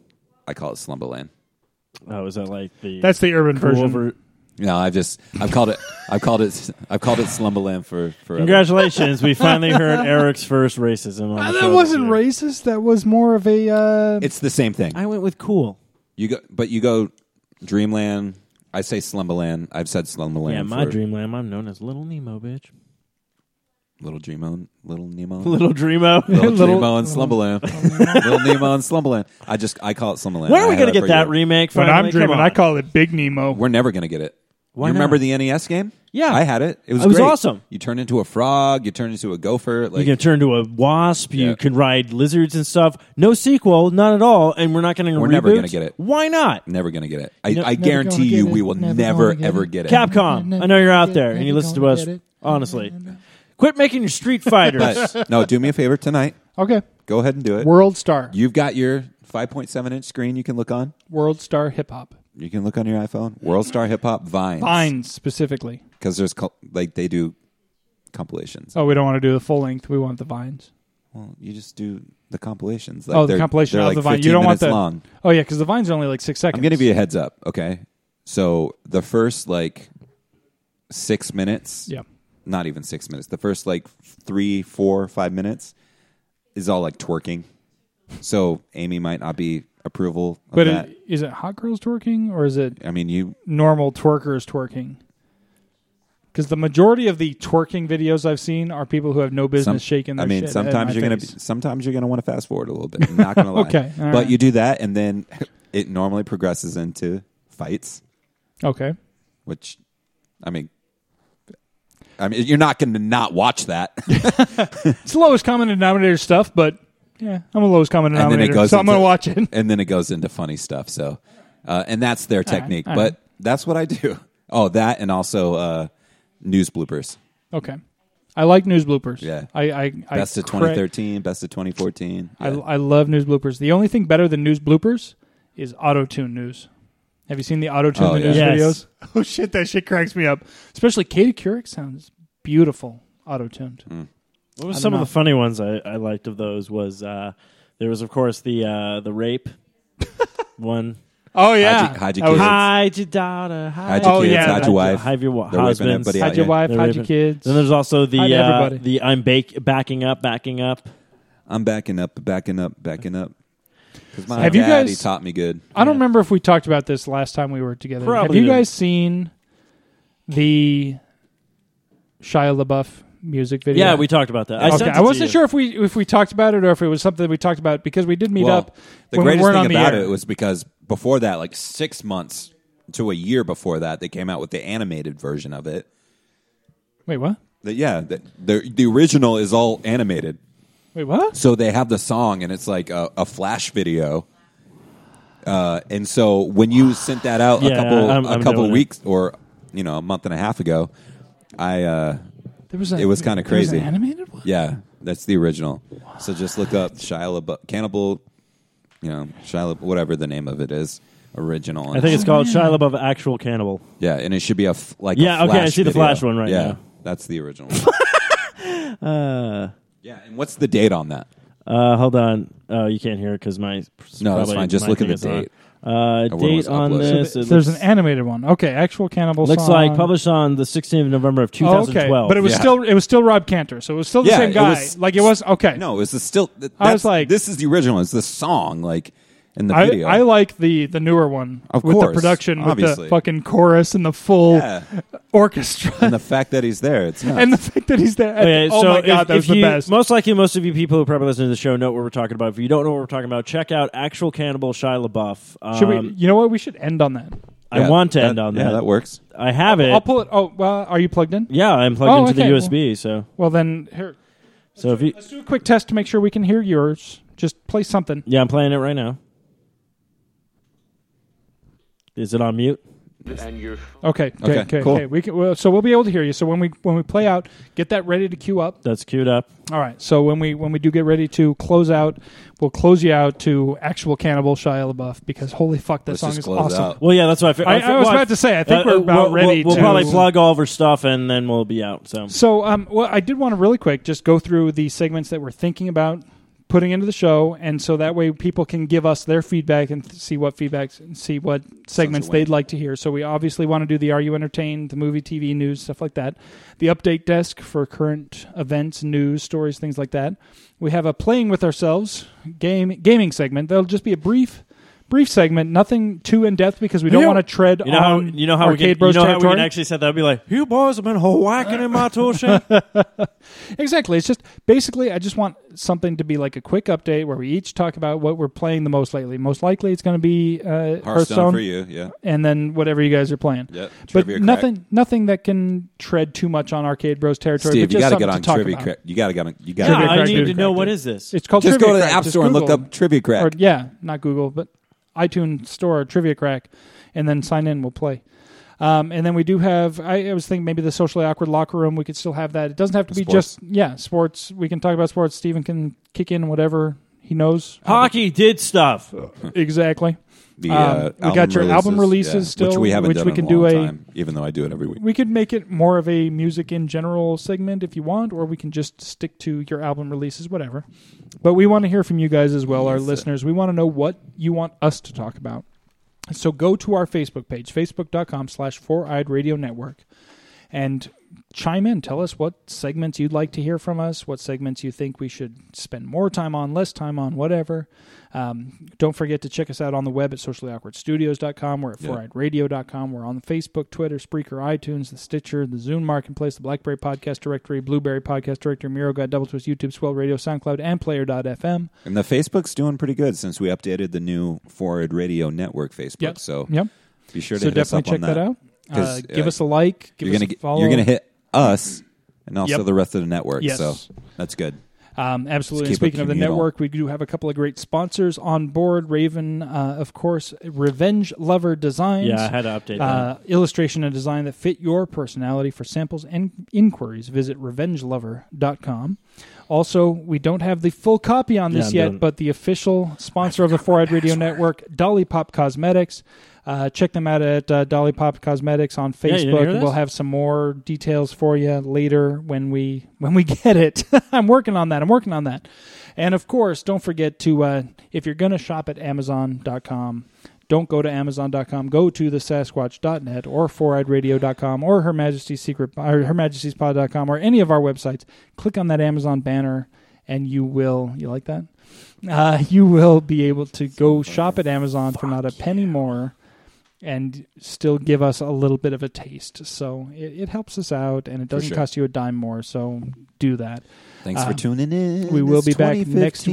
I call it slumberland.
Oh, is that like the
That's the urban
cool
version.
over-
No, I've just I've called it I've called it I've called it slumberland for forever.
Congratulations, we finally [LAUGHS] heard Eric's first racism. On the
Ah,
show
that
this
wasn't
year.
racist. That was more of a. Uh,
It's the same thing.
I went with cool.
You go but you go dreamland. I say slumberland. I've said slumberland.
yeah, my
for
Dreamland. I'm known as Little Nemo, bitch.
Little Dreamo, little
[LAUGHS]
Nemo.
Little Dreamo. [LAUGHS]
Little,
Little-
Nemo and Slumberland. Little Nemo and Slumberland. I just I call it Slumberland.
When are
I
we
had
gonna
it for
get that
you.
remake?
when
finally?
I'm
Come
dreaming,
on.
I call it Big Nemo.
We're never gonna get it.
Why
you remember
not?
the NES game?
Yeah.
I had it. It was,
It was
great.
awesome.
You turned into a frog. You turned into a gopher. Like
you can turn into a wasp.
Yeah.
You can ride lizards and stuff. No sequel, not at all. And we're not going to.
We're never gonna get it.
Why not?
never gonna get it. I,
No-
I
Never
guarantee
gonna
you,
get
we
it.
will never,
Never gonna get
ever
it.
get it.
Capcom, I know you're out
Never
there and you
gonna
listen to
get
us.
it.
Honestly, quit making your
[LAUGHS]
Street Fighters.
But no, do me a favor tonight.
Okay.
Go ahead and do it.
World Star.
You've got your 5.7 inch screen. You can look on.
World Star Hip Hop.
You can look on your iPhone. World Star Hip Hop Vines.
Vines specifically.
Because there's col- like they do compilations.
Oh, we don't want to do the full length. We want the vines.
Well, you just do the compilations. Like
oh, the
they're-
compilation
they're
of
like
the vine.
15
You don't want
minutes
the
long.
Oh yeah, because the vines are only like six seconds.
I'm going to give you a heads up, okay? So the first like six minutes,
Yeah.
not even six minutes, the first like three, four, five minutes is all like twerking. So Amy might not be approval of
But
that.
it, is it hot girls twerking or is it
I mean, you
normal twerkers twerking? Because the majority of the twerking videos I've seen are people who have no business
some-
shaking. Their
I mean,
shit at
sometimes
my
you're gonna
face.
be, sometimes you're gonna want to fast forward a little bit. I'm
[LAUGHS]
not gonna lie.
Okay, all
but
right.
you do that, and then [LAUGHS] it normally progresses into fights,
okay.
which, I mean, I mean, you're not gonna not watch that.
[LAUGHS] It's the lowest common denominator stuff, but yeah, I'm a lowest common
then it
denominator,
goes
so I'm gonna
into-
watch it. [LAUGHS]
and then it goes into funny stuff. So, uh, and that's their technique.
all
but that's what I do. [LAUGHS] Oh, that and also uh, news bloopers.
Okay, I like news bloopers.
Yeah.
I I, I
Best of
cra-
2013, best of 2014.
I,
Yeah.
I love news bloopers. The only thing better than news bloopers is auto tune news. Have you seen the auto tune
Oh,
the
yeah.
news
Yes.
videos? [LAUGHS] Oh shit, that shit cracks me up. Especially Katie Couric sounds beautiful auto tuned.
what was
don't
some
know.
of the funny ones I, I liked of those was uh, there was of course the uh, the
[LAUGHS]
rape one.
Oh
yeah. Hide your- hide your kids.
Hide your daughter. Hide,
Hide your
Oh,
kids,
yeah,
hide your wife.
Hide your wa-
They're whipping
husbands.
everybody out,
your
yeah.
wife,
They're
hide your
raping-
kids.
Then there's also the
Hide
uh,
everybody.
the I'm bake backing up, backing up.
I'm backing up, backing up, backing up. Because my
Have you
daddy
guys-
taught me good.
I don't remember if we talked about this last time we were together. Have
Probably
you
didn't.
guys seen the Shia LaBeouf music video?
Yeah, we talked about that. I,
Okay,
sent it
I
to
wasn't
you.
sure if we if we talked about it or if it was something we talked about because we did meet
Well,
up. when
The
we
greatest
weren't
thing
on the
about
air.
it was because before that, like six months to a year before that, they came out with the animated version of it.
wait what?
That yeah, that the the original is all animated.
Wait what?
So they have the song, and it's like a, a flash video. Uh, and so when you sent that out a
Yeah,
couple
I'm-
a
I'm
couple
doing it.
weeks or you know a month and a half ago, I uh,
There was a,
It was kinda
there an
crazy.
animated one.
yeah, that's the original. So just look up Shia LaBeouf, Cannibal, you know Shia LaBeouf, whatever the name of it is, original.
I think it's called Shia LaBeouf Actual Cannibal.
yeah, and it should be a f- like a
Yeah, okay, I
flash
see the
video.
flash one right
yeah,
now.
that's the
[LAUGHS]
original. one. yeah, and what's the date on that?
Uh, hold on. Oh, you can't hear it because my
No, that's
probably
fine. Just
my
look
thing
at the
is on.
date.
Uh,
wouldn't
date
was
on
uploaded.
this.
So
it
there's
looks,
an animated one. Okay, actual cannibal.
looks
song.
like published on the 16th of November of
Oh,
2012.
okay, but it was
Yeah.
still it was still Rob Cantor, so it was still the
Yeah,
same
it
guy.
was-
like it was okay.
No, it was the still. th-
I was
that's-
like-
this is the original. It's the song like in the
I,
video.
I like the the newer one
Of
with the
course,
production with the
obviously.
fucking chorus and the full
Yeah.
orchestra [LAUGHS]
and the fact that he's there, it's nuts.
and the fact that he's there.
Okay,
oh
so
my god,
if,
that was
if
the
you,
best.
Most likely, most of you people who probably listen to the show know what we're talking about. If you don't know what we're talking about, check out Actual Cannibal Shia LaBeouf. Um,
Should we? You know what? We should end on that.
I
Yeah,
want to
that-
end on that.
Yeah, that works.
I have it.
I'll pull it. Oh well, are you plugged in?
yeah, I'm plugged
Oh,
into
okay,
the USB. So,
Well then, here.
so if you,
Let's do a quick test to make sure we can hear yours. Just play something.
yeah, I'm playing it right now. Is it on mute?
Okay. Okay.
Okay,
Okay.
cool.
okay. We can, well, so we'll be able to hear you. So when we when we play out, get that ready to queue up.
That's queued up.
All right. So when we when we do get ready to close out, we'll close you out to actual cannibal Shia LaBeouf because holy fuck, that
Let's
song
just
is
close
awesome.
out.
Well, yeah, that's what I. fi-
I-
fi-
I was
well, uh,
about to say, I think we're about
we'll-
ready
We'll,
to-
we'll probably plug all of our stuff, and then we'll be out. So,
So um, well, I did want to really quick just go through the segments that we're thinking about putting into the show, and so that way people can give us their feedback and th- see what feedbacks and see what segments
a win.
they'd like to hear. So we obviously want to do the Are You Entertained, the movie, TV, news, stuff like that. The update desk for current events, news, stories, things like that. We have a playing with ourselves game gaming segment. That'll just be a brief brief segment, nothing too in depth because we don't
Yeah.
want to tread
You know how
on
you know how
Um,
we
Arcade
can you
Bros
know how we
territory.
can actually set that. I'd be like, you boys have been whole whacking in my
[LAUGHS]
tool shed.
Exactly. It's just basically I just want something to be like a quick update where we each talk about what we're playing the most lately. Most likely it's going to be uh,
Hearthstone
Hearthstone,
for you, yeah.
and then whatever you guys are playing.
Yep.
But
Trivia crack.
nothing, nothing that can tread too much on Arcade Bros territory.
Steve,
but
you
just
got to
something
get on
to talk
trivia.
about.
Crack. You got to get on. You got
yeah,
Trivia
I
Crack,
need
dude.
to know what is this.
It's called
Just
Trivia
go to the
Crack.
App
Just
Store and look
Google
up Trivia Crack.
or yeah, not Google, but iTunes Store Trivia Crack, and then sign in. We'll play. Um, and then we do have. I, I was thinking maybe the socially awkward locker room. We could still have that. It doesn't have to be
Sports.
just yeah sports. We can talk about sports. Steven can kick in whatever he knows
Hockey did stuff.
exactly.
the,
Um,
uh,
we got your album releases still,
which we haven't
which
done
we
in
can
a
do
long
a-
time, even though I do it every week.
We could make it more of a music in general segment if you want, or we can just stick to your album releases, whatever. But we want to hear from you guys as well, our listeners. We want to know what you want us to talk about. So go to our Facebook page, facebook.com slash four eyed radio network, and chime in. Tell us what segments you'd like to hear from us, what segments you think we should spend more time on, less time on, whatever. Um, don't forget to check us out on the web at sociallyawkwardstudios.com. We're at
Yeah.
fourightradio.com. We're on Facebook, Twitter, Spreaker, iTunes, the Stitcher, the Zune Marketplace, the Blackberry Podcast Directory, Blueberry Podcast Directory, Miro Guide, Double Twist, YouTube, Swell Radio, SoundCloud, and Player.fm.
And the Facebook's doing pretty good since we updated the new Forward Radio Network Facebook. So
yep.
be sure to
So
hit us
definitely
up
check
on
that, out. Uh,
'Cause,
give
uh,
us a like. Give
You're
us
gonna
a
get,
follow.
you're gonna hit us and also
Yep.
the rest of the network.
Yes.
So that's good.
Um, absolutely. And
Let's keep
speaking
it
of the
communal.
network, we do have a couple of great sponsors on board. Raven, uh, of course, Revenge Lover Designs.
Yeah, I had to update that.
uh, illustration and design that fit your personality for samples and inquiries visit revengelover.com also we don't have the full copy on this
Yeah,
yet
I'm doing-
but the official sponsor of the four eyed radio network dolly pop cosmetics uh, check them out at uh, dolly pop cosmetics on
you didn't
facebook
hear this?
we'll have some more details for you later when we when we [LAUGHS] get it i'm working on that i'm working on that and of course don't forget to uh, if you're going to shop at amazon.com don't go to amazon.com go to the sasquatch.net or foureyedradio.com or her majesty's secret or her majesty's pod.com or any of our websites click on that amazon banner and you will you like that uh, you will be able to go shop at amazon for not a penny more and still give us a little bit of a taste so it, it helps us out and it doesn't
sure.
cost you a dime more so do that
Thanks
Uh,
for tuning in.
we will
It's
be back next
2015.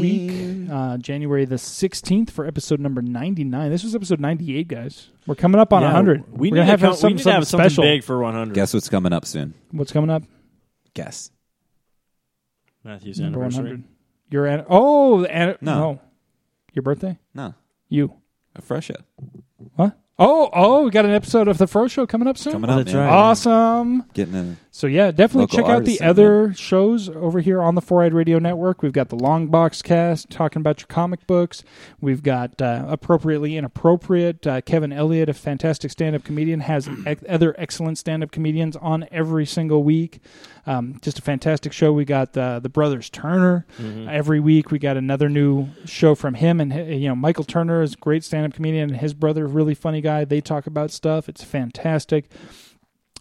week, uh, January the 16th for episode number 99. This was episode 98, guys. We're coming up on
Yeah,
100.
We
We're
need,
gonna
to,
have
come- we
something,
need to have
something
something
special.
big for 100.
Guess what's coming up soon?
What's coming up?
Guess.
Matthew's
Number
anniversary.
100. Your an- oh, the an- no.
No.
Your birthday?
No,
You.
a fresh up
What? Oh, oh, we got an episode of the Fro Show coming up soon.
coming
Well,
up.
Oh, that's
man.
right.
Awesome.
Getting a
So yeah, definitely
Local
check out the
artisan,
other shows over here on the Four Eyed Radio Network. We've got the Long Box Cast talking about your comic books. We've got uh, appropriately inappropriate. Uh, Kevin Elliott, a fantastic stand-up comedian, has ex- other excellent stand-up comedians on every single week. Um, just a fantastic show. We got uh, the Brothers Turner
Mm-hmm.
every week. We got another new show from him, and he- you know Michael Turner is a great stand-up comedian, and his brother, really funny guy. They talk about stuff. It's fantastic.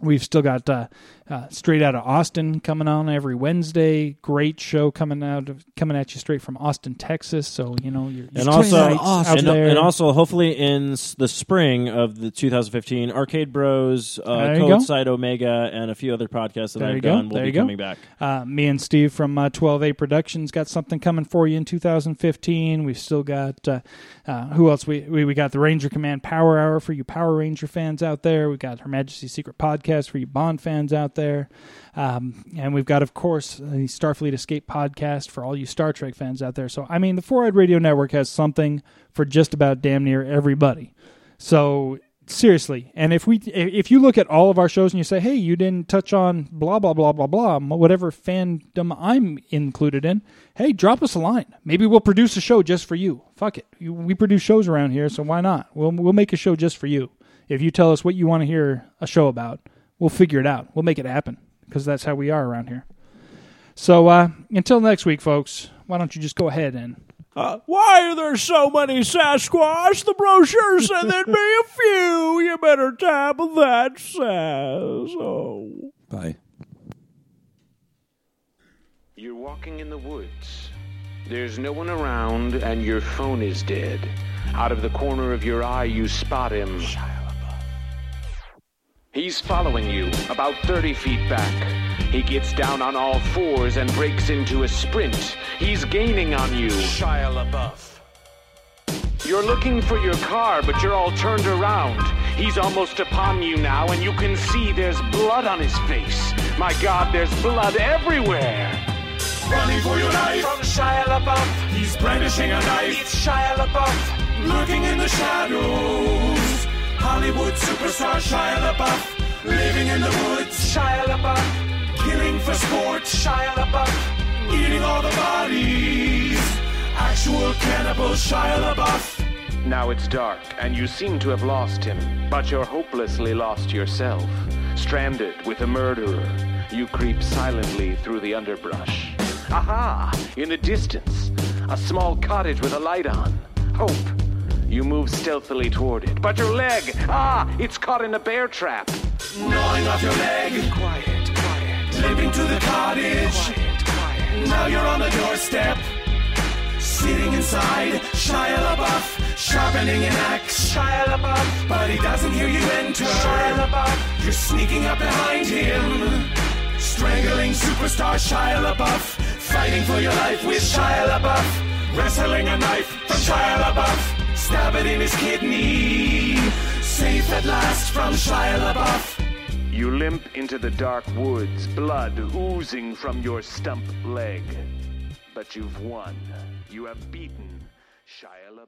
We've still got uh, uh, straight out of Austin coming on every Wednesday. Great show coming out of, coming at you straight from Austin, Texas. So you know you're,
And
you're
also,
out
and,
there.
and also, hopefully in s- the spring of the 2015, Arcade Bros,
There
uh,
you go.
Code Side Omega, and a few other podcasts that
There you
I've
go.
done will
There
be
you go.
coming back.
Uh, me and Steve from uh, 12A Productions got something coming for you in 2015. We've still got uh, uh, who else? We, we we got the Ranger Command Power Hour for you Power Ranger fans out there. We've got Her Majesty's Secret Podcast for you Bond fans out there, um, and we've got of course the Starfleet Escape Podcast for all you Star Trek fans out there. So I mean, the Four Eyed Radio Network has something for just about damn near everybody. So seriously, and if we if you look at all of our shows and you say, "Hey, you didn't touch on blah blah blah blah blah," whatever fandom I'm included in, hey, drop us a line. Maybe we'll produce a show just for you. Fuck it, You- we produce shows around here, so why not? We'll we'll make a show just for you. If you tell us what you want to hear a show about, we'll figure it out. We'll make it happen because that's how we are around here. So uh, until next week, folks, why don't you just go ahead and
Uh, why are there so many Sasquatch? The brochure said there'd be a few. You better tap that says. Oh.
bye.
You're walking in the woods. There's no one around, and your phone is dead. Out of the corner of your eye, you spot him. He's following you, about 30 feet back. He gets down on all fours and breaks into a sprint. He's gaining on you.
Shia LaBeouf.
You're looking for your car, but you're all turned around. He's almost upon you now, and you can see there's blood on his face. My God, there's blood everywhere.
Running for your life from Shia LaBeouf. He's brandishing a knife. It's Shia LaBeouf, lurking in the shadows. Hollywood superstar Shia LaBeouf, living in the woods. Shia LaBeouf, killing for sport. Shia LaBeouf, eating all the bodies. Actual cannibal Shia LaBeouf.
Now it's dark, and you seem to have lost him, but you're hopelessly lost yourself, stranded with a murderer. You creep silently through the underbrush. Aha! In the distance, a small cottage with a light on. Hope. You move stealthily toward it, but your leg! Ah! It's caught in a bear trap!
Gnawing off your leg. Quiet, quiet. Limping to the cottage. Quiet, quiet. Now you're on the doorstep. Sitting inside, Shia LaBeouf, sharpening an axe. Shia LaBeouf, but he doesn't hear you enter. Shia LaBeouf, you're sneaking up behind him. Strangling superstar Shia LaBeouf, fighting for your life with Shia LaBeouf. Wrestling a knife from Shia LaBeouf, stab it in his kidney. Safe at last from Shia LaBeouf.
You limp into the dark woods, blood oozing from your stump leg. But you've won. You have beaten Shia LaBeouf.